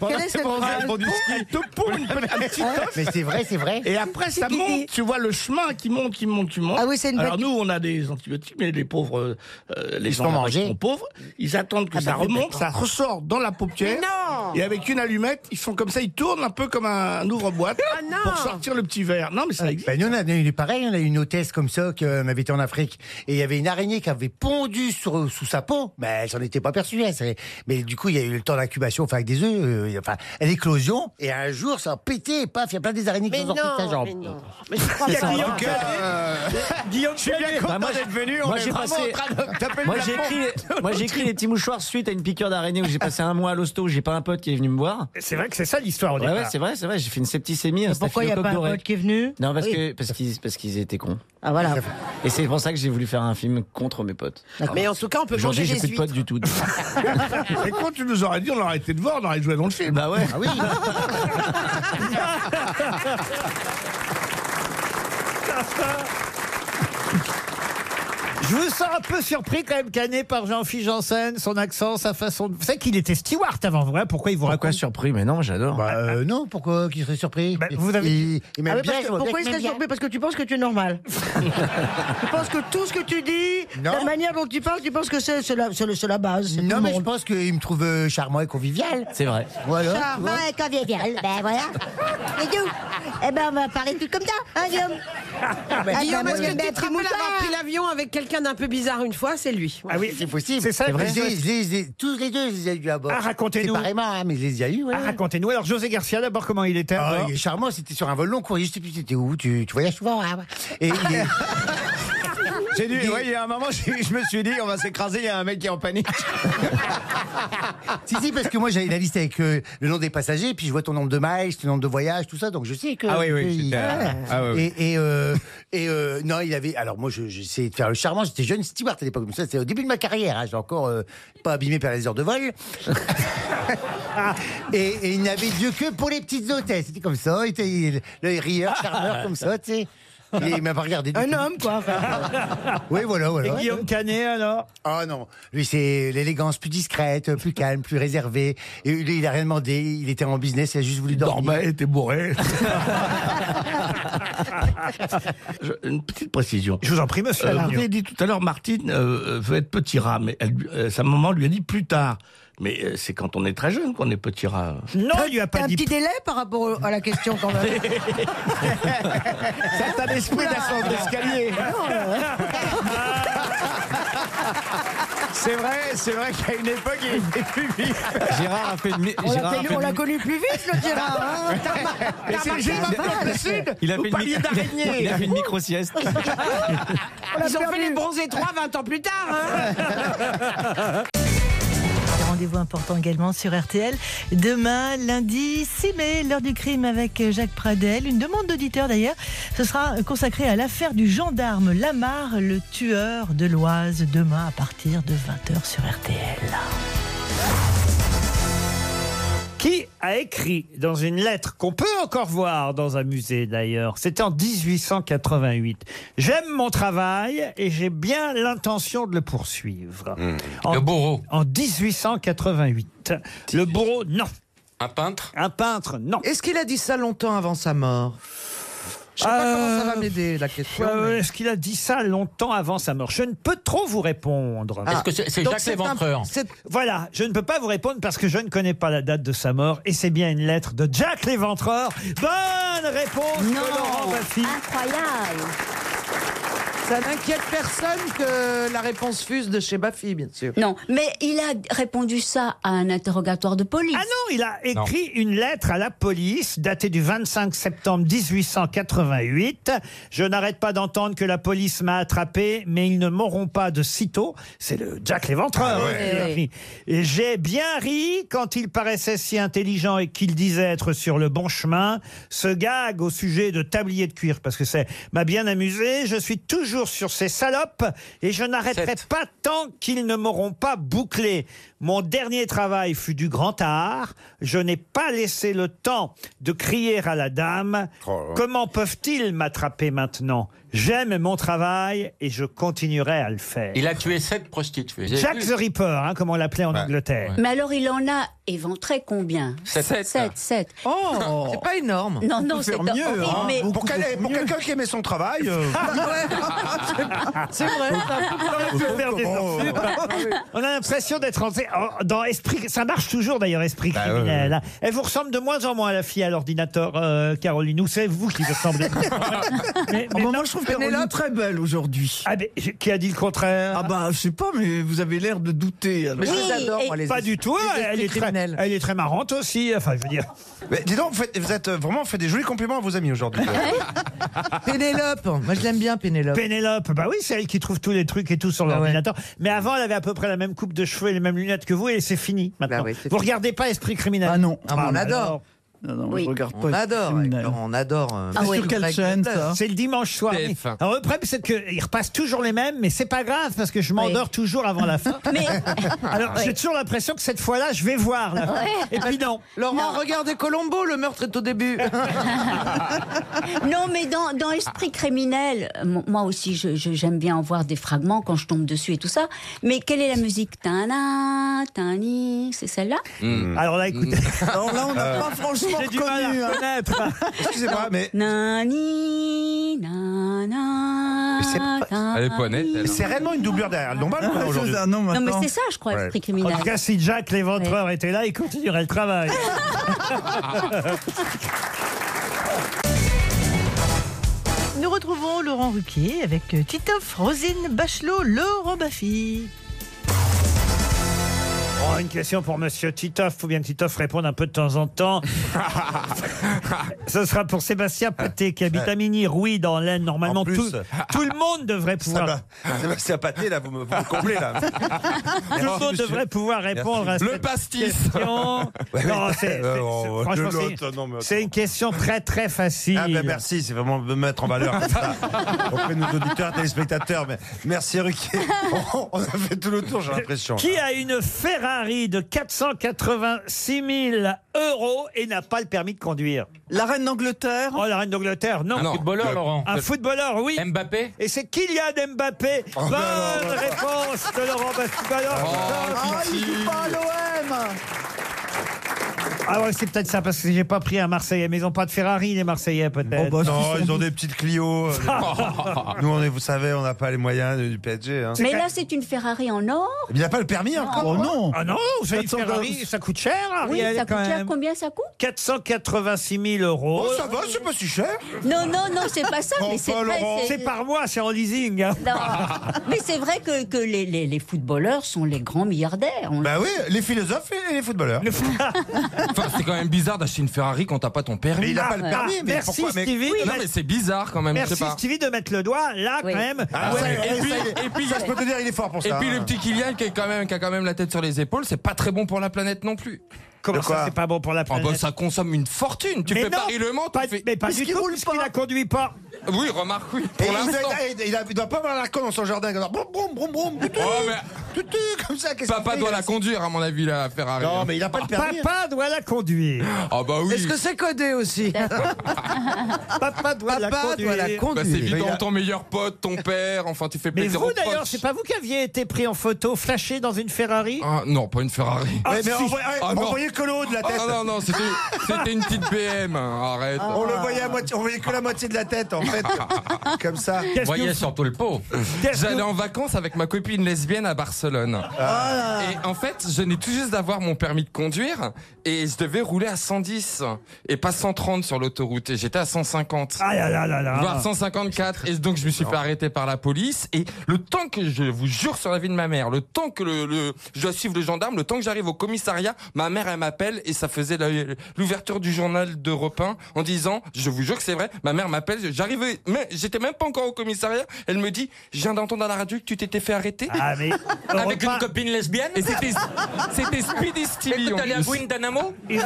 Speaker 15: Pendant
Speaker 9: Quelle est
Speaker 15: les
Speaker 9: cette
Speaker 15: bronzés,
Speaker 9: phrase
Speaker 15: elles font du ski. Elles te pondent une petite toffe.
Speaker 19: Mais c'est vrai, c'est vrai.
Speaker 15: Et après, ça
Speaker 9: C'est qui
Speaker 15: monte.
Speaker 9: dit
Speaker 15: Tu vois le chemin qui monte, qui monte, qui monte.
Speaker 9: Ah oui, c'est une
Speaker 15: Alors
Speaker 9: bête-
Speaker 15: nous, on a des antibiotiques, mais les pauvres, euh, les
Speaker 19: Ils
Speaker 15: gens
Speaker 19: sont
Speaker 15: là-bas
Speaker 19: mangés.
Speaker 15: qui sont pauvres, ils attendent que
Speaker 19: Ah
Speaker 15: ça
Speaker 19: bah oui,
Speaker 15: remonte,
Speaker 19: d'accord.
Speaker 15: ça ressort dans la paupière.
Speaker 7: Mais non
Speaker 15: Et avec une allumette, ils font comme ça, ils tournent un peu comme un ouvre-boîte
Speaker 7: Ah non
Speaker 15: pour sortir le petit verre. Non, mais ça existe.
Speaker 19: Ben, nous, on a eu pareil. On a eu une hôtesse comme ça qui euh, m'avait été en Afrique. Et il y avait une araignée qui avait pondu sur, sous sa peau. Ben, elle s'en était pas perçue. elle, c'est- Mais du coup, il y a eu le temps d'incubation, enfin, avec des œufs, euh, et, enfin, à l'éclosion. Et un jour, ça a pété. Et paf, il y a plein des araignées qui
Speaker 7: Mais
Speaker 19: sont sorties de sa
Speaker 7: non,
Speaker 19: jambe.
Speaker 7: mais non. Mais je crois
Speaker 6: Il y a
Speaker 7: pas.
Speaker 6: Guillaume
Speaker 7: Guillaume
Speaker 6: Canet. Guillaume
Speaker 1: Je suis bien
Speaker 6: Canet.
Speaker 1: content
Speaker 11: Bah, moi,
Speaker 1: d'être venu. On
Speaker 11: Moi
Speaker 1: est
Speaker 11: j'ai
Speaker 1: vraiment
Speaker 11: passé,
Speaker 1: en train de taper le
Speaker 11: moi
Speaker 1: plafond.
Speaker 11: j'ai écrit, moi j'ai écrit les petits mouchoirs suite à une piqûre d'araignée où j'ai passé un mois à l'hosto. J'ai pas un pote qui est venu me voir.
Speaker 6: C'est vrai que c'est ça l'histoire au
Speaker 11: Ouais,
Speaker 6: départ.
Speaker 11: ouais, c'est vrai, c'est vrai. J'ai fait une septicémie. un
Speaker 9: Pourquoi il n'y a pas
Speaker 11: staphylocoque
Speaker 9: un
Speaker 11: doré.
Speaker 9: pote qui est venu
Speaker 11: Non, parce
Speaker 9: Oui.
Speaker 11: que parce qu'ils parce qu'ils étaient cons.
Speaker 9: Ah voilà.
Speaker 11: Et c'est pour ça que j'ai voulu faire un film contre mes potes.
Speaker 7: Mais en tout cas, on peut manger
Speaker 11: Aujourd'hui, j'ai
Speaker 7: des
Speaker 11: plus de potes
Speaker 7: huîtres.
Speaker 11: du tout.
Speaker 15: Et quand tu nous aurais dit, on aurait été de voir, on aurait joué dans le film.
Speaker 11: Bah ouais.
Speaker 19: oui.
Speaker 6: Je vous sens un peu surpris quand même canné par Jean-Philippe Janssen, son accent, sa façon de... Vous savez qu'il était steward avant, voilà pourquoi il vous raconte... Pourquoi surpris Mais non, j'adore.
Speaker 15: Bah.
Speaker 19: Euh, non, pourquoi qu'il serait surpris
Speaker 15: Ben,
Speaker 6: vous avez-
Speaker 19: Il, il m'aime
Speaker 6: Ah oui,
Speaker 19: bien,
Speaker 6: parce que-
Speaker 19: je vois bien
Speaker 6: pourquoi
Speaker 19: qu'il
Speaker 6: il serait
Speaker 19: m'aime bien.
Speaker 6: surpris
Speaker 22: Parce que tu penses que tu es normal. tu penses que tout ce que tu dis,
Speaker 19: Non.
Speaker 22: la manière dont tu parles, tu penses que c'est c'est la, c'est le- c'est la base.
Speaker 19: Non, mais je pense qu'il me trouve euh, charmant et convivial.
Speaker 11: C'est vrai.
Speaker 19: Voilà.
Speaker 14: Charmant et convivial, ben voilà. Et tout. Eh ben on va parler tout comme ça, hein Guillaume
Speaker 20: Bah, Guillaume,
Speaker 14: ben,
Speaker 20: est-ce
Speaker 14: moi,
Speaker 20: que
Speaker 14: ben,
Speaker 20: tu te rappelles avoir pris l'avion avec quelqu'un d'un peu bizarre une fois C'est lui.
Speaker 6: Ah oui,
Speaker 19: c'est possible.
Speaker 6: C'est ça,
Speaker 19: vrai.
Speaker 6: mais-
Speaker 19: Je les- je les ai- tous les deux, je les ai eu à bord.
Speaker 6: Ah, racontez-nous.
Speaker 19: Séparément, hein, mais je les ai eu. ouais.
Speaker 6: Ah, Racontez-nous. Alors, José Garcia, d'abord, comment il était à
Speaker 19: Ah,
Speaker 6: bord
Speaker 19: il est charmant, c'était sur un vol long cours. Je sais plus, c'était où tu, tu voyages souvent. hein. Et il est-
Speaker 1: J'ai dû, ouais, il y a un moment, j'ai- je me suis dit, on va s'écraser, il y a un mec qui est en panique.
Speaker 19: si, si, parce que moi j'avais la liste avec euh, le nom des passagers, puis je vois ton nombre de miles, ton nombre de voyages, tout ça, donc je sais que.
Speaker 1: Ah oui, oui,
Speaker 19: que il-
Speaker 1: c'était-
Speaker 19: Ouais.
Speaker 1: ah oui, oui.
Speaker 19: Et, et, euh, et, euh, non, il avait. Alors moi, je- j'essayais de faire le charmant, j'étais jeune steward à l'époque, comme ça, c'était au début de ma carrière, hein, j'ai encore euh, pas abîmé par les heures de vol. et, et il n'avait Dieu que pour les petites hôtesses, c'était comme ça, il était il- le rieur, charmeur, comme ça, tu sais. Et il m'a pas regardé. Un homme, quoi. oui, voilà, voilà.
Speaker 6: Et Guillaume Canet, alors
Speaker 19: Ah non, lui, c'est l'élégance plus discrète, plus calme, plus réservée. Et lui, il a rien demandé, il était en business, il a juste voulu dormir. Dormait, il était bourré.
Speaker 6: Ah,
Speaker 17: Je- une petite précision. Euh,
Speaker 6: Je vous en prie, monsieur
Speaker 17: vous
Speaker 6: Alarmion.
Speaker 17: avez dit tout à l'heure, Martine euh, euh, veut être petit rat, mais elle- euh, sa maman lui a dit plus tard. Mais euh, c'est quand on est très jeune qu'on est petit rat.
Speaker 6: Non, il lui a
Speaker 22: T'as un petit délai par rapport au- à la question quand même.
Speaker 17: C'est un esprit
Speaker 1: d'ascenseur d'escalier. C'est vrai, c'est vrai qu'à une époque, il était plus vite.
Speaker 11: Gérard a fait une. mi-
Speaker 22: On l'a
Speaker 11: Gérard a
Speaker 22: connu-
Speaker 11: fait
Speaker 22: on
Speaker 11: une-
Speaker 22: l'a connu plus vite, le Gérard. hein. T'as remar-
Speaker 11: Mais
Speaker 22: t'as
Speaker 11: c'est-
Speaker 22: remarqué
Speaker 11: j'ai
Speaker 22: la
Speaker 11: pas
Speaker 22: vache
Speaker 11: fait le sud. Il a
Speaker 17: Vous
Speaker 11: fait une
Speaker 17: parliez
Speaker 11: mi-
Speaker 17: d'araignée.
Speaker 11: Il a fait une micro-sieste.
Speaker 20: Ils ont fait les bronzés 3 20 ans plus tard. hein.
Speaker 5: Rendez-vous important également sur RTL. Demain, lundi 6 mai, l'heure du crime avec Jacques Pradel. Une demande d'auditeur d'ailleurs. Ce sera consacré à l'affaire du gendarme Lamar, le tueur de l'Oise, demain à partir de 20h sur RTL.
Speaker 6: Qui a écrit dans une lettre qu'on peut encore voir dans un musée d'ailleurs, c'était en 1888, J'aime mon travail et j'ai bien l'intention de le poursuivre. le bourreau. En 1888. Le bourreau, non.
Speaker 7: Un peintre
Speaker 6: Un peintre, non.
Speaker 9: Est-ce qu'il a dit ça longtemps avant sa mort Je sais pas comment ça va m'aider la question.
Speaker 6: Euh,
Speaker 9: mais-
Speaker 6: Est-ce qu'il a dit ça longtemps avant sa mort Je ne peux trop vous répondre.
Speaker 9: Ah, Est-ce que c'est- c'est
Speaker 6: Donc
Speaker 9: Jacques l'Éventreur
Speaker 6: un- c'est- Voilà, je ne peux pas vous répondre parce que je ne connais pas la date de sa mort et c'est bien une lettre de Jacques l'Éventreur. Bonne réponse de Laurent Baffy.
Speaker 10: Incroyable.
Speaker 9: Ça n'inquiète personne que la réponse fuse de chez Baffy, bien sûr.
Speaker 10: Non, mais il a répondu ça à un interrogatoire de police.
Speaker 6: Ah non, il a écrit une lettre à la police datée du 25 septembre 1888. Je n'arrête pas d'entendre que la police m'a attrapé, mais ils ne m'auront pas de sitôt. C'est le Jack l'éventreur.
Speaker 17: Ah ouais.
Speaker 6: hein, qui l'a
Speaker 17: Eh oui.
Speaker 6: écrit. Et J'ai bien ri quand il paraissait si intelligent et qu'il disait être sur le bon chemin. Ce gag au sujet de tablier de cuir, parce que c'est m'a bien amusé. Je suis toujours sur ces salopes et je n'arrêterai pas tant qu'ils ne m'auront pas bouclé. Mon dernier travail fut du grand art. Je n'ai pas laissé le temps de crier à la dame.
Speaker 17: Oh,
Speaker 6: Comment peuvent-ils m'attraper maintenant J'aime mon travail et je continuerai à le faire.
Speaker 7: Il a tué sept prostituées.
Speaker 6: Jack the Ripper, hein, comme on l'appelait en Angleterre.
Speaker 10: Mais alors, il en a éventré combien
Speaker 6: Sept.
Speaker 10: Sept, sept. Oh
Speaker 9: C'est pas énorme.
Speaker 10: Non, non, c'est
Speaker 9: mieux.
Speaker 10: horrible,
Speaker 9: hein.
Speaker 10: mais-
Speaker 9: Pour qu'elle ait-
Speaker 8: Pour quelqu'un qui aimait son travail. euh,
Speaker 9: C'est vrai.
Speaker 6: On peut faire des censures. On a l'impression d'être entré en- dans esprit. Ça marche toujours d'ailleurs, esprit criminel. hein. Elle vous ressemble de moins en moins à la fille à l'ordinateur, euh, Caroline. Ou c'est vous qui vous ressemblez
Speaker 12: Au moment, Oh, je trouve Caroline très belle aujourd'hui.
Speaker 6: Ah, qui a dit le contraire
Speaker 12: Ah bah, je sais pas, mais vous avez l'air de douter. alors.
Speaker 6: Pas du tout. Elle est, très, elle est très marrante aussi. Enfin, je veux dire.
Speaker 8: Mais dis donc, vous, faites- vous êtes euh, vraiment on fait des jolis compliments à vos amis aujourd'hui.
Speaker 9: Pénélope. Moi, je l'aime bien, Pénélope.
Speaker 6: Pénélope, bah oui, c'est elle qui trouve tous les trucs et tout sur l'ordinateur. Mais avant, elle avait à peu près la même coupe de cheveux et les mêmes lunettes que vous, et c'est fini maintenant. vous regardez pas Esprit criminel bah
Speaker 12: Ah non.
Speaker 9: Ah, mais on adore.
Speaker 12: Non, non,
Speaker 9: Oui.
Speaker 12: je regarde
Speaker 9: On
Speaker 12: pas.
Speaker 9: adore,
Speaker 12: criminel.
Speaker 9: on adore. euh,
Speaker 12: C'est sur
Speaker 9: Patrick
Speaker 12: quelle
Speaker 9: Dragon.
Speaker 12: chaîne, ça
Speaker 6: C'est le dimanche soir.
Speaker 9: TF1.
Speaker 6: Alors le problème c'est qu'ils repassent toujours les mêmes, mais c'est pas grave parce que je m'endors toujours avant la fin.
Speaker 10: Mais-
Speaker 6: Alors j'ai
Speaker 9: Oui.
Speaker 6: toujours l'impression que cette fois-là je vais voir. la fin. Et puis non.
Speaker 9: Laurent, regardez Colombo, le meurtre est au début.
Speaker 10: Non, mais dans, dans Esprit criminel, euh, mo- moi aussi, je- je- j'aime bien en voir des fragments quand je tombe dessus et tout ça. Mais quelle est la musique Tana, tani, c'est celle-là
Speaker 6: Alors là, écoutez.
Speaker 10: Alors là, on n'a
Speaker 2: Euh,
Speaker 10: pas franchement
Speaker 2: j'ai du mal à
Speaker 10: reconnu, hein.
Speaker 6: reconnaître.
Speaker 8: Ah,
Speaker 10: Excusez-moi, mais- Nani, nana,
Speaker 8: C'est
Speaker 10: tani.
Speaker 8: C'est réellement une doubleur derrière le dombal
Speaker 10: Ah,
Speaker 8: aujourd'hui.
Speaker 10: c'est un nom, maintenant. Non, mais c'est ça, je crois, esprit criminel.
Speaker 6: En tout cas, si Jack l'éventreur était là, il continuerait le travail.
Speaker 5: Nous retrouvons Laurent Ruquier avec euh, Titoff, Rosine Bachelot, Laurent Baffy.
Speaker 6: Bon, Oh, une question pour Monsieur Titoff. Faut bien que Titoff réponde un peu de temps en temps. Ce sera pour Sébastien Paté qui habite à Mini, Rouy, dans l'Aisne. Normalement, tout, tout le monde devrait pouvoir.
Speaker 8: Ah, Sébastien Paté, là, vous me, vous me comblez, là.
Speaker 6: Tout le monde devrait pouvoir répondre à
Speaker 8: Merci.
Speaker 6: cette
Speaker 8: Le pastis.
Speaker 6: question.
Speaker 8: Ouais,
Speaker 6: Non,
Speaker 8: mais-
Speaker 6: c'est- c'est-
Speaker 8: Euh, oh,
Speaker 6: c'est- franchement,
Speaker 8: de l'autre,
Speaker 6: c'est-
Speaker 8: non, mais
Speaker 6: c'est une question très très facile.
Speaker 8: Ah ben merci, c'est vraiment me mettre en valeur comme Bah, ça. auprès de nos auditeurs, téléspectateurs. Mais merci Ruquier. On, on a fait tout le tour, j'ai l'impression.
Speaker 6: Qui a une Ferrari de 486 000 euros et n'a pas le permis de conduire La reine d'Angleterre Oh, la reine d'Angleterre,
Speaker 8: Ah
Speaker 6: non.
Speaker 17: Un footballeur,
Speaker 6: Euh,
Speaker 17: Laurent.
Speaker 6: Un footballeur, oui. Mbappé Et c'est Kylian Mbappé.
Speaker 17: Oh,
Speaker 6: Bonne
Speaker 17: non.
Speaker 6: réponse de Laurent Bastiballard.
Speaker 8: Oh,
Speaker 12: Ah, il joue pas à l'OM
Speaker 6: Ah ouais, c'est peut-être ça, parce que j'ai pas pris un Marseillais. Mais ils ont pas de Ferrari, les Marseillais, peut-être.
Speaker 8: Oh,
Speaker 15: Oh,
Speaker 8: bah,
Speaker 15: bah,
Speaker 8: non, ils ont des petites Clio. euh, des- Nous, on est, vous savez, on n'a pas les moyens du du PSG. Hein.
Speaker 10: Mais là, c'est une Ferrari en or.
Speaker 8: Il n'a pas le permis encore hein.
Speaker 10: Oh
Speaker 6: non. Ah non, c'est une
Speaker 8: 400
Speaker 6: Ferrari, ça coûte cher,
Speaker 8: Ah,
Speaker 10: Oui,
Speaker 6: Ariel,
Speaker 10: ça
Speaker 6: quand
Speaker 10: coûte cher.
Speaker 6: même.
Speaker 10: Combien ça coûte
Speaker 6: 486 000 euros.
Speaker 8: Oh, ça va, c'est pas si cher. Oh,
Speaker 10: Non, non, non, c'est pas ça, mais c'est vrai, c'est-
Speaker 6: C'est par mois, c'est en leasing. hein.
Speaker 10: Non. Mais c'est vrai que, que les, les- les footballeurs sont les grands milliardaires. On-
Speaker 8: Bah oui, les philosophes et les footballeurs.
Speaker 7: Enfin, c'est quand même bizarre d'acheter une Ferrari quand t'as pas ton permis. Ah,
Speaker 8: Mais il a pas le permis, mais
Speaker 6: Merci,
Speaker 8: pourquoi, mec
Speaker 6: Stevie.
Speaker 7: Non, mais c'est bizarre quand même.
Speaker 6: Merci
Speaker 7: je sais pas.
Speaker 6: Stevie de mettre le doigt là quand même.
Speaker 7: Ah, ça y est,
Speaker 8: Et
Speaker 7: ça
Speaker 8: puis-
Speaker 7: y est.
Speaker 8: et puis- Ça, je peux te dire, il est fort pour
Speaker 7: Et
Speaker 8: ça,
Speaker 7: puis
Speaker 8: hein.
Speaker 7: le petit Kylian qui, est quand même, qui a quand même la tête sur les épaules, c'est pas très bon pour la planète non plus.
Speaker 6: Comment ça, c'est pas bon pour la
Speaker 7: Ah bah,
Speaker 6: planète
Speaker 7: ça consomme une fortune. Tu
Speaker 6: Mais
Speaker 7: fais
Speaker 6: non,
Speaker 7: Paris Le Mans, tu fais-
Speaker 6: Mais pas du tout, parce qu'il la conduit pas.
Speaker 7: Oui, remarque, Ah oui.
Speaker 8: Et
Speaker 7: Pour
Speaker 8: il,
Speaker 7: l'instant.
Speaker 8: doit- il, a- il doit pas avoir la con dans son jardin. comme ça, Brum, brum, brum, brum,
Speaker 7: Oh,
Speaker 8: tutu, tutu, comme ça. qu'est-ce qu'il
Speaker 7: Papa
Speaker 8: fait,
Speaker 7: doit
Speaker 8: il a-
Speaker 7: la conduire, à mon avis, la Ferrari.
Speaker 8: Non, mais il a pas le permis. hein.
Speaker 6: Papa doit la conduire.
Speaker 7: Ah, bah oui.
Speaker 9: Est-ce que c'est codé aussi
Speaker 6: Papa doit la
Speaker 9: Papa doit la
Speaker 7: Bah,
Speaker 9: conduire.
Speaker 7: c'est évident,
Speaker 9: Mais il a-
Speaker 7: ton meilleur pote, ton père, enfin, tu fais
Speaker 6: Mais
Speaker 7: plaisir
Speaker 6: vous
Speaker 7: aux
Speaker 6: d'ailleurs,
Speaker 7: proches.
Speaker 6: c'est pas vous qui aviez été pris en photo, flashé dans une Ferrari
Speaker 7: Ah, non, pas une Ferrari.
Speaker 6: Ah, si.
Speaker 7: Ah, non.
Speaker 8: envoyez Colo de la
Speaker 7: Ah,
Speaker 8: tête.
Speaker 7: non, non, c'était c'était une petite BM. hein, Arrête.
Speaker 8: On le voyait à moitié, on voyait que la moitié de la tête en fait, comme ça.
Speaker 7: Vous voyez surtout le pot.
Speaker 8: Qu'est-ce que
Speaker 7: J'allais
Speaker 8: vous-
Speaker 7: en vacances avec ma copine lesbienne à Barcelone.
Speaker 8: Ah.
Speaker 7: Et en fait, je n'ai tout juste d'avoir mon permis de conduire et je devais rouler à 110 et pas 130 sur l'autoroute et j'étais à 150.
Speaker 6: Ah là là là là.
Speaker 7: Voire 154 et donc je me suis fait arrêter par la police et le temps que je vous jure sur la vie de ma mère, le temps que le, le- je dois suivre le gendarme, le temps que j'arrive au commissariat, ma mère elle m'appelle et ça faisait la- l'ouverture du journal d'Europe 1 en disant je vous jure que c'est vrai, ma mère m'appelle, j'arrivais mais j'étais même pas encore au commissariat, elle me dit je viens d'entendre à la radio que tu t'étais fait arrêter
Speaker 6: Ah, mais Europe
Speaker 7: avec
Speaker 6: 1.
Speaker 7: une copine lesbienne et c'était c'était Speedy Stevie.
Speaker 6: Écoute,
Speaker 7: en
Speaker 6: allez à
Speaker 7: plus.
Speaker 6: Ils ont,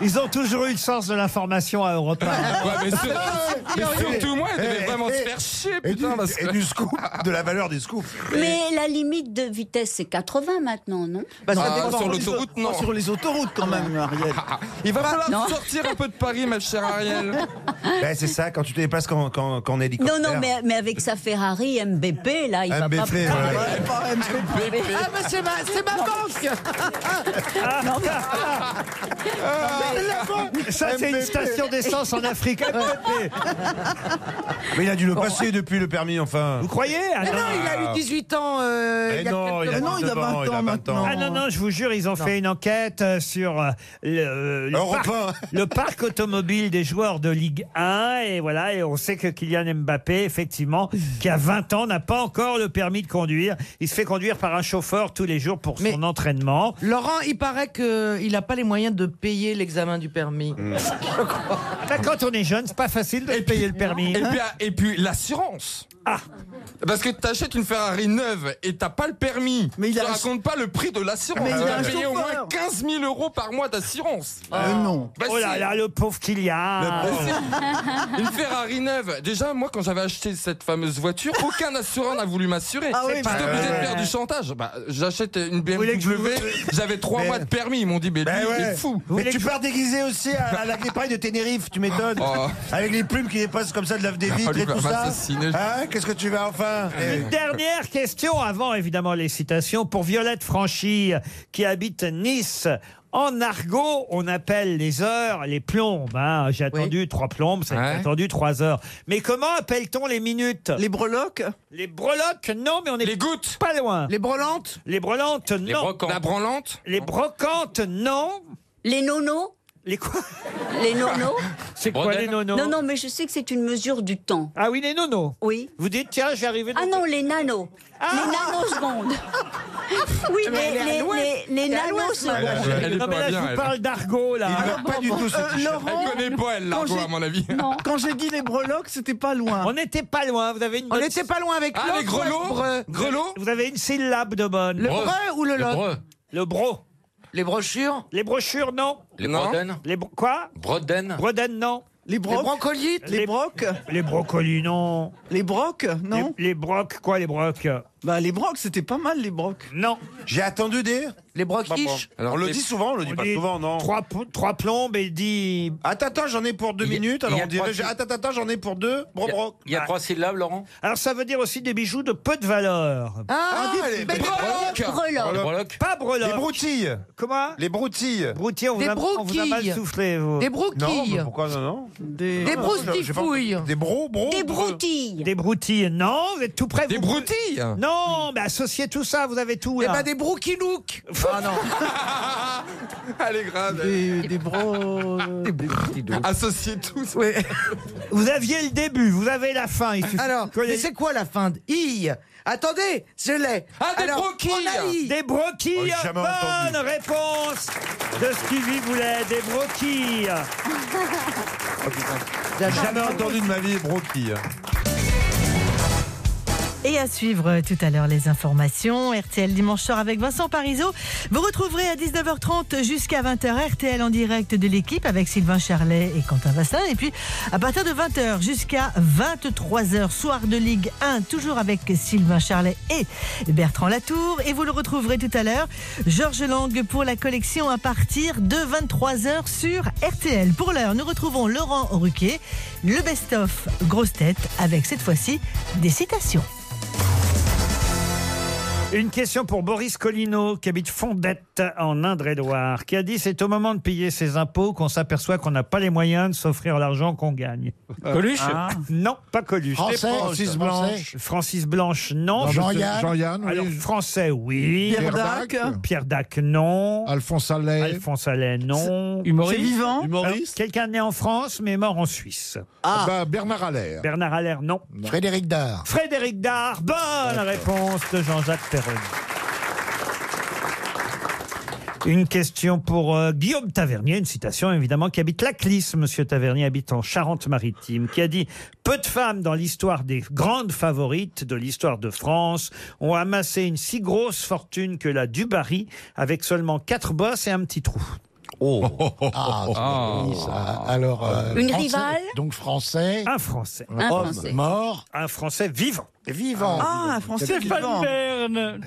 Speaker 6: ils ont toujours eu le sens de l'information à Europe Ah, 1.
Speaker 7: Ouais, mais, sur- mais surtout moi, elle devait
Speaker 8: Eh,
Speaker 7: vraiment
Speaker 8: eh,
Speaker 7: se faire chier,
Speaker 8: Et du,
Speaker 7: putain, parce
Speaker 8: et
Speaker 7: que-
Speaker 8: du scoop, de la valeur du scoop.
Speaker 10: Mais la limite de vitesse, c'est 80 maintenant, non
Speaker 7: Bah, ça Ah, dépend. sur l'autoroute, non. Sur
Speaker 10: les autoroutes,
Speaker 6: Ah,
Speaker 10: quand même, Ariel.
Speaker 7: Il va
Speaker 10: Bah,
Speaker 7: falloir
Speaker 10: non.
Speaker 7: sortir un peu de Paris, ma chère Ariel.
Speaker 8: Ben, c'est ça, quand tu te déplaces qu'en qu'en- qu'en hélicoptère.
Speaker 10: Non, non, mais, mais avec sa Ferrari MBP, là, il va
Speaker 8: MBP,
Speaker 10: pas...
Speaker 8: ouais. Ouais,
Speaker 20: Ah, mais c'est ma, c'est ma banque
Speaker 10: Non, mais-
Speaker 19: Ah,
Speaker 6: Ça, c'est une station d'essence en Afrique.
Speaker 8: Mais il a dû le passer depuis le permis, enfin.
Speaker 6: Vous croyez Ah
Speaker 20: Mais non, il a eu 18 ans. euh,
Speaker 8: Eh
Speaker 20: il y a
Speaker 8: non,
Speaker 20: quelques
Speaker 8: il a
Speaker 20: mois.
Speaker 8: 19 ans, il a 20 ans.
Speaker 6: Ah non, non, je vous jure, ils ont
Speaker 8: Non.
Speaker 6: fait une enquête euh, sur euh, le, le
Speaker 8: Europe
Speaker 6: parc, le parc automobile des joueurs de Ligue 1. Et voilà, et on sait que Kylian Mbappé, effectivement, qui a 20 ans, n'a pas encore le permis de conduire. Il se fait conduire par un chauffeur tous les jours pour son entraînement.
Speaker 9: Laurent, euh, il paraît qu'il n'a pas les moyens de payer l'examen du permis.
Speaker 6: Bah, Quand on est jeune, c'est pas facile de payer le permis. hein Ah.
Speaker 7: Et puis, et puis l'assurance. Parce que t'achètes une Ferrari neuve et t'as pas le permis. Mais il
Speaker 12: il
Speaker 7: tu
Speaker 12: a un-
Speaker 7: racontes pas le prix de l'assurance.
Speaker 12: Mais il
Speaker 7: Tu
Speaker 12: a
Speaker 7: vas
Speaker 12: un
Speaker 7: payer au moins
Speaker 12: chauffeur.
Speaker 7: 15 000 euros par mois d'assurance.
Speaker 12: Euh, non.
Speaker 7: Bah
Speaker 6: oh là
Speaker 7: si.
Speaker 6: là, le pauvre Kylian.
Speaker 7: Le pauvre. Une Ferrari neuve. Déjà, moi, quand j'avais acheté cette fameuse voiture, aucun assureur n'a voulu m'assurer.
Speaker 6: Ah oui,
Speaker 7: J'étais
Speaker 6: bah,
Speaker 7: obligé
Speaker 6: ouais.
Speaker 7: de faire du chantage. Bah, j'achète une
Speaker 6: voulez que je vous-
Speaker 7: BMW. J'avais trois
Speaker 6: Mais- Bah
Speaker 7: mois de permis. Ils m'ont dit, mais lui,
Speaker 8: Ben
Speaker 7: il
Speaker 8: ouais.
Speaker 7: est fou.
Speaker 8: Mais tu pars déguisé aussi à, à la campagne de Tenerife, tu m'étonnes.
Speaker 6: Oh.
Speaker 8: Avec les plumes qui dépassent comme ça de la des
Speaker 6: Ah,
Speaker 7: Oh,
Speaker 8: vitres
Speaker 7: lui,
Speaker 6: bah,
Speaker 8: et
Speaker 7: va
Speaker 8: tout ça.
Speaker 7: m'assassiner.
Speaker 8: Hein, Qu'est-ce que tu vas enfin Eh.
Speaker 6: Une dernière question avant évidemment les citations pour Violette Franchi qui habite Nice. En argot, on appelle les heures les plombes. hein. J'ai attendu trois plombes, ça
Speaker 12: Ouais.
Speaker 6: j'ai attendu trois heures. Mais comment appelle-t-on les minutes Les breloques Les breloques, non, mais on est les
Speaker 7: gouttes.
Speaker 6: pas loin. Les brelantes Les brelantes, non.
Speaker 7: brocantes. La branlante
Speaker 6: Les brocantes, non.
Speaker 10: Les nonos
Speaker 6: Les quoi
Speaker 10: Les nonos
Speaker 6: C'est quoi les nonos
Speaker 10: Non, non, mais je sais que c'est une mesure du temps.
Speaker 6: Ah oui, les nonos
Speaker 10: Oui.
Speaker 6: Vous dites, tiens, je vais arriver. Ah.
Speaker 10: Ah non, les nanos. Les nanosecondes. oui,
Speaker 6: Mais
Speaker 10: les,
Speaker 6: elle est à
Speaker 10: les,
Speaker 6: l'ouest.
Speaker 10: les, les
Speaker 6: Elle est à l'ouest,
Speaker 10: nanosecondes.
Speaker 6: ma blague.
Speaker 7: Elle est
Speaker 6: Non, mais
Speaker 7: pas
Speaker 6: là, je
Speaker 7: bien,
Speaker 6: vous
Speaker 7: elle.
Speaker 6: parle d'argot, là.
Speaker 7: Il va pas du tout ce
Speaker 12: Euh,
Speaker 7: t-shirt.
Speaker 12: Laurent,
Speaker 7: Elle connaît pas, elle,
Speaker 12: quand
Speaker 7: l'argot,
Speaker 12: j'ai-
Speaker 7: à mon avis.
Speaker 6: Ah,
Speaker 12: Non. Quand j'ai dit les breloques, c'était pas loin.
Speaker 6: On n'était pas loin, vous avez une
Speaker 12: On n'était pas loin avec
Speaker 6: Ah, les grelots
Speaker 9: euh,
Speaker 6: Grelots Vous avez une syllabe de bonne.
Speaker 12: Le Breu. breu ou le Le lot breu.
Speaker 6: Le bro. Les brochures Les brochures, non.
Speaker 12: Les
Speaker 6: Non.
Speaker 12: broden
Speaker 6: Les bro- quoi
Speaker 7: Broden.
Speaker 6: Broden, non. Les
Speaker 12: brocs Les brocolites Les
Speaker 6: brocs Les brocolis, non. Les brocs, non Les, brocs, quoi, les brocs Bah, les brocs, c'était pas mal, les brocs. Non.
Speaker 8: J'ai attendu dire
Speaker 6: Les broquiches
Speaker 8: on le dit souvent, on le dit pas souvent, non
Speaker 6: Trois, pl- trois plombes et dit.
Speaker 8: Attends, attends, j'en ai pour deux
Speaker 6: Il y a-
Speaker 8: minutes.
Speaker 6: il
Speaker 8: Alors
Speaker 6: y a
Speaker 8: on dirait,
Speaker 6: trois
Speaker 8: j'ai-
Speaker 6: sy-
Speaker 8: attends, attends, j'en ai pour deux. Bro, bro.
Speaker 6: Il y a trois syllabes, Laurent Alors, ça veut dire aussi des bijoux de peu de valeur.
Speaker 8: Ah, les
Speaker 6: des- des breloques. Breloques. Pas breloques.
Speaker 8: Les broutilles.
Speaker 6: Comment
Speaker 8: Les broutilles.
Speaker 6: Broutilles, on
Speaker 8: Des
Speaker 6: vous, a, on vous a mal
Speaker 8: broquilles.
Speaker 6: soufflé, vous.
Speaker 8: Des broquilles. Non, mais pourquoi non, non
Speaker 6: Des,
Speaker 8: Des broustifouilles. Des bros, bros, Des breux.
Speaker 10: broutilles.
Speaker 6: Des broutilles, non, vous êtes tout près. Des
Speaker 7: broutilles
Speaker 6: Non, mais associez tout ça, vous avez tout,
Speaker 9: Eh
Speaker 6: là.
Speaker 9: ben, des brouquinouks
Speaker 6: Ah non
Speaker 7: Elle est grave.
Speaker 6: Des,
Speaker 12: Oh.
Speaker 6: bros...
Speaker 7: Associez tous.
Speaker 6: Vous aviez le début, vous avez la fin. Il suffit
Speaker 9: Alors,
Speaker 6: que vous
Speaker 9: mais
Speaker 6: ayez-
Speaker 9: c'est quoi la fin de I Attendez, je l'ai.
Speaker 6: Ah, des
Speaker 9: Alors,
Speaker 6: broquilles
Speaker 9: on a I.
Speaker 6: Des broquilles
Speaker 9: Oh, j'ai jamais
Speaker 6: Bonne réponse de Stevie Boulet, des broquilles
Speaker 8: J'ai jamais entendu de ma vie broquilles.
Speaker 5: Et à suivre euh, tout à l'heure les informations. RTL dimanche soir avec Vincent Parisot. Vous retrouverez à 19h30 jusqu'à 20h RTL en direct de l'équipe avec Sylvain Charlet et Quentin Vasselin. Et puis à partir de 20h jusqu'à 23h, soir de Ligue 1, toujours avec Sylvain Charlet et Bertrand Latour. Et vous le retrouverez tout à l'heure, Georges Lang pour la collection à partir de 23h sur RTL. Pour l'heure, nous retrouvons Laurent Ruquier, le best-of Grosse Tête avec cette fois-ci des citations.
Speaker 6: Une question pour Boris Collineau, qui habite Fondette, en Indre-et-Loire, qui a dit C'est au moment de payer ses impôts qu'on s'aperçoit qu'on n'a pas les moyens de s'offrir l'argent qu'on gagne.
Speaker 15: Euh,
Speaker 18: Coluche
Speaker 8: hein
Speaker 6: Ah. Non, pas Coluche.
Speaker 18: Français, Francis Blanche.
Speaker 6: Francis Blanche, non.
Speaker 15: Jean-Yann. Jean-Yann, oui.
Speaker 6: Alors, français, oui.
Speaker 15: Pierre Pierre Dac. Dac.
Speaker 6: Pierre Dac, non. Alphonse Allais. Alphonse Allais, non.
Speaker 15: C'est- humoriste. C'est vivant
Speaker 6: Alors, Quelqu'un né en France, mais mort en Suisse.
Speaker 15: Ah. Bah, Bernard Allaire.
Speaker 6: Bernard Allaire, non.
Speaker 15: Frédéric Dard.
Speaker 6: Frédéric Dard, bonne réponse de Jean-Jacques Perroni. Une question pour euh, Guillaume Tavernier, une citation évidemment, qui habite Laclis, monsieur Tavernier, habite en Charente-Maritime, qui a dit « Peu de femmes dans l'histoire des grandes favorites de l'histoire de France ont amassé une si grosse fortune que la Dubarry, avec seulement quatre bosses et un petit trou. »
Speaker 15: Oh. Ah, c'est
Speaker 6: oh,
Speaker 15: joli, ça. Alors. euh,
Speaker 10: Une
Speaker 15: Français.
Speaker 10: rivale
Speaker 15: Donc français.
Speaker 6: Un français.
Speaker 10: Un
Speaker 15: Homme
Speaker 10: Français.
Speaker 15: mort.
Speaker 6: Un français vivant.
Speaker 15: Vivant.
Speaker 12: Ah, un Français vivant.
Speaker 6: Bern.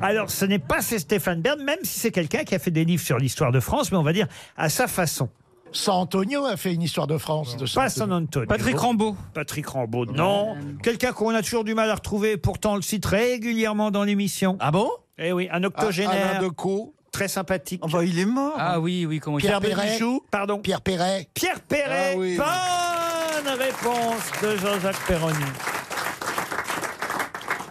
Speaker 6: Alors, ce n'est pas c'est Stéphane Bern, même si c'est quelqu'un qui a fait des livres sur l'histoire de France, mais on va dire à sa façon.
Speaker 15: San Antonio a fait une histoire de France. De
Speaker 6: Pas San Antonio.
Speaker 15: Patrick
Speaker 6: Rambaud. Patrick Rambaud, non. Quelqu'un qu'on a toujours du mal à retrouver, pourtant on le cite régulièrement dans l'émission. Ah bon Eh oui, un octogénaire.
Speaker 15: Alain Decaux.
Speaker 6: Très sympathique.
Speaker 12: il est mort.
Speaker 18: Ah oui, oui, comment il
Speaker 15: Pierre
Speaker 18: s'appelle
Speaker 15: Perret.
Speaker 18: Bénichou
Speaker 6: Pardon.
Speaker 15: Pierre Perret.
Speaker 6: Pierre Perret.
Speaker 15: Eh. Ah oui.
Speaker 6: Bonne réponse de Jean-Jacques Perroni.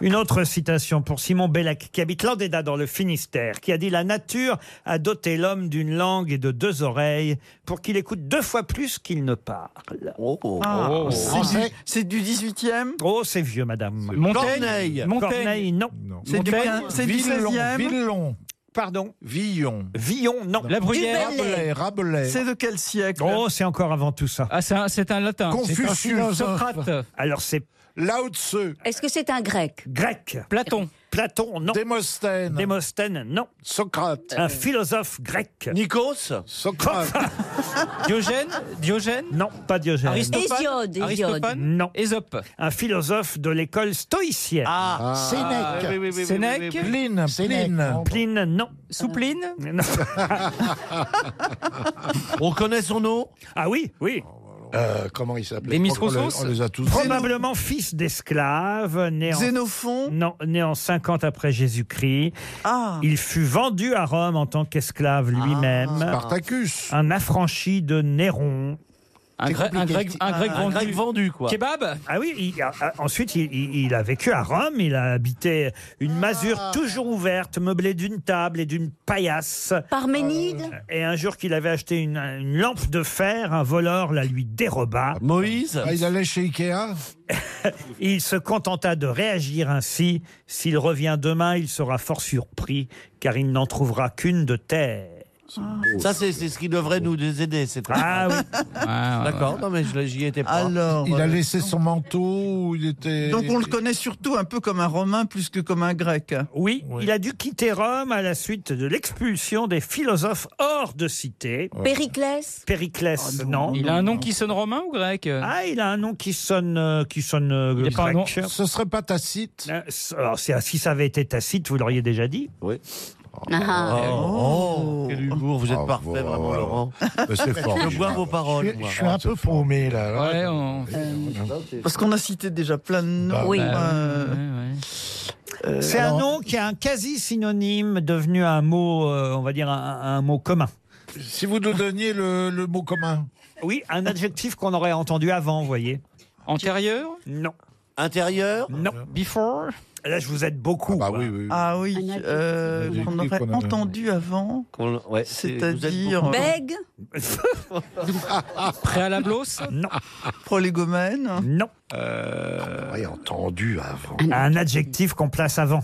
Speaker 6: Une autre citation pour Simon Bellac, qui habite l'Andéda dans le Finistère, qui a dit La nature a doté l'homme d'une langue et de deux oreilles pour qu'il écoute deux fois plus qu'il ne parle.
Speaker 12: Ah,
Speaker 6: Oh.
Speaker 12: c'est du- C'est du 18e
Speaker 6: Oh, c'est vieux, madame.
Speaker 12: Montaigne. Corneille.
Speaker 6: Montaigne, non.
Speaker 12: C'est du,
Speaker 6: Montaigne,
Speaker 12: c'est du
Speaker 6: Villelon.
Speaker 12: 16e.
Speaker 15: Villelon.
Speaker 6: Pardon Villon. Villon, non. La
Speaker 15: Bruyère. Rabelais, Rabelais.
Speaker 6: de quel siècle Oh, c'est encore avant tout ça.
Speaker 18: Ah, c'est un, c'est un latin. C'est
Speaker 6: Confucius.
Speaker 18: un Socrate.
Speaker 6: Alors c'est Lao Tzu.
Speaker 10: Est-ce que c'est un grec
Speaker 6: Grec.
Speaker 18: Platon.
Speaker 6: Platon, non. Démosthène. Démosthène, non. Socrate. Un philosophe grec. Nikos. Socrate.
Speaker 18: Diogène Diogène
Speaker 6: Non, pas Diogène.
Speaker 18: Aristophane Hésiode, Hésiode. Aristophane
Speaker 6: Non. Ésope. Un philosophe de l'école stoïcienne.
Speaker 18: Ah. Ah, oui, oui, oui, oui, Sénèque oui, oui, oui. Pline,
Speaker 6: Pline.
Speaker 18: Sénèque.
Speaker 6: Pline, non.
Speaker 18: Soupline
Speaker 6: Non. On connaît son nom Ah oui, oui.
Speaker 18: bah
Speaker 15: Euh, comment il s'appelle
Speaker 6: Les
Speaker 15: Je crois qu'on les- on les a tous.
Speaker 6: Probablement fils d'esclave, né en...
Speaker 12: Xénophon
Speaker 6: Non, né en 50 après Jésus-Christ.
Speaker 12: Ah.
Speaker 6: Il fut vendu à Rome en tant qu'esclave lui-même.
Speaker 12: Ah.
Speaker 6: Spartacus. Un affranchi de Néron.
Speaker 18: Un grec- un grec- un grec vendu. Kebab
Speaker 6: Ah oui, il a- a- ensuite il, il- il a vécu à Rome, il a habité une
Speaker 18: Ah.
Speaker 6: masure toujours ouverte, meublée d'une table et d'une paillasse. Euh,
Speaker 10: Parménide
Speaker 6: Et un jour qu'il avait acheté une, une lampe de fer, un voleur la lui déroba. Moïse
Speaker 15: Ah, il allait chez Ikea
Speaker 6: il se contenta de réagir ainsi. S'il revient demain, il sera fort surpris, car il n'en trouvera qu'une de terre.
Speaker 4: Ça, c'est c'est ce qui devrait nous aider. cette
Speaker 6: Ah oui.
Speaker 4: D'accord, non, mais je- j'y étais pas.
Speaker 15: il
Speaker 7: euh,
Speaker 15: a laissé son manteau, il était.
Speaker 12: euh, Donc on le connaît surtout un peu comme un Romain plus que comme un Grec.
Speaker 6: Oui, il a dû quitter Rome à la suite de l'expulsion des philosophes hors de cité.
Speaker 10: Périclès
Speaker 18: Ah,
Speaker 6: Périclès, non.
Speaker 18: Il a un nom qui sonne romain ou grec
Speaker 6: Ah, il a un nom qui sonne, euh, qui sonne euh,
Speaker 18: Il est pas un nom-
Speaker 6: grec. Ce serait pas Tacite Alors, c'est- si ça avait été Tacite, vous l'auriez déjà dit. Oui.
Speaker 18: Ah.
Speaker 4: Oh, quel humour, vous êtes parfait, vraiment, Laurent.
Speaker 15: Mais c'est fort.
Speaker 4: Je bois vos paroles.
Speaker 15: Je suis-
Speaker 4: moi.
Speaker 15: je suis un peu paumé là. hein. Euh,
Speaker 18: Ouais,
Speaker 12: Parce qu'on a cité déjà plein de noms.
Speaker 6: Oui.
Speaker 12: Euh, euh,
Speaker 6: C'est
Speaker 12: alors-
Speaker 6: un nom qui a un quasi synonyme devenu un mot, euh, on va dire un, un mot commun.
Speaker 15: Si vous nous donniez le, le mot commun.
Speaker 6: Oui, un adjectif qu'on aurait entendu avant, vous voyez.
Speaker 18: Antérieur
Speaker 6: Non.
Speaker 4: Intérieur
Speaker 6: Non.
Speaker 18: Before
Speaker 6: Là, je vous aide beaucoup.
Speaker 15: Ah, oui, oui.
Speaker 12: Ah oui, euh,
Speaker 15: adjectif
Speaker 12: qu'on aurait
Speaker 15: qu'on a-
Speaker 12: entendu avant. C'est-à-dire. euh,
Speaker 10: Bègue
Speaker 18: Ah, Préalablos
Speaker 6: Non.
Speaker 12: Prolégomène
Speaker 6: Non.
Speaker 15: Euh, entendu avant.
Speaker 6: Un adjectif qu'on place avant.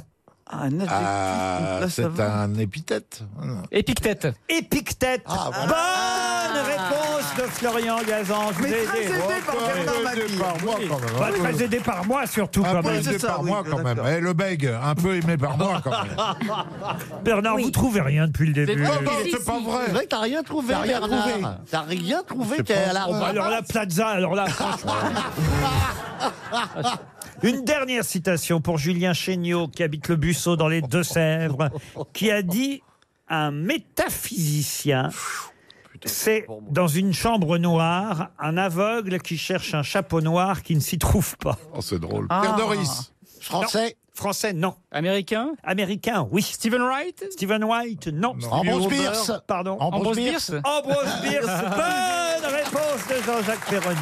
Speaker 12: Un adjectif
Speaker 15: Ah, c'est un épithète. Ah,
Speaker 18: Épictète.
Speaker 6: Épictète. Bonne réponse de Florian Gazan. Je vous
Speaker 12: Mais
Speaker 6: ai
Speaker 12: très aidé par
Speaker 6: Oh,
Speaker 12: Bernard
Speaker 6: très
Speaker 12: Mabille.
Speaker 6: aidé par moi, quand même.
Speaker 15: Oui.
Speaker 6: Pas très aidé par moi, surtout,
Speaker 15: Un
Speaker 6: quand
Speaker 15: peu
Speaker 6: même.
Speaker 15: aimé par moi quand même. Et le bègue, un peu aimé par moi quand même. Ah,
Speaker 6: Bernard, vous trouvez rien depuis le
Speaker 4: C'est
Speaker 6: début.
Speaker 4: pas vrai, c'est pas vrai. C'est vrai que t'as rien trouvé,
Speaker 15: T'as rien
Speaker 4: Bernard.
Speaker 15: trouvé.
Speaker 4: T'as rien trouvé,
Speaker 6: C'est
Speaker 4: t'es
Speaker 6: pas
Speaker 4: à la
Speaker 6: vrai. bah, Alors la plaza, alors là, franchement. Une dernière citation pour Julien Chéniaud, qui habite le Busseau dans les Deux-Sèvres, qui a dit Un métaphysicien, c'est dans une chambre noire un aveugle qui cherche un chapeau noir qui ne s'y trouve pas.
Speaker 15: Oh, c'est drôle.
Speaker 6: Ah.
Speaker 15: Pierre Doris.
Speaker 6: Français Français, non.
Speaker 18: Américain
Speaker 6: Américain, oui.
Speaker 18: Stephen Wright
Speaker 6: Stephen Wright, non.
Speaker 15: Ambrose Bierce.
Speaker 6: Pardon.
Speaker 15: Ambrose Ambrose Bierce. Bierce.
Speaker 6: Ambrose Bierce. Bonne réponse de Jean-Jacques Perroni.